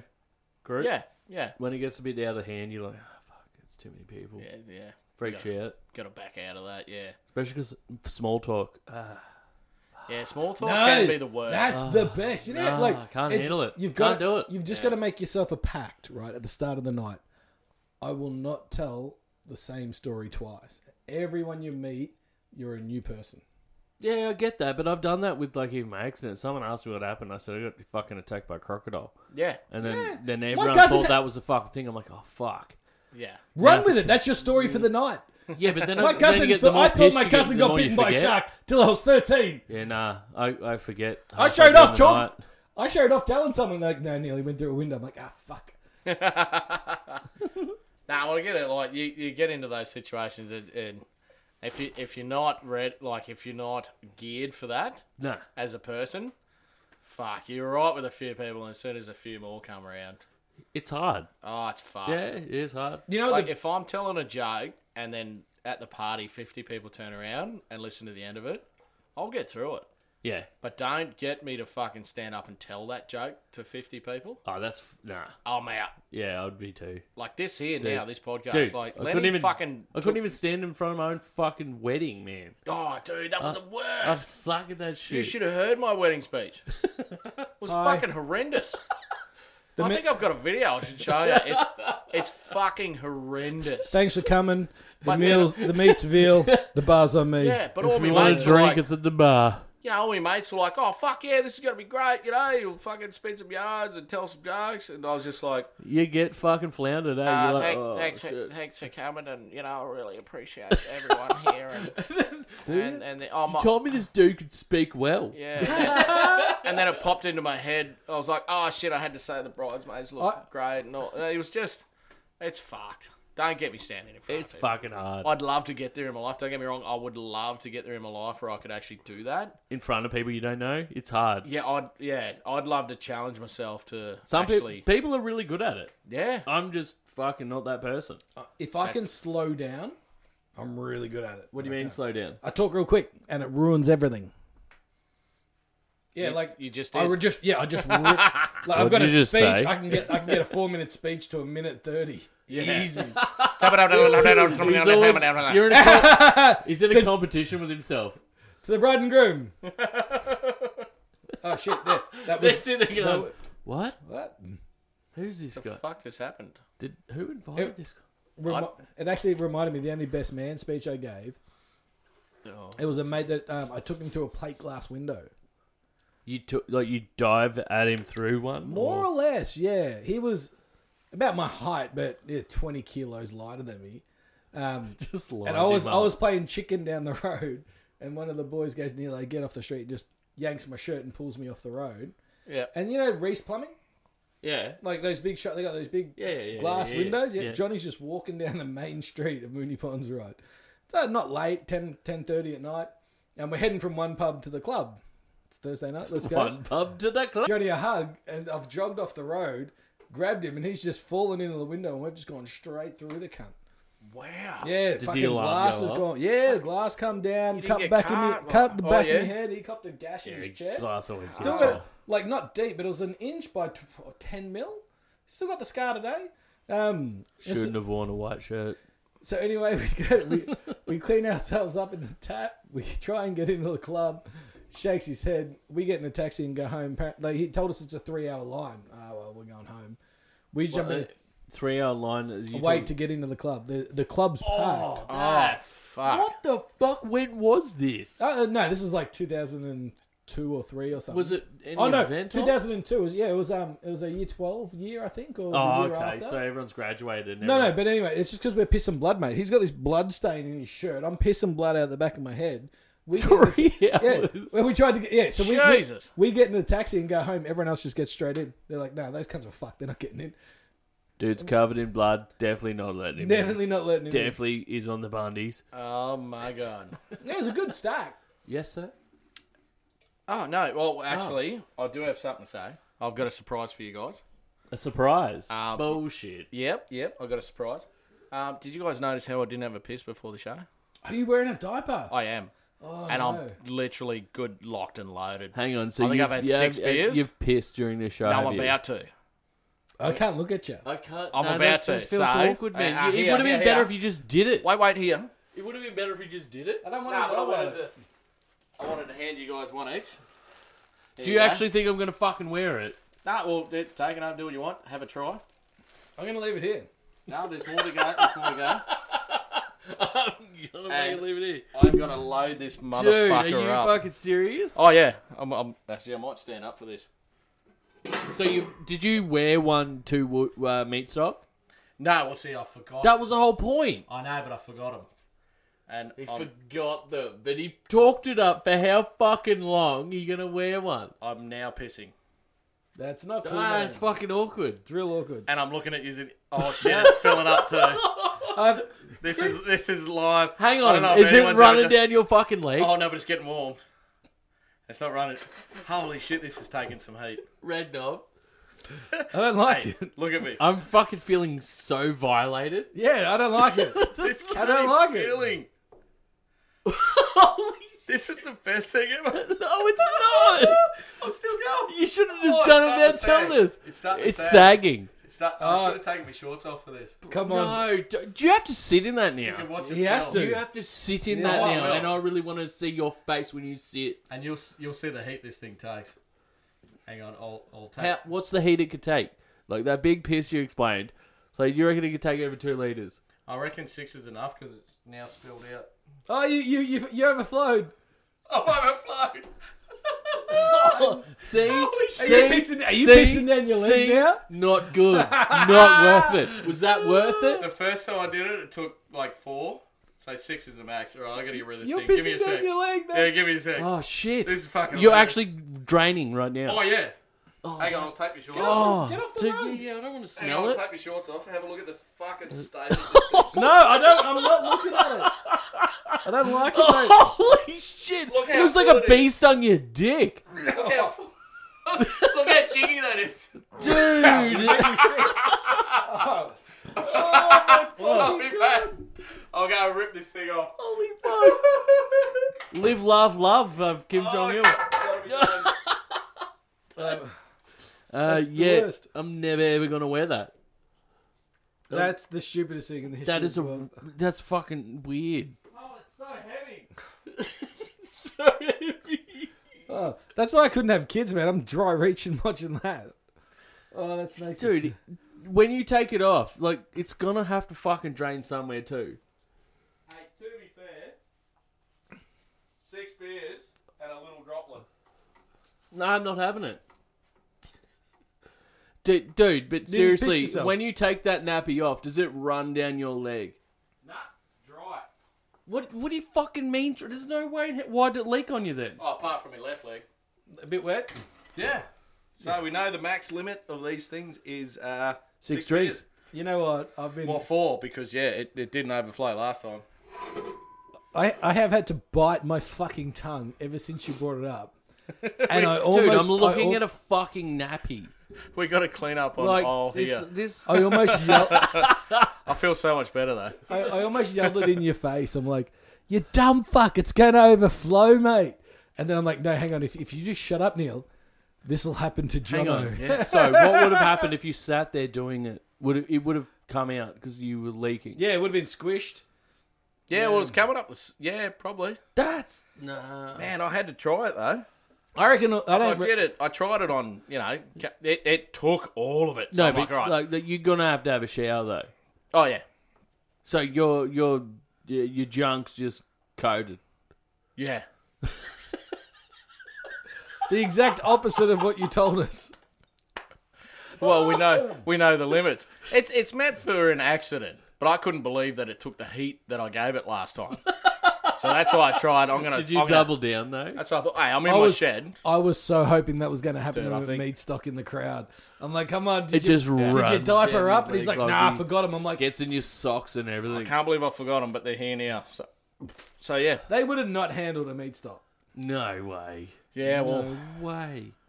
S8: group.
S3: Yeah, yeah.
S8: When it gets a bit out of hand, you're like, oh, fuck, it's too many people.
S3: yeah, yeah.
S8: Freaks you out.
S3: Got to back out of that. Yeah,
S8: Especially because small talk. Ah,
S3: yeah. Small talk
S5: No,
S3: can be the worst.
S5: that's the best. You know,
S8: no,
S5: like
S8: I can't
S5: it's-
S8: handle it.
S5: You've got
S8: Can't do it.
S5: You've just got to make yourself a pact, right, at the start of the night. I will not tell the same story twice. Everyone you meet, you're a new person.
S8: yeah, I get that, but I've done that with like even my accident. Someone asked me what happened. I said I got fucking attacked by a crocodile.
S3: Yeah.
S8: and then
S3: Yeah.
S8: then
S3: What
S8: everyone
S3: doesn't
S8: thought
S3: that-
S8: that was a fucking thing. I'm like, oh fuck.
S3: Yeah.
S5: Run with it. That's your story for the night.
S8: Yeah, but then I-
S5: my
S8: then
S5: cousin.
S8: you get the
S5: thought-
S8: more
S5: I thought
S8: pissed
S5: my
S8: you get,
S5: cousin
S8: the
S5: got
S8: more you
S5: bitten by a
S8: forget.
S5: shark till I was thirteen.
S8: Yeah, nah, uh, I, I forget.
S5: I
S8: halfway
S5: showed
S8: down
S5: off
S8: the
S5: talking. I showed off telling someone like, no, I nearly went through a window. I'm like, ah, fuck.
S3: Nah, well, I get it. Like you, you get into those situations, and, and if you if you're not red, like if you're not geared for that,
S8: Nah.
S3: as a person, fuck, you're right with a few people, and as soon as a few more come around,
S8: It's hard.
S3: oh, it's fuck.
S8: Yeah, it is hard.
S5: You know,
S3: like if I'm telling a joke and then at the party, fifty people turn around and listen to the end of it, I'll get through it.
S8: Yeah.
S3: But don't get me to fucking stand up and tell that joke to fifty people.
S8: Oh, that's nah.
S3: I'm out.
S8: Yeah, I'd be too.
S3: Like this here
S8: Dude.
S3: now, this podcast.
S8: Dude,
S3: like,
S8: I
S3: Lenny
S8: couldn't even
S3: fucking.
S8: I couldn't even stand in front of my own fucking wedding, man.
S3: Oh, dude, that was
S8: I-
S3: the worst.
S8: I suck at that shit.
S3: You should have heard my wedding speech. It was
S8: Hi.
S3: fucking horrendous.
S5: The
S3: I
S5: mi-
S3: think I've got a video I should show you. It's, it's fucking horrendous.
S5: Thanks for coming. The
S3: But-
S5: meals, the meat's veal. The bar's on me.
S3: Yeah, but
S8: If
S3: all my
S8: you want
S3: mates
S8: a
S3: were
S8: drink,
S3: like,
S8: it's at the bar.
S3: you know, all my mates were like, oh, fuck yeah, this is going to be great. You know, you'll fucking spin some yards and tell some jokes. And I was just like,
S8: You get fucking floundered, eh?
S3: uh,
S8: You're like,
S3: thank-
S8: oh,
S3: thanks, for, thanks for coming. And, you know, I really appreciate everyone here. And,
S8: Dude,
S3: and, and the, oh,
S8: you
S3: my,
S8: told me this dude could speak well.
S3: Yeah. and then it popped into my head. I was like, oh shit, I had to say the bridesmaids look great and all. It was just, it's fucked. Don't get me standing in front
S8: It's
S3: of people.
S8: fucking hard.
S3: I'd love to get there in my life. Don't get me wrong. I would love to get there in my life where I could actually do that.
S8: In front of people you don't know, it's hard.
S3: Yeah, I'd yeah, I'd love to challenge myself to
S8: Some people
S3: actually.
S8: people are really good at it.
S3: Yeah.
S8: I'm just fucking not that person.
S5: Uh, If I can slow down, I'm really good at it.
S8: What do you mean slow down?
S5: I talk real quick, and it ruins everything. Yeah,
S3: You-
S5: like
S3: you just
S5: I
S3: did.
S5: would just yeah, I just ru- like I've
S8: What
S5: got
S8: did
S5: a
S8: you
S5: speech.
S8: just say?
S5: I can get I can get a four minute speech to a minute thirty. Easy.
S8: He's always- you're in a com- he's in a competition with himself.
S5: to the bride and groom. oh shit! That, that
S8: They're
S5: was
S8: sitting there
S5: that
S8: going, "What?
S5: What?
S8: Who's this guy?
S3: fuck just happened?
S8: Did who invited this guy?
S5: Remi- it actually reminded me of the only best man speech I gave.
S3: Oh.
S5: It was a mate that um, I took him through a plate glass window.
S8: You took like you dive at him through one.
S5: More
S8: or-
S5: or less, yeah. He was about my height, but yeah, twenty kilos lighter than me. Um,
S8: Just
S5: and
S8: lined
S5: I was
S8: him
S5: I
S8: up.
S5: was playing chicken down the road, and one of the boys goes near, like, get off the street, and just yanks my shirt and pulls me off the road.
S3: Yeah.
S5: And you know Reese Plumbing,
S8: yeah.
S5: like those big shot, they got those big
S8: Yeah, yeah, yeah,
S5: glass
S8: yeah, yeah,
S5: windows. Yeah,
S8: yeah.
S5: Johnny's just walking down the main street of Mooney Ponds Road. So not late, 10, 10.30 at night, and we're heading from one pub to the club. It's Thursday night. Let's go.
S8: One pub to the club.
S5: Johnny a hug, and I've jogged off the road, grabbed him, and he's just fallen into the window, and we're just going straight through the cunt.
S3: Wow.
S5: Yeah,
S8: Did
S5: fucking
S8: the alarm
S5: glass
S8: go
S5: is
S8: off?
S5: gone. Yeah, the glass come down,
S3: didn't
S5: cut
S3: get
S5: back in me,
S3: caught,
S5: cut the
S3: right? Oh,
S5: back
S3: yeah?
S5: in my head. He copped a gash in his chest.
S8: glass always gets
S5: Still got
S8: off.
S5: it, like not deep, but it was an inch by t- ten mil. Still got the scar today. Um, and so-
S8: Shouldn't have worn a white shirt.
S5: so anyway, we go, we, we clean ourselves up in the tap. We try and get into the club. Shakes his head. We get in a taxi and go home. Apparently, he told us it's a three-hour line. Ah, well, we're going home. We jump
S8: Well,
S5: in.
S8: uh,
S5: a-
S8: three hour line. As you
S5: Wait
S8: talk-
S5: to get into the club. The the club's packed.
S8: that's
S5: fuck.
S8: What the fuck? When was this?
S5: Uh, uh, no, this is like 2002 or three or something.
S8: Was it any
S5: oh no,
S8: event on?
S5: 2002. Was, yeah, it was um, it was a year 12 year I think, or
S8: Oh,
S5: the year
S8: okay.
S5: after.
S8: So everyone's graduated. And
S5: no, no, but anyway, it's just because we're piss and blood, mate. He's got this blood stain in his shirt. I'm pissing blood out the back of my head. We three get, hours. Yeah, well, we tried to get yeah. So we, we
S8: Jesus.
S5: we get in the taxi and go home. Everyone else just gets straight in. They're like, no, those cunts are fucked. They're not getting in.
S8: Dude's covered in blood. Definitely not letting him.
S5: Definitely
S8: in.
S5: not letting him in.
S8: Definitely is on the bundies.
S3: Oh my god.
S5: Yeah, it was a good stack.
S8: Yes, sir.
S3: Oh no. Well, actually, I do have something to say. I've got a surprise for you guys.
S8: A surprise.
S3: Um,
S8: Bullshit.
S3: Yep, yep. I got a surprise. Um, did you guys notice how I didn't have a piss before the show?
S5: Are you wearing a diaper?
S3: I am.
S5: Oh,
S3: and
S5: no.
S3: I'm literally good locked and loaded.
S8: Hang on. So
S3: I think
S8: you've,
S3: I've had
S8: you
S3: six
S8: have-
S3: beers.
S8: You've pissed during the show.
S3: no,
S8: have
S3: I'm
S8: you?
S3: about to.
S5: I can't look at you.
S8: I can't.
S3: I'm
S8: no,
S3: about
S8: that's-
S3: to.
S8: That feels
S3: so-
S8: awkward, man.
S3: Uh,
S8: You- it
S3: here,
S8: would have
S3: here,
S8: been better
S3: here.
S8: if you just did it.
S3: Wait, wait here.
S8: It would have been better if you just did it.
S5: I don't
S3: Nah, but I wanted to. I wanted to hand you guys one each. Here
S8: Do you
S3: go.
S8: actually think I'm going to fucking wear it?
S3: Nah, well, d- take it up, do what you want, have a try.
S5: I'm gonna leave it here.
S3: No, there's more to go. There's more to go.
S8: I'm
S3: And
S8: leave it here.
S3: I'm gonna load this motherfucker
S8: Dude, are you
S3: up.
S8: fucking serious?
S3: Oh yeah, I'm, I'm actually I might stand up for this.
S8: So you did you wear one to wo- uh, meat stock?
S3: No, we'll see. I forgot.
S8: That was the whole point.
S3: I know, but I forgot him. And
S8: He
S3: I'm,
S8: forgot the, but he talked it up for how fucking long are you gonna wear one?
S3: I'm now pissing,
S5: That's not cool.
S8: Ah,
S5: man.
S8: it's fucking awkward.
S5: It's real awkward.
S3: and I'm looking at you. Oh shit, it's filling up too.
S5: I've,
S3: This is this is live.
S8: Hang
S3: I don't know
S8: on,
S3: if
S8: is it
S3: anyone's
S8: running
S3: ever-
S8: down your fucking leg?
S3: Oh no, but it's getting warm. It's not running. Holy shit, this is taking some heat.
S8: Red knob.
S5: I don't like
S3: Hey,
S5: it.
S3: look at me.
S8: I'm fucking feeling so violated.
S5: Yeah, I don't like it.
S3: This
S5: I don't like it.
S3: feeling.
S8: Holy
S3: This is the best thing ever.
S8: no, it's not.
S3: I'm still going.
S8: You should have just
S3: Oh, it's
S8: done it without
S3: starting to
S8: telling us.
S3: sag. It's starting to
S8: It's
S3: sag.
S8: sagging.
S3: It's not, I should have taken my shorts off for this.
S5: Come on.
S8: No, do, do you have to sit in that
S3: You can
S8: now?
S3: watch it
S5: He has
S3: now.
S5: to.
S8: You have to sit in
S5: Yeah.
S8: that
S5: Oh,
S8: now,
S3: well.
S8: and I really want to see your face when you sit.
S3: and you'll you'll see the heat this thing takes. Hang on, I'll I'll take.
S8: How, what's the heat it could take? Like that big piss you explained. So you reckon it could take over two liters?
S3: I reckon six is enough because it's now spilled out.
S5: Oh, you you you, you overflowed.
S3: Oh, I'm afloat.
S8: See,
S5: Are
S8: see,
S5: you pissing- are you
S8: see,
S5: pissing down your leg now?
S8: Not good. Not worth it. Was that worth
S3: The
S8: it?
S3: first time I did it, it took like four. So six is the max. All right, I gotta get rid of this
S5: You're
S3: thing. Give me a
S5: pissing down
S3: sec.
S5: your leg,
S3: yeah,
S5: mate.
S3: give me a sec.
S8: Oh shit!
S3: This is fucking
S8: You're
S3: hilarious.
S8: actually draining right now.
S3: Oh yeah. Hang on, I'll take my shorts off.
S8: Oh,
S5: Get off the
S8: dude,
S5: road.
S8: yeah, I don't want to
S3: Hang on,
S8: smell
S3: I'll
S8: it.
S3: take my shorts off. Have a look at the fucking
S8: Uh.
S3: state. of this thing.
S5: No, I don't. I'm not looking at it. I don't like it, mate.
S8: Oh. Holy shit!
S3: Look
S8: It
S3: how
S8: looks like
S3: full
S8: a
S3: it
S8: bee stung your dick,
S3: Look how full- Look how jiggy that is.
S8: dude.
S5: Oh.
S3: I'll be back. I'll go and rip this thing off.
S8: Holy fuck! Live, love, love of Kim Jong Il.
S3: Gotta be done.
S8: Uh,
S5: That's the
S8: yeah,
S5: worst.
S8: I'm never ever gonna wear that.
S5: That's the stupidest thing in the history.
S8: That is
S5: of
S8: a
S5: the world.
S8: that's fucking weird.
S3: Oh, it's so heavy.
S8: So heavy.
S5: Oh, that's why I couldn't have kids, man. I'm dry reaching watching that. Oh, that's makes
S8: Dude, when you take it off, like it's gonna have to fucking drain somewhere too.
S3: Hey, to be fair, six beers and a little droplet.
S8: No, I'm not having it. Dude, dude but
S5: just pissed
S8: seriously,
S5: yourself.
S8: when you take that nappy off, does it run down your leg?
S3: Nah, dry.
S8: What What do you fucking mean? dr- There's no way. Why'd it leak on you then?
S3: Oh, apart from my left leg.
S5: a bit wet.
S3: Yeah. So we know the max limit of these things is uh,
S8: Six drinks.
S3: beers.
S5: You know what? I've been.
S3: Well, four because yeah, it, it didn't overflow last time.
S5: I I have had to bite my fucking tongue ever since you brought it up. And I almost.
S8: Dude, I'm looking
S5: I,
S8: at a fucking nappy.
S3: We got to clean up on
S8: Like
S3: all
S8: this,
S3: here.
S8: this.
S5: I almost yelled.
S3: I feel so much better though.
S5: I, I almost yelled it in your face. I'm like, you dumb fuck, it's going to overflow, mate. And then I'm like, no, hang on. If, if you just shut up, Neil, this will happen to
S8: Hang
S5: Jono.
S8: on. Yeah. So, what would have happened if you sat there doing it? Would it, it would have come out because you were leaking?
S5: Yeah, it would have been squished.
S3: Yeah, well, it's coming up. With, yeah, probably.
S8: That's nah.
S3: Man, I had to try it though.
S5: I reckon I don't.
S8: Oh,
S3: I did it. I tried it on. You know, ca- it, it took all of it. So
S8: no,
S3: I'm
S8: but
S3: like, right.
S8: like that you're gonna have to have a shower though.
S3: Oh yeah.
S8: So your your your your junk's just coated.
S3: yeah.
S5: The exact opposite of what you told us.
S3: Well, we know we know the limits. It's it's meant for an accident, but I couldn't believe that it took the heat that I gave it last time. So that's why I tried. I'm gonna.
S8: Did you
S3: Uh, I'm gonna-
S8: double down though?
S3: That's what I thought. Hey, I'm in
S5: I
S3: my
S5: was,
S3: shed.
S5: I was so hoping that was going to happen
S3: Dude, I
S5: with
S3: think-
S5: meat stock in the crowd. I'm like, come on, did
S8: It
S5: you,
S8: just
S5: did you
S8: runs
S5: diaper
S8: down
S5: up?
S8: his
S5: And he's like,
S8: leg
S5: nah, I
S8: he
S5: forgot him. I'm like,
S8: gets in your socks and everything.
S3: Can't believe I forgot them, but they're here now. So, so yeah.
S5: They would have not handled a meat stock.
S8: No way.
S3: Yeah, well,
S8: No way.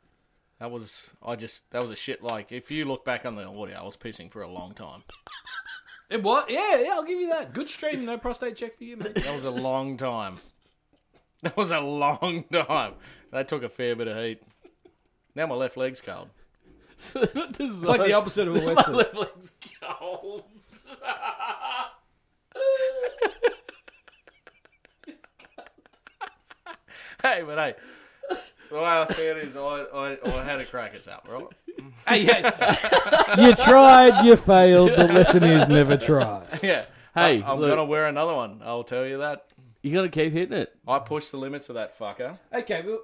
S3: That was I just that was a shit. Like if you look back on the audio, I was pissing for a long time.
S5: It was, yeah, yeah. I'll give you that. Good stream, no prostate check for you, mate.
S3: That was a long time. That was a long time. That took a fair bit of heat. Now my left leg's cold.
S8: it's
S5: like the opposite of a
S8: My
S5: wetsuit.
S8: left leg's cold.
S3: Hey, but hey, the way I see it is, I, I, I had a crack at something, right?
S5: Hey, you tried, you failed. The listeners never try.
S3: yeah.
S8: Hey,
S3: I, am
S8: look.
S3: gonna wear another one. I'll tell you that.
S8: You gotta keep hitting it.
S3: I pushed the limits of that fucker.
S5: Okay, well,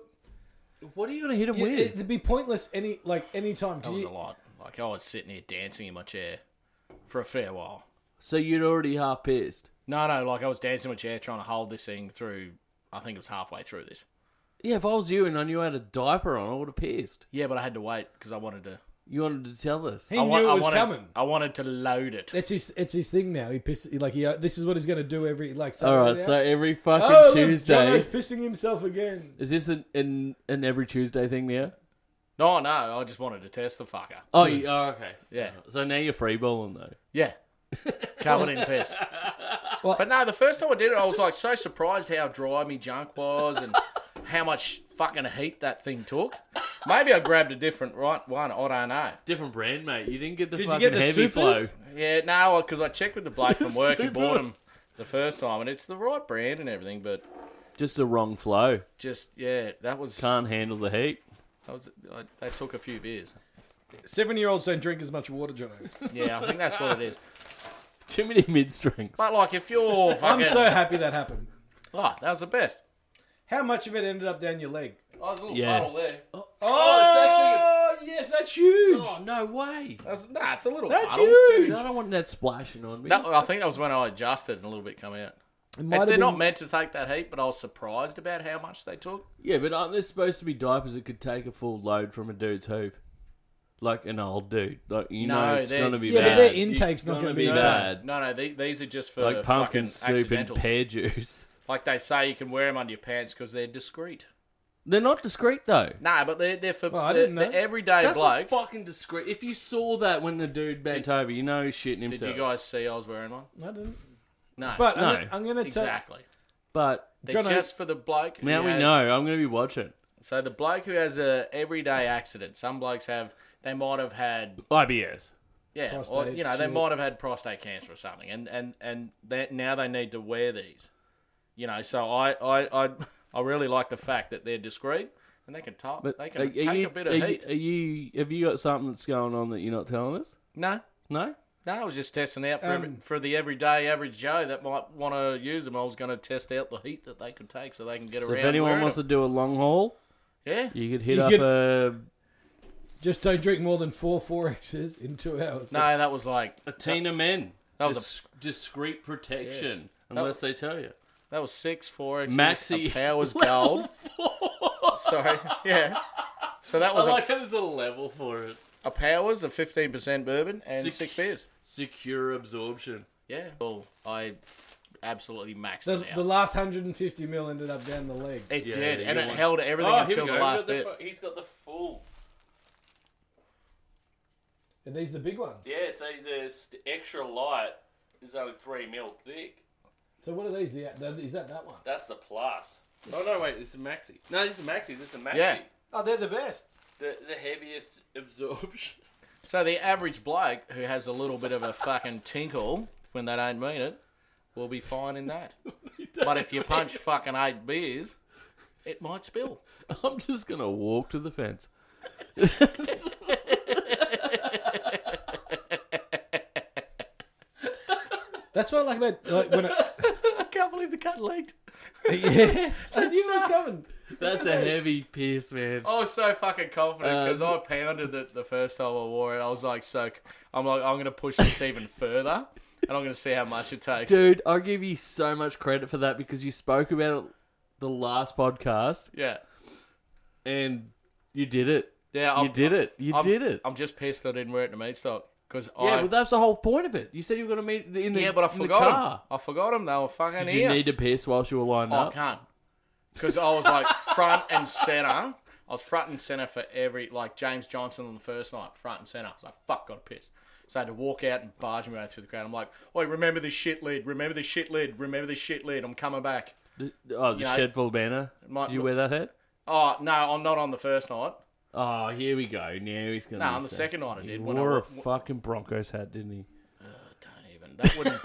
S8: what are you gonna hit him
S5: yeah,
S8: with?
S5: It'd be pointless any like any time.
S3: That was a lot. Like I was sitting here dancing in my chair for a fair while.
S8: So you'd already half pissed.
S3: No, no, like I was dancing in my chair trying to hold this thing through. I think it was halfway through this.
S8: Yeah, if I was you and I knew I had a diaper on, I would have pissed.
S3: Yeah, but I had to wait because I wanted to.
S8: You wanted to tell us.
S5: He
S3: I wa-
S5: knew it
S3: I
S5: was
S3: wanted,
S5: coming.
S3: I wanted to load it.
S5: It's his. It's his thing now. He piss. Like he. uh, This is what he's gonna do every. Like.
S8: All right,
S5: Saturday
S8: so
S5: night.
S8: every fucking
S5: oh,
S8: Tuesday.
S5: Look, Jono's pissing himself again.
S8: Is this an, an an every Tuesday thing now?
S3: No, no, I just wanted to test the fucker.
S8: Oh, you, oh, okay.
S3: Yeah.
S8: So now you're free balling though.
S3: Yeah. Covered in piss. but no, the first time I did it, I was like so surprised how dry me junk was and how much fucking heat that thing took. Maybe I grabbed a different right one. I don't know.
S8: Different brand, mate. You didn't get the
S5: Did you
S8: fucking
S5: get the
S8: heavy flow.
S5: supers?
S3: Yeah, no, because I checked with the bloke from work who
S8: Super.
S3: bought them the first time, and it's the right brand and everything, but
S8: Just the wrong flow.
S3: just yeah, that was that
S8: Can't handle the heat.
S3: was I, that took a few beers.
S5: Seven-year-olds don't drink as much water, Jono.
S3: Yeah, I think that's what it is.
S8: Too many mid strings.
S3: But like, if you're
S5: I'm
S3: fucking,
S5: so happy that happened.
S3: oh, that was the best.
S5: How much of it ended up down your leg?
S3: Oh, there's a little
S8: Yeah.
S3: puddle there.
S5: Oh, yes, that's huge.
S8: Oh no way!
S3: That's, nah, it's a little.
S5: That's
S3: puddle.
S5: huge.
S8: Dude, I don't want that splashing on me.
S3: That, I think that was when I adjusted and a little bit come out.
S5: It
S3: They're
S5: might have
S3: not
S5: been-
S3: meant to take that heat, but I was surprised about how much they took.
S8: Yeah, but aren't there supposed to be diapers that could take a full load from a dude's hoop? Like an old dude. Like you
S3: No,
S8: know it's
S3: they're-
S8: gonna be
S5: Yeah,
S8: bad.
S5: but their intake's not
S8: gonna
S5: going to
S8: be
S5: be
S3: No,
S5: that.
S8: bad.
S3: No, no, the- these are just for
S8: like
S3: fucking
S8: pumpkin soup and
S3: accidentals.
S8: pear juice.
S3: Like they say, you can wear them under your pants because they're discreet.
S8: They're not discreet though.
S3: Nah, but they're, they're for
S5: Well, I
S3: they're,
S5: didn't know.
S3: they're everyday
S8: That's
S3: bloke.
S8: not fucking discreet. If you saw that when the dude bent over, you know he's shitting
S3: Did
S8: himself.
S3: you guys see I was wearing one?
S5: I didn't.
S3: No.
S5: But
S8: No.
S5: I'm, gonna- I'm going to tell.
S3: exactly.
S8: But
S3: They're
S5: Jono-
S3: just for the bloke. who
S8: now we
S3: has-
S8: know. I'm gonna be watching.
S3: So the bloke who has a everyday accident. Some blokes have. They might have had.
S8: IBS.
S3: Yeah. or,
S5: Prostate
S3: you know, they
S5: shit.
S3: might have had prostate cancer or something, and and and they, now they need to wear these. You know, so I I I, I really like the fact that they're discreet and they can top.
S8: But
S3: they
S8: are,
S3: can
S8: are
S3: take
S8: you,
S3: a bit of
S8: are,
S3: heat.
S8: You, are you have you got something that's going on that you're not telling us?
S3: no.
S8: No?
S3: No, I was just testing out for, every,
S5: Um,
S3: for the everyday average Joe that might want to use them. I was going to test out the heat that they could take so they can get
S8: So
S3: around.
S8: if anyone
S3: wearing
S8: wants
S3: them.
S8: to do a long haul,
S3: yeah,
S8: you could hit
S5: You
S8: up
S5: could-
S8: a
S5: Just don't drink more than four forexes in two hours.
S3: no, that was like
S8: A team of men.
S3: That was
S8: Dis- discreet protection,
S3: That
S8: unless they tell you.
S3: that was six four X
S8: Maxi
S3: powers
S8: level
S3: gold. Sorry, yeah. So that
S8: I
S3: was
S8: like how there's a level for it.
S3: a, a powers of fifteen percent bourbon and six,
S8: Six-
S3: beers.
S8: Secure absorption.
S3: Yeah, well, I absolutely maxed
S5: The,
S3: it out.
S5: the last 150 mil ended up down the leg.
S3: it
S8: Yeah,
S3: did,
S8: you
S3: and it
S8: want-
S3: held everything
S8: Oh, here
S3: until
S8: we
S3: the
S8: go. We've
S3: last
S8: got the
S3: bit.
S8: fu- he's got the full.
S5: Are these the big ones?
S8: Yeah, so the st- extra light is only three mil thick.
S5: So what are these? The, the, is that that one?
S8: That's the plus. Oh no, wait, this is maxi. No, this is maxi. This is maxi.
S3: Yeah.
S5: Oh, they're the best.
S8: The the heaviest absorption.
S3: So the average bloke who has a little bit of a fucking tinkle when they don't mean it will be fine in that. but if you punch fucking eight beers It might spill.
S8: I'm just going to walk to the fence.
S5: That's what I like about like when it,
S3: I can't believe the cut leaked.
S5: yes, I knew it was coming.
S8: That's a heavy piece, man.
S3: I was so fucking confident
S8: Uh,
S3: because
S8: so-
S3: I pounded it the first time I wore it. I was like, so I'm like, I'm gonna push this even further, and I'm gonna see how much it takes.
S8: Dude, I give you so much credit for that because you spoke about it the last podcast
S3: Yeah,
S8: and you did it.
S3: yeah,
S8: you did it. You
S3: I'm-
S8: did it.
S3: I'm just pissed I didn't wear it to meat stock because
S8: yeah,
S3: I.
S8: but that's the whole point of it. You said you were going to meet in the
S3: yeah, but I
S8: in the
S3: forgot
S8: car.
S3: them. I forgot them. They were fucking
S8: Did
S3: here.
S8: you need to piss whilst you were lined
S3: Oh, I
S8: up?
S3: can't. Because I was like front and center. I was front and center for every, like James Johnson on the first night, front and center. I was like, fuck, got to piss. So I had to walk out and barge my way through the crowd. I'm like, oi, remember this shit lid, remember this shit lid, remember this shit lid, I'm coming back.
S8: The- oh, the
S3: You know,
S8: shed full banner.
S3: might-
S8: Did you wear that hat?
S3: Oh, no, I'm not on the first night.
S8: Oh, here we go. Now he's going
S3: No,
S8: to.
S3: on the second night I
S8: he
S3: did
S8: wore
S3: when I
S8: a
S3: wa-
S8: fucking Broncos hat, didn't he?
S3: Even that wouldn't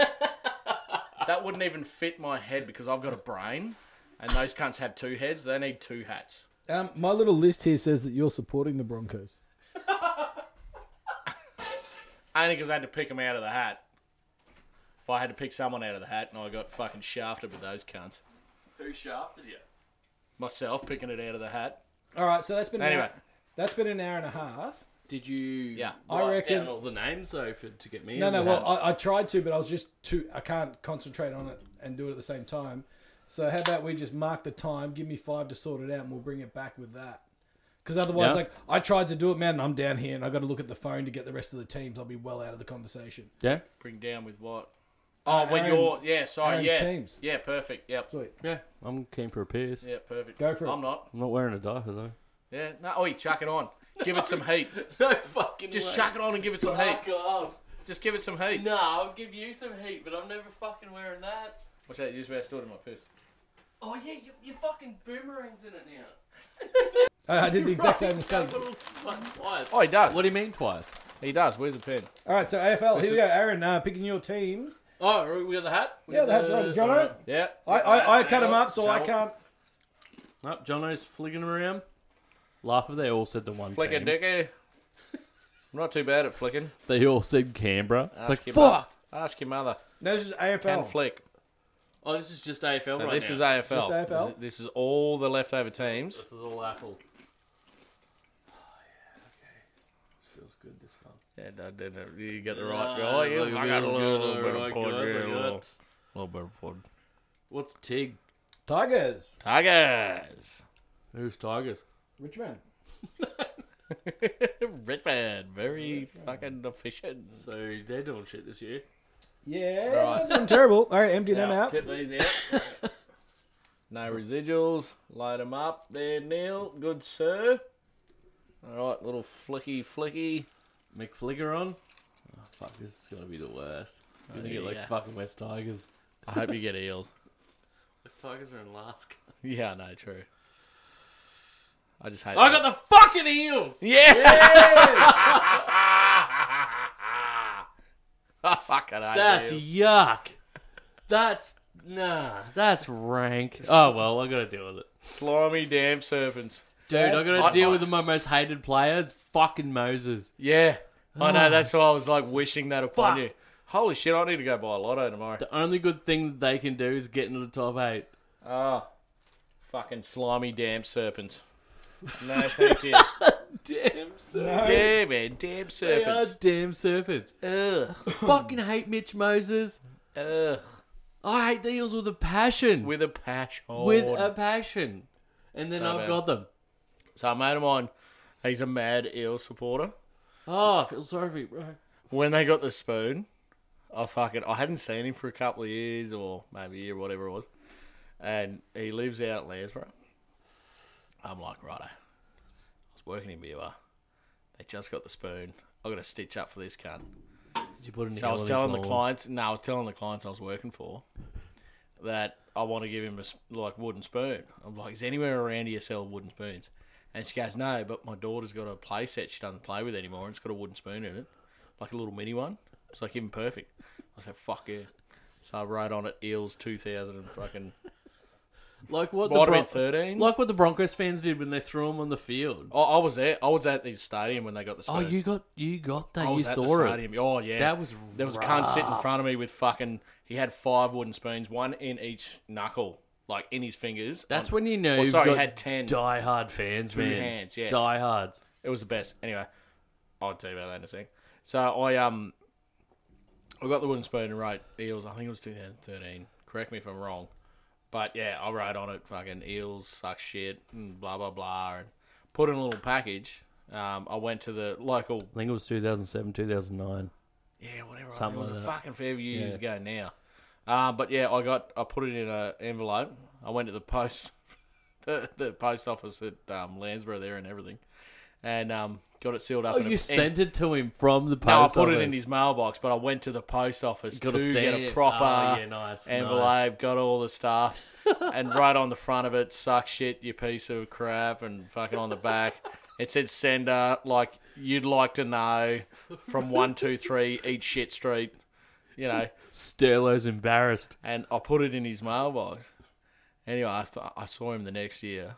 S3: that wouldn't even fit my head because I've got a brain, and those cunts have two heads. They need two hats.
S5: Um, my little list here says that you're supporting the Broncos.
S3: Only because I had to pick them out of the hat. Well, I had to pick someone out of the hat, and I got fucking shafted with those cunts.
S8: Who shafted you?
S3: Myself picking it out of the hat.
S5: All right, so that's been an
S3: Anyway.
S5: hour, that's been an hour and a half.
S8: Did you? Yeah,
S5: I reckon-
S8: down all the names though for to get me.
S5: No,
S8: in
S5: no.
S8: the
S5: Well,
S8: hat?
S5: I, I tried to, but I was just too. I can't concentrate on it and do it at the same time. So how about we just mark the time? Give me five to sort it out, and we'll bring it back with that. Because otherwise,
S8: Yeah.
S5: like I tried to do it, man, and I'm down here, and I got to look at the phone to get the rest of the teams. I'll be well out of the conversation.
S8: yeah.
S3: Bring down with what? Oh,
S5: Uh,
S3: when
S5: Aaron-
S3: you're yeah, sorry,
S5: Aaron's
S3: yeah,
S5: teams.
S3: yeah, perfect, yep,
S8: Yeah, I'm keen for a piss.
S3: yeah, perfect.
S5: Go for it.
S3: I'm not.
S8: I'm not wearing a diaper though.
S3: Yeah, no. Oh, chuck it on. Give it some heat.
S8: No fucking.
S3: Just chuck it on and give it some heat. Just give it some heat.
S8: No, I'll give you some heat, but I'm never fucking wearing that.
S3: Watch out, you just where I stored in my piss.
S8: Oh yeah, you, your fucking boomerang's in it now.
S5: I, I did the exact same mistake.
S3: Oh, he does.
S8: What do you mean twice?
S3: He does. Where's the pen?
S5: All right, so AFL. Here we go, Aaron. Uh, picking your teams.
S8: Oh, we got the hat. We
S5: Yeah,
S8: got
S5: that's right, Jono.
S8: alright.
S3: Yeah. uh,
S5: I, I, I cut them up, so I
S8: Shovel.
S5: can't.
S8: Oh, Jono's flicking them around. Laugh if they all said the one
S3: Flick a
S8: team.
S3: dicky. I'm not too bad at flicking.
S8: They all said Canberra. It's
S3: Ask
S8: like
S3: your
S8: fuck.
S3: Mother. Ask your mother.
S5: No, this is
S3: Can
S5: AFL.
S3: flick.
S8: Oh, this is just AFL
S3: So
S8: right
S3: this
S8: now.
S3: is AFL.
S5: Just AFL?
S3: This, this is all the leftover teams.
S8: This is all
S5: Oh,
S8: AFL. Feels good this one.
S3: Yeah, no, no, no, you get the right guy. Yeah, I got a little, little bit of pod. yeah, a little, little bit of pod.
S8: What's Tig?
S5: Tigers.
S3: Tigers.
S8: Who's Tigers?
S5: Richmond.
S3: Redman, very fucking efficient.
S8: So they're doing shit this year.
S5: Yeah. doing terrible. All right, empty them
S3: Now,
S5: out.
S3: Tip these out. no residuals. Load them up there, Neil. Good sir. All right, little flicky flicky.
S8: McFlicker on. Oh, fuck, this is gonna be the worst. I'm gonna
S3: Oh,
S8: get like
S3: yeah.
S8: fucking West Tigers.
S3: I hope you get eels.
S8: West Tigers are in last.
S3: Yeah, no, true. I just hate.
S8: I got the fucking eels.
S3: Yeah. I fucking hate
S8: That's
S3: eels.
S8: yuck. That's nah. That's rank. Oh well, I gotta deal with it,
S3: slimy damn serpents.
S8: dude. I gotta
S3: That's-
S8: deal with my most hated player. It's fucking Moses.
S3: Yeah, I know. That's why I was like wishing that upon
S8: Oh. Fuck.
S3: you. Holy shit! I need to go buy a lotto tomorrow.
S8: The only good thing that they can do is get into the top eight.
S3: Ah, fucking slimy damn serpents. No, thank you.
S8: Damn serpents.
S3: yeah, man, damn
S8: They are
S3: serpents.
S8: damn serpents.
S3: Ugh,
S8: fucking hate Mitch Moses.
S3: ugh,
S8: I hate the Eels with a passion.
S3: with a passion.
S8: with a passion. And then
S3: So
S8: I've
S3: bad.
S8: got them.
S3: so a mate of mine, he's a mad eel supporter.
S8: Oh, I feel sorry for you, bro.
S3: When they got the spoon, I fucking I hadn't seen him for a couple of years or maybe a year, whatever it was, and he lives out at Lansborough. I'm like, righto, I was working in Beaver. They just got the spoon. I got to stitch up for this cunt.
S8: Did you put an
S3: So I
S8: eel
S3: was
S8: on his
S3: telling the
S8: lawn?
S3: clients, no, I was telling the clients I was working for that I want to give him a s- like wooden spoon. I'm like, is anywhere around here sell wooden spoons? And she goes, no, but my daughter's got a play set she doesn't play with anymore, and it's got a wooden spoon in it, like a little mini one. It's like even perfect. I said, fuck yeah. So I wrote on it eels 2000 and fucking
S8: Like what
S3: Might
S8: the
S3: have been
S8: Bron-
S3: 13.
S8: Like what the Broncos fans did when they threw him on the field.
S3: I, I was there. I was at the stadium when they got the.
S8: Oh,
S3: Spurs.
S8: you got you got that.
S3: I
S8: You
S3: was at
S8: saw
S3: the
S8: it.
S3: stadium. Oh yeah,
S8: That was
S3: there was a cunt sitting in
S8: rough.
S3: front of me with fucking. He had five wooden spoons, one in each knuckle, like in his fingers.
S8: That's
S3: on-
S8: when you know
S3: Well,
S8: you've
S3: sorry,
S8: got
S3: he had ten.
S8: diehard fans,
S3: two
S8: man.
S3: hands, yeah,
S8: Diehards.
S3: It was the best. Anyway, I'll tell you about that in a sec. So I um, I got the wooden spoon and wrote eels. I think it was 2013. Correct me if I'm wrong, but yeah, I wrote on it fucking eels suck shit and blah blah blah and put in a little package. Um, I went to the local
S8: I think it was 2007, 2009.
S3: yeah, whatever.
S8: Something
S3: it was
S8: like
S3: a
S8: that.
S3: fucking fair few years
S8: Yeah.
S3: ago now. Uh, but yeah, I got I put it in a envelope. I went to the post, the, the post office at um, Landsborough there and everything, and um, got it sealed up.
S8: Oh,
S3: in a-
S8: you
S3: in-
S8: sent it to him from the post
S3: no, I put it in
S8: office.
S3: his mailbox, but I went to the post office
S8: Got
S3: to
S8: a
S3: get a
S8: stamp.
S3: proper
S8: Oh, yeah, nice,
S3: envelope. Got all the stuff, and right on the front of it, suck shit, you piece of crap, and fucking on the back, it said sender like you'd like to know from one two three eat shit street, you know.
S8: Sterlo's embarrassed.
S3: And I put it in his mailbox. Anyway, I, th- I saw him the next year.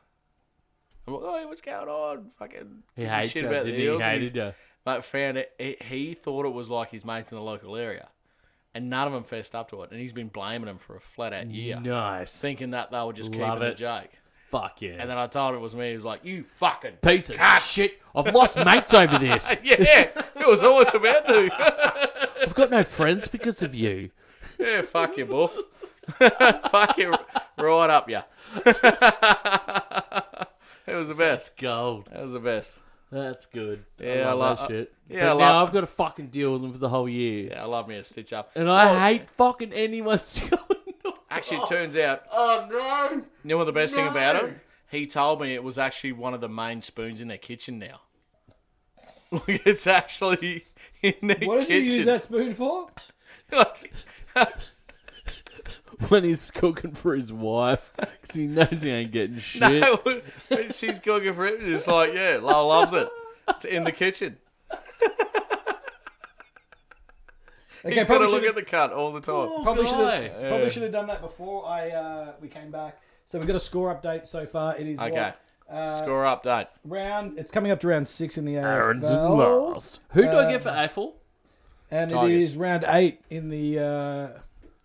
S3: I'm like, oh, what's going on? Fucking
S8: He
S3: give a
S8: hates
S3: shit
S8: you,
S3: about the
S8: didn't he? He
S3: Eels. And
S8: hated
S3: he's-
S8: you.
S3: But found it, he, he thought it was like his mates in the local area, and none of them fessed up to it. And he's been blaming them for a flat out year.
S8: Nice.
S3: thinking that they were just
S8: Love
S3: keeping
S8: it.
S3: the joke.
S8: Fuck yeah.
S3: And then I told him it was me. He was like, "You fucking
S8: Piece of
S3: cunt."
S8: shit. I've lost mates over this.
S3: yeah, it was always about to.
S8: I've got no friends because of you.
S3: Yeah, fuck you, buff. fuck you, right up ya. it was the best.
S8: That's gold.
S3: That was the best.
S8: That's good.
S3: Yeah,
S8: I
S3: I
S8: love
S3: lo-
S8: that shit.
S3: yeah,
S8: but
S3: I
S8: now
S3: love-
S8: I've got to fucking deal with them for the whole year.
S3: Yeah, I love me a stitch up.
S8: And I
S3: Well,
S8: hate fucking anyone still.
S3: Actually, it turns out,
S8: Oh no!
S3: you know what the best thing
S8: No.
S3: about it? He told me it was actually one of the main spoons in their kitchen now. Like, it's actually in their
S5: What did
S3: kitchen.
S5: you use that spoon for?
S8: When he's cooking for his wife, because he knows he ain't getting shit.
S3: No, when she's cooking for him. It's like, yeah, Lyle loves it. It's in the kitchen.
S5: Okay,
S3: He's got to
S5: probably
S3: look
S5: should've- Oh.
S3: at the cut all the time.
S5: Probably should have
S3: Yeah.
S5: probably should have done that before I uh, we came back. So we've got a score update so far. It is what,
S3: Okay.
S5: uh,
S3: Score update.
S5: round. It's coming up to round six in the AFL.
S8: Aaron's last. Who do I get
S5: um,
S8: for AFL?
S5: And it
S8: Tigers.
S5: is round eight in the. Uh,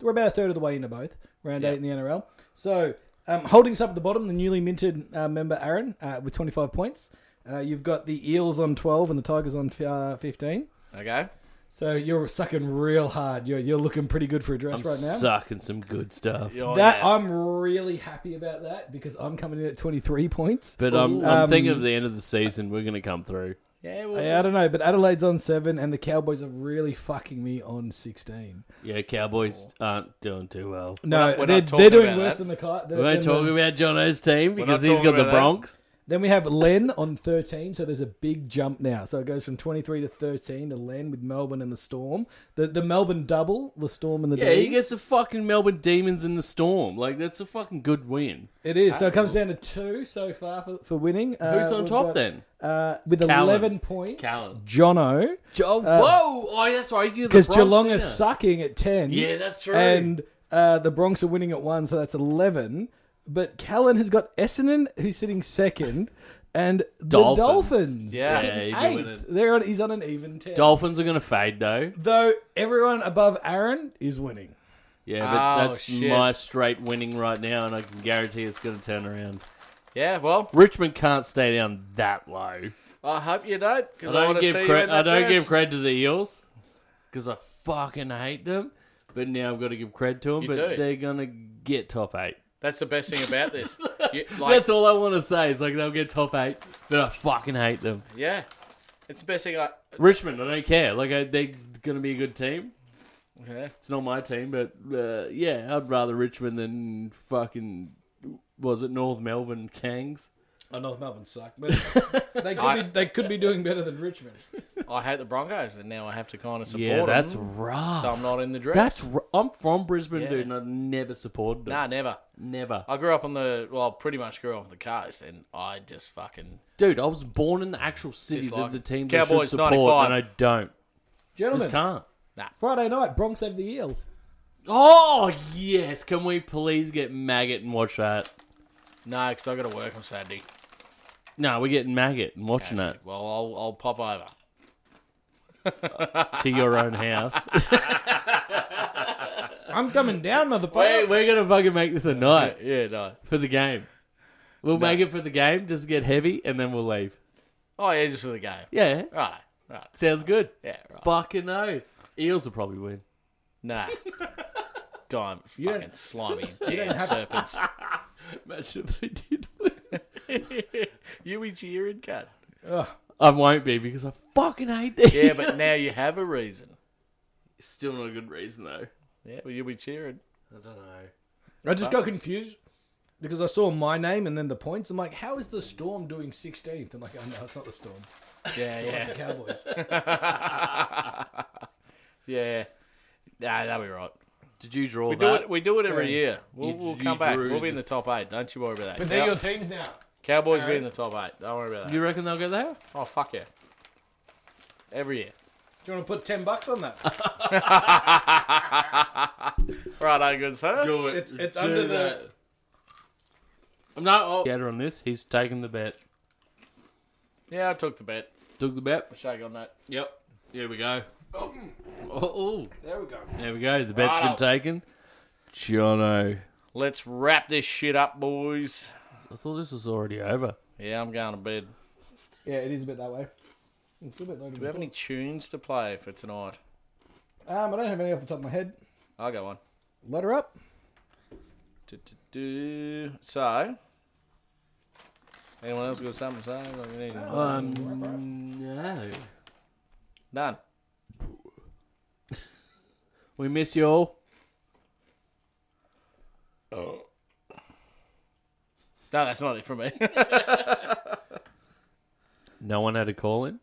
S5: we're about a third of the way into both round eight in the NRL. So um, holding us up at the bottom, the newly minted uh, member Aaron uh, with 25 points. Uh, you've got the Eels on 12 and the Tigers on uh, 15.
S3: Okay.
S5: So you're sucking real hard. You're you're looking pretty good for a dress
S8: I'm
S5: right now.
S8: sucking some good stuff.
S3: Oh,
S5: that I'm really happy about that because I'm coming in at 23 points.
S8: But I'm, I'm
S5: Um,
S8: thinking of the end of the season, we're going to come through.
S3: Yeah,
S5: I, I don't know, but Adelaide's on seven, and the Cowboys are really fucking me on 16.
S8: Yeah, Cowboys aren't doing too well.
S5: No, they're, they're doing worse than the Cart.
S8: We're not talking
S5: um,
S8: about Jono's team
S5: We're not
S8: because he's
S5: talking
S8: got the
S5: about that.
S8: Bronx.
S5: Then we have Len on 13, so there's a big jump now. So it goes from 23 to 13 to Len with Melbourne and the Storm. The the Melbourne double, the Storm and the
S8: Yeah, he
S5: D's.
S8: gets the fucking Melbourne Demons in the storm. Like that's a fucking good win.
S5: It is. So it comes down to two so far for, for winning.
S8: Uh, Who's on
S5: we've
S8: top then?
S5: Uh, with
S8: Callum.
S5: 11 points,
S8: Callum.
S5: Jono.
S8: Oh,
S5: Uh,
S8: whoa! Oh, that's right. you
S5: Because Geelong is sucking at 10.
S8: Yeah, that's true.
S5: And uh, the Bronx are winning at 1, so that's 11. But Callan has got Essendon, who's sitting second, and
S8: Dolphins.
S5: the Dolphins.
S8: Yeah,
S5: sitting
S8: you can win
S5: eighth. They're on, he's on an even 10.
S8: Dolphins are going to fade though.
S5: Though everyone above Aaron is winning.
S8: Yeah, but
S3: Oh,
S8: that's
S3: shit.
S8: my straight winning right now, and I can guarantee it's going to turn around.
S3: Yeah, well,
S8: Richmond can't stay down that low.
S3: I hope you don't.
S8: I
S3: 'cause I,
S8: don't
S3: wanna
S8: give
S3: see you
S8: credit.
S3: in
S8: I
S3: that
S8: don't
S3: dress.
S8: give credit to the Eels because I fucking hate them. But now I've got to give credit to them.
S3: You
S8: but
S3: do.
S8: they're gonna get top eight.
S3: That's the best thing about this. You- like,
S8: That's all I want to say. It's like they'll get top eight, but I fucking hate them.
S3: yeah, it's the best thing. I
S8: Richmond, I don't care. Like I, they're gonna be a good team.
S3: yeah.
S8: It's not my team, but uh, yeah, I'd rather Richmond than fucking was it North Melbourne Kangs.
S5: I know Melbourne suck, but they could, be, they could be doing better than Richmond.
S3: I hate the Broncos, and now I have to kind of support
S8: Yeah, that's
S3: them,
S8: rough.
S3: Mm. So I'm not in the dress.
S8: That's r- I'm from Brisbane,
S3: Yeah.
S8: dude, and I've never supported them.
S3: nah, never,
S8: never.
S3: I grew up on the well, pretty much grew up on the coast, and I just fucking
S8: Dude, I was born in the actual city
S3: Dislike
S8: that the
S3: it.
S8: team
S3: Cowboys,
S8: should support,
S3: 95.
S8: and I don't.
S5: Gentlemen,
S8: Just can't.
S5: Friday night, Bronx over the Eels.
S8: Oh yes, can we please get maggot and watch that?
S3: No, because I've got to work on Saturday.
S8: No, we're getting maggot and watching that
S3: Well, I'll, I'll pop over.
S8: to your own house.
S5: I'm coming down,
S8: We're,
S5: motherfucker.
S8: we're gonna fucking make this a night.
S3: Yeah, nice
S8: for the game. We'll make it for the game, just get heavy, and then we'll leave.
S3: Oh, yeah, just for the game.
S8: Yeah.
S3: Right, right.
S8: Sounds good.
S3: Yeah, right.
S8: Fucking no. Eels will probably win.
S3: Nah. Dime fucking slimy
S8: you don't
S3: damn
S8: have-
S3: serpents.
S8: Imagine if they did
S3: win. you be cheering, cut.
S8: I won't be because I fucking hate this.
S3: Yeah, but now you have a reason.
S8: Still not a good reason though.
S3: Yeah, well, you'll be cheering.
S8: I don't know.
S5: I just got confused because I saw my name and then the points. I'm like, how is the Storm doing 16th? I'm like, oh no, it's not the Storm.
S3: Yeah,
S5: It's
S3: yeah.
S5: the Cowboys.
S3: yeah. Nah, that'll be right.
S13: Did you draw
S3: we
S13: that?
S3: Do it, we do it every
S13: Yeah.
S3: year. We'll,
S13: You-
S3: we'll
S13: you
S3: come back.
S13: drew
S3: We'll be
S13: the-
S3: in the top eight. Don't you worry about that.
S5: But they're
S3: Cow-
S5: your teams now.
S3: Cowboys
S5: All
S3: be
S5: right.
S3: in the top eight. Don't worry about that.
S8: You reckon they'll get there?
S3: Oh, fuck yeah. Every year.
S5: Do you want to put 10 bucks on that?
S3: Righto, good sir.
S8: Do it.
S5: It's- it's Do under the-
S8: No, oh. Gator on this. He's taking the bet.
S3: Yeah, I took the bet.
S8: Took the bet.
S3: I'll shake on that.
S8: Yep. Here we go.
S7: Oh,
S8: Oh,
S7: there we go.
S8: There we go. The bet's
S3: Righto.
S8: been taken. Jono.
S3: Let's wrap this shit up, boys.
S8: I thought this was already over.
S3: Yeah, I'm going to bed.
S5: Yeah, it is a bit that way. It's a bit like
S3: Do we have any tunes to play for tonight?
S5: Um, I don't have any off the top of my head.
S3: I'll go on.
S5: Let her up.
S3: Du-du-du. So, anyone else got something to say? Like, we need-
S8: Uh, Um, no.
S3: None.
S8: We miss you all.
S3: No, that's not it for me.
S8: No one had a call in?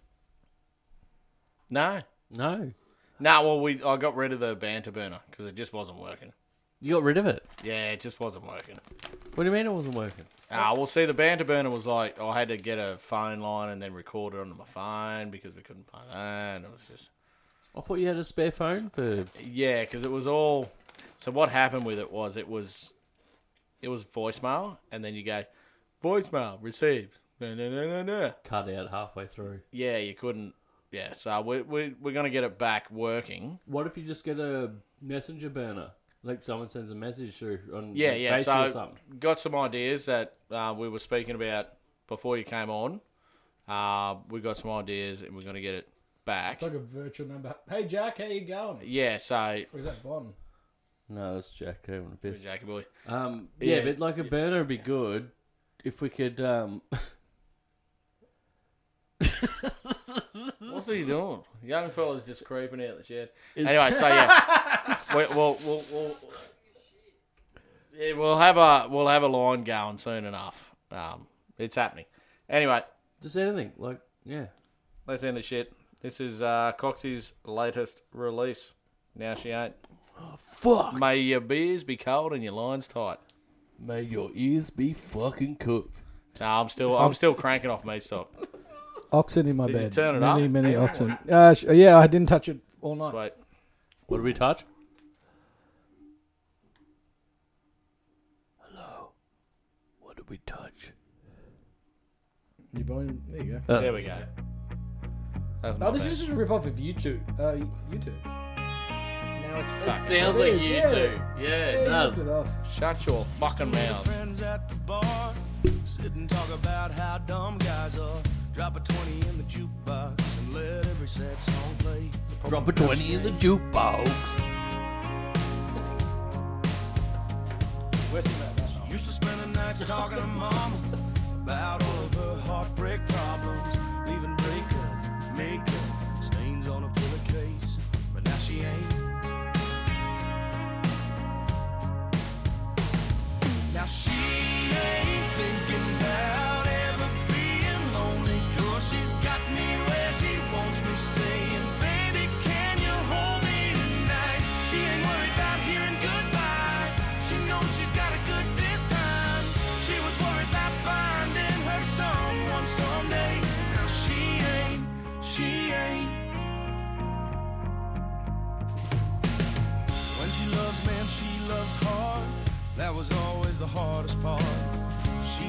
S3: no.
S8: No.
S3: Nah, well, we I got rid of the banter burner because it just wasn't working.
S8: You got rid of it.
S3: Yeah, it just wasn't working.
S8: What do you mean it wasn't working?
S3: Ah, well, see, the banter burner was like I had to get a phone line and then record it onto my phone because we couldn't play that. And it was just
S8: I thought you had a spare phone for.
S3: yeah, because it was all. So what happened with it was it was, it was voicemail, and then you go, voicemail received. No, no, no, no, no.
S8: Cut out halfway through.
S3: Yeah, you couldn't. Yeah, so we we we're gonna get it back working.
S8: What if you just get a messenger burner? Like someone sends a message through on
S3: Yeah,
S8: like,
S3: yeah.
S8: Facebook
S3: So
S8: or something.
S3: got some ideas that uh, we were speaking about before you came on. Uh, we got some ideas, and we're going to get it back.
S5: It's like a virtual number. Hey, Jack, how you going?
S3: Yeah. So
S5: Or is that Bon?
S8: No, that's Jack. I want to piss.
S3: Jackie boy.
S8: Um, yeah,
S3: Yeah.
S8: but like a burner would be good if we could. Um,
S3: What are you doing? Young fella's just creeping out the shed.
S8: It's-
S3: Anyway, so yeah, we, we'll, we'll, we'll, yeah, we'll have a we'll have a line going soon enough. Um, it's happening. Anyway,
S8: just anything like yeah.
S3: Let's end the shit. This is uh, Coxie's latest release. Now she ain't. Oh,
S8: fuck.
S3: May your beers be cold and your lines tight.
S8: May your ears be fucking cooked.
S3: No, I'm still I'm still cranking off meat stock.
S5: Oxen in my
S3: Did you
S5: bed.
S3: turn it
S5: many,
S3: up?
S5: many oxen. Uh, sh- yeah, I didn't touch it all night.
S3: Sweet.
S8: What did we touch? What did we touch?
S5: Your volume. There you go.
S8: Uh,
S3: There we go. That was my
S5: Oh, this
S3: bad.
S5: is just a rip off of YouTube. Uh, YouTube.
S3: Now it's
S8: It
S3: fucked.
S8: sounds like you two. Yeah, it does.
S3: Shut your fucking mouth.
S14: Friends at the bar, sit and talk about how dumb guys are. Drop a 20 in the jukebox and let every sad song play.
S8: Drop a 20 in the jukebox.
S14: Used to spending nights talking to mama about all of her heartbreak problems, leaving breakup, makeup, stains on a pillowcase, but now she ain't. Now she ain't thinking about ever being lonely, cause she's got me where she wants me, saying, Baby, can you hold me tonight? She ain't worried about hearing goodbye. She knows she's got it good this time. She was worried about finding her someone someday. Now she ain't, she ain't. When she loves man, she loves hard. That was always the hardest part. She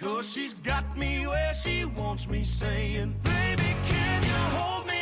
S14: Cause she's got me where she wants me saying, Baby, can you hold me?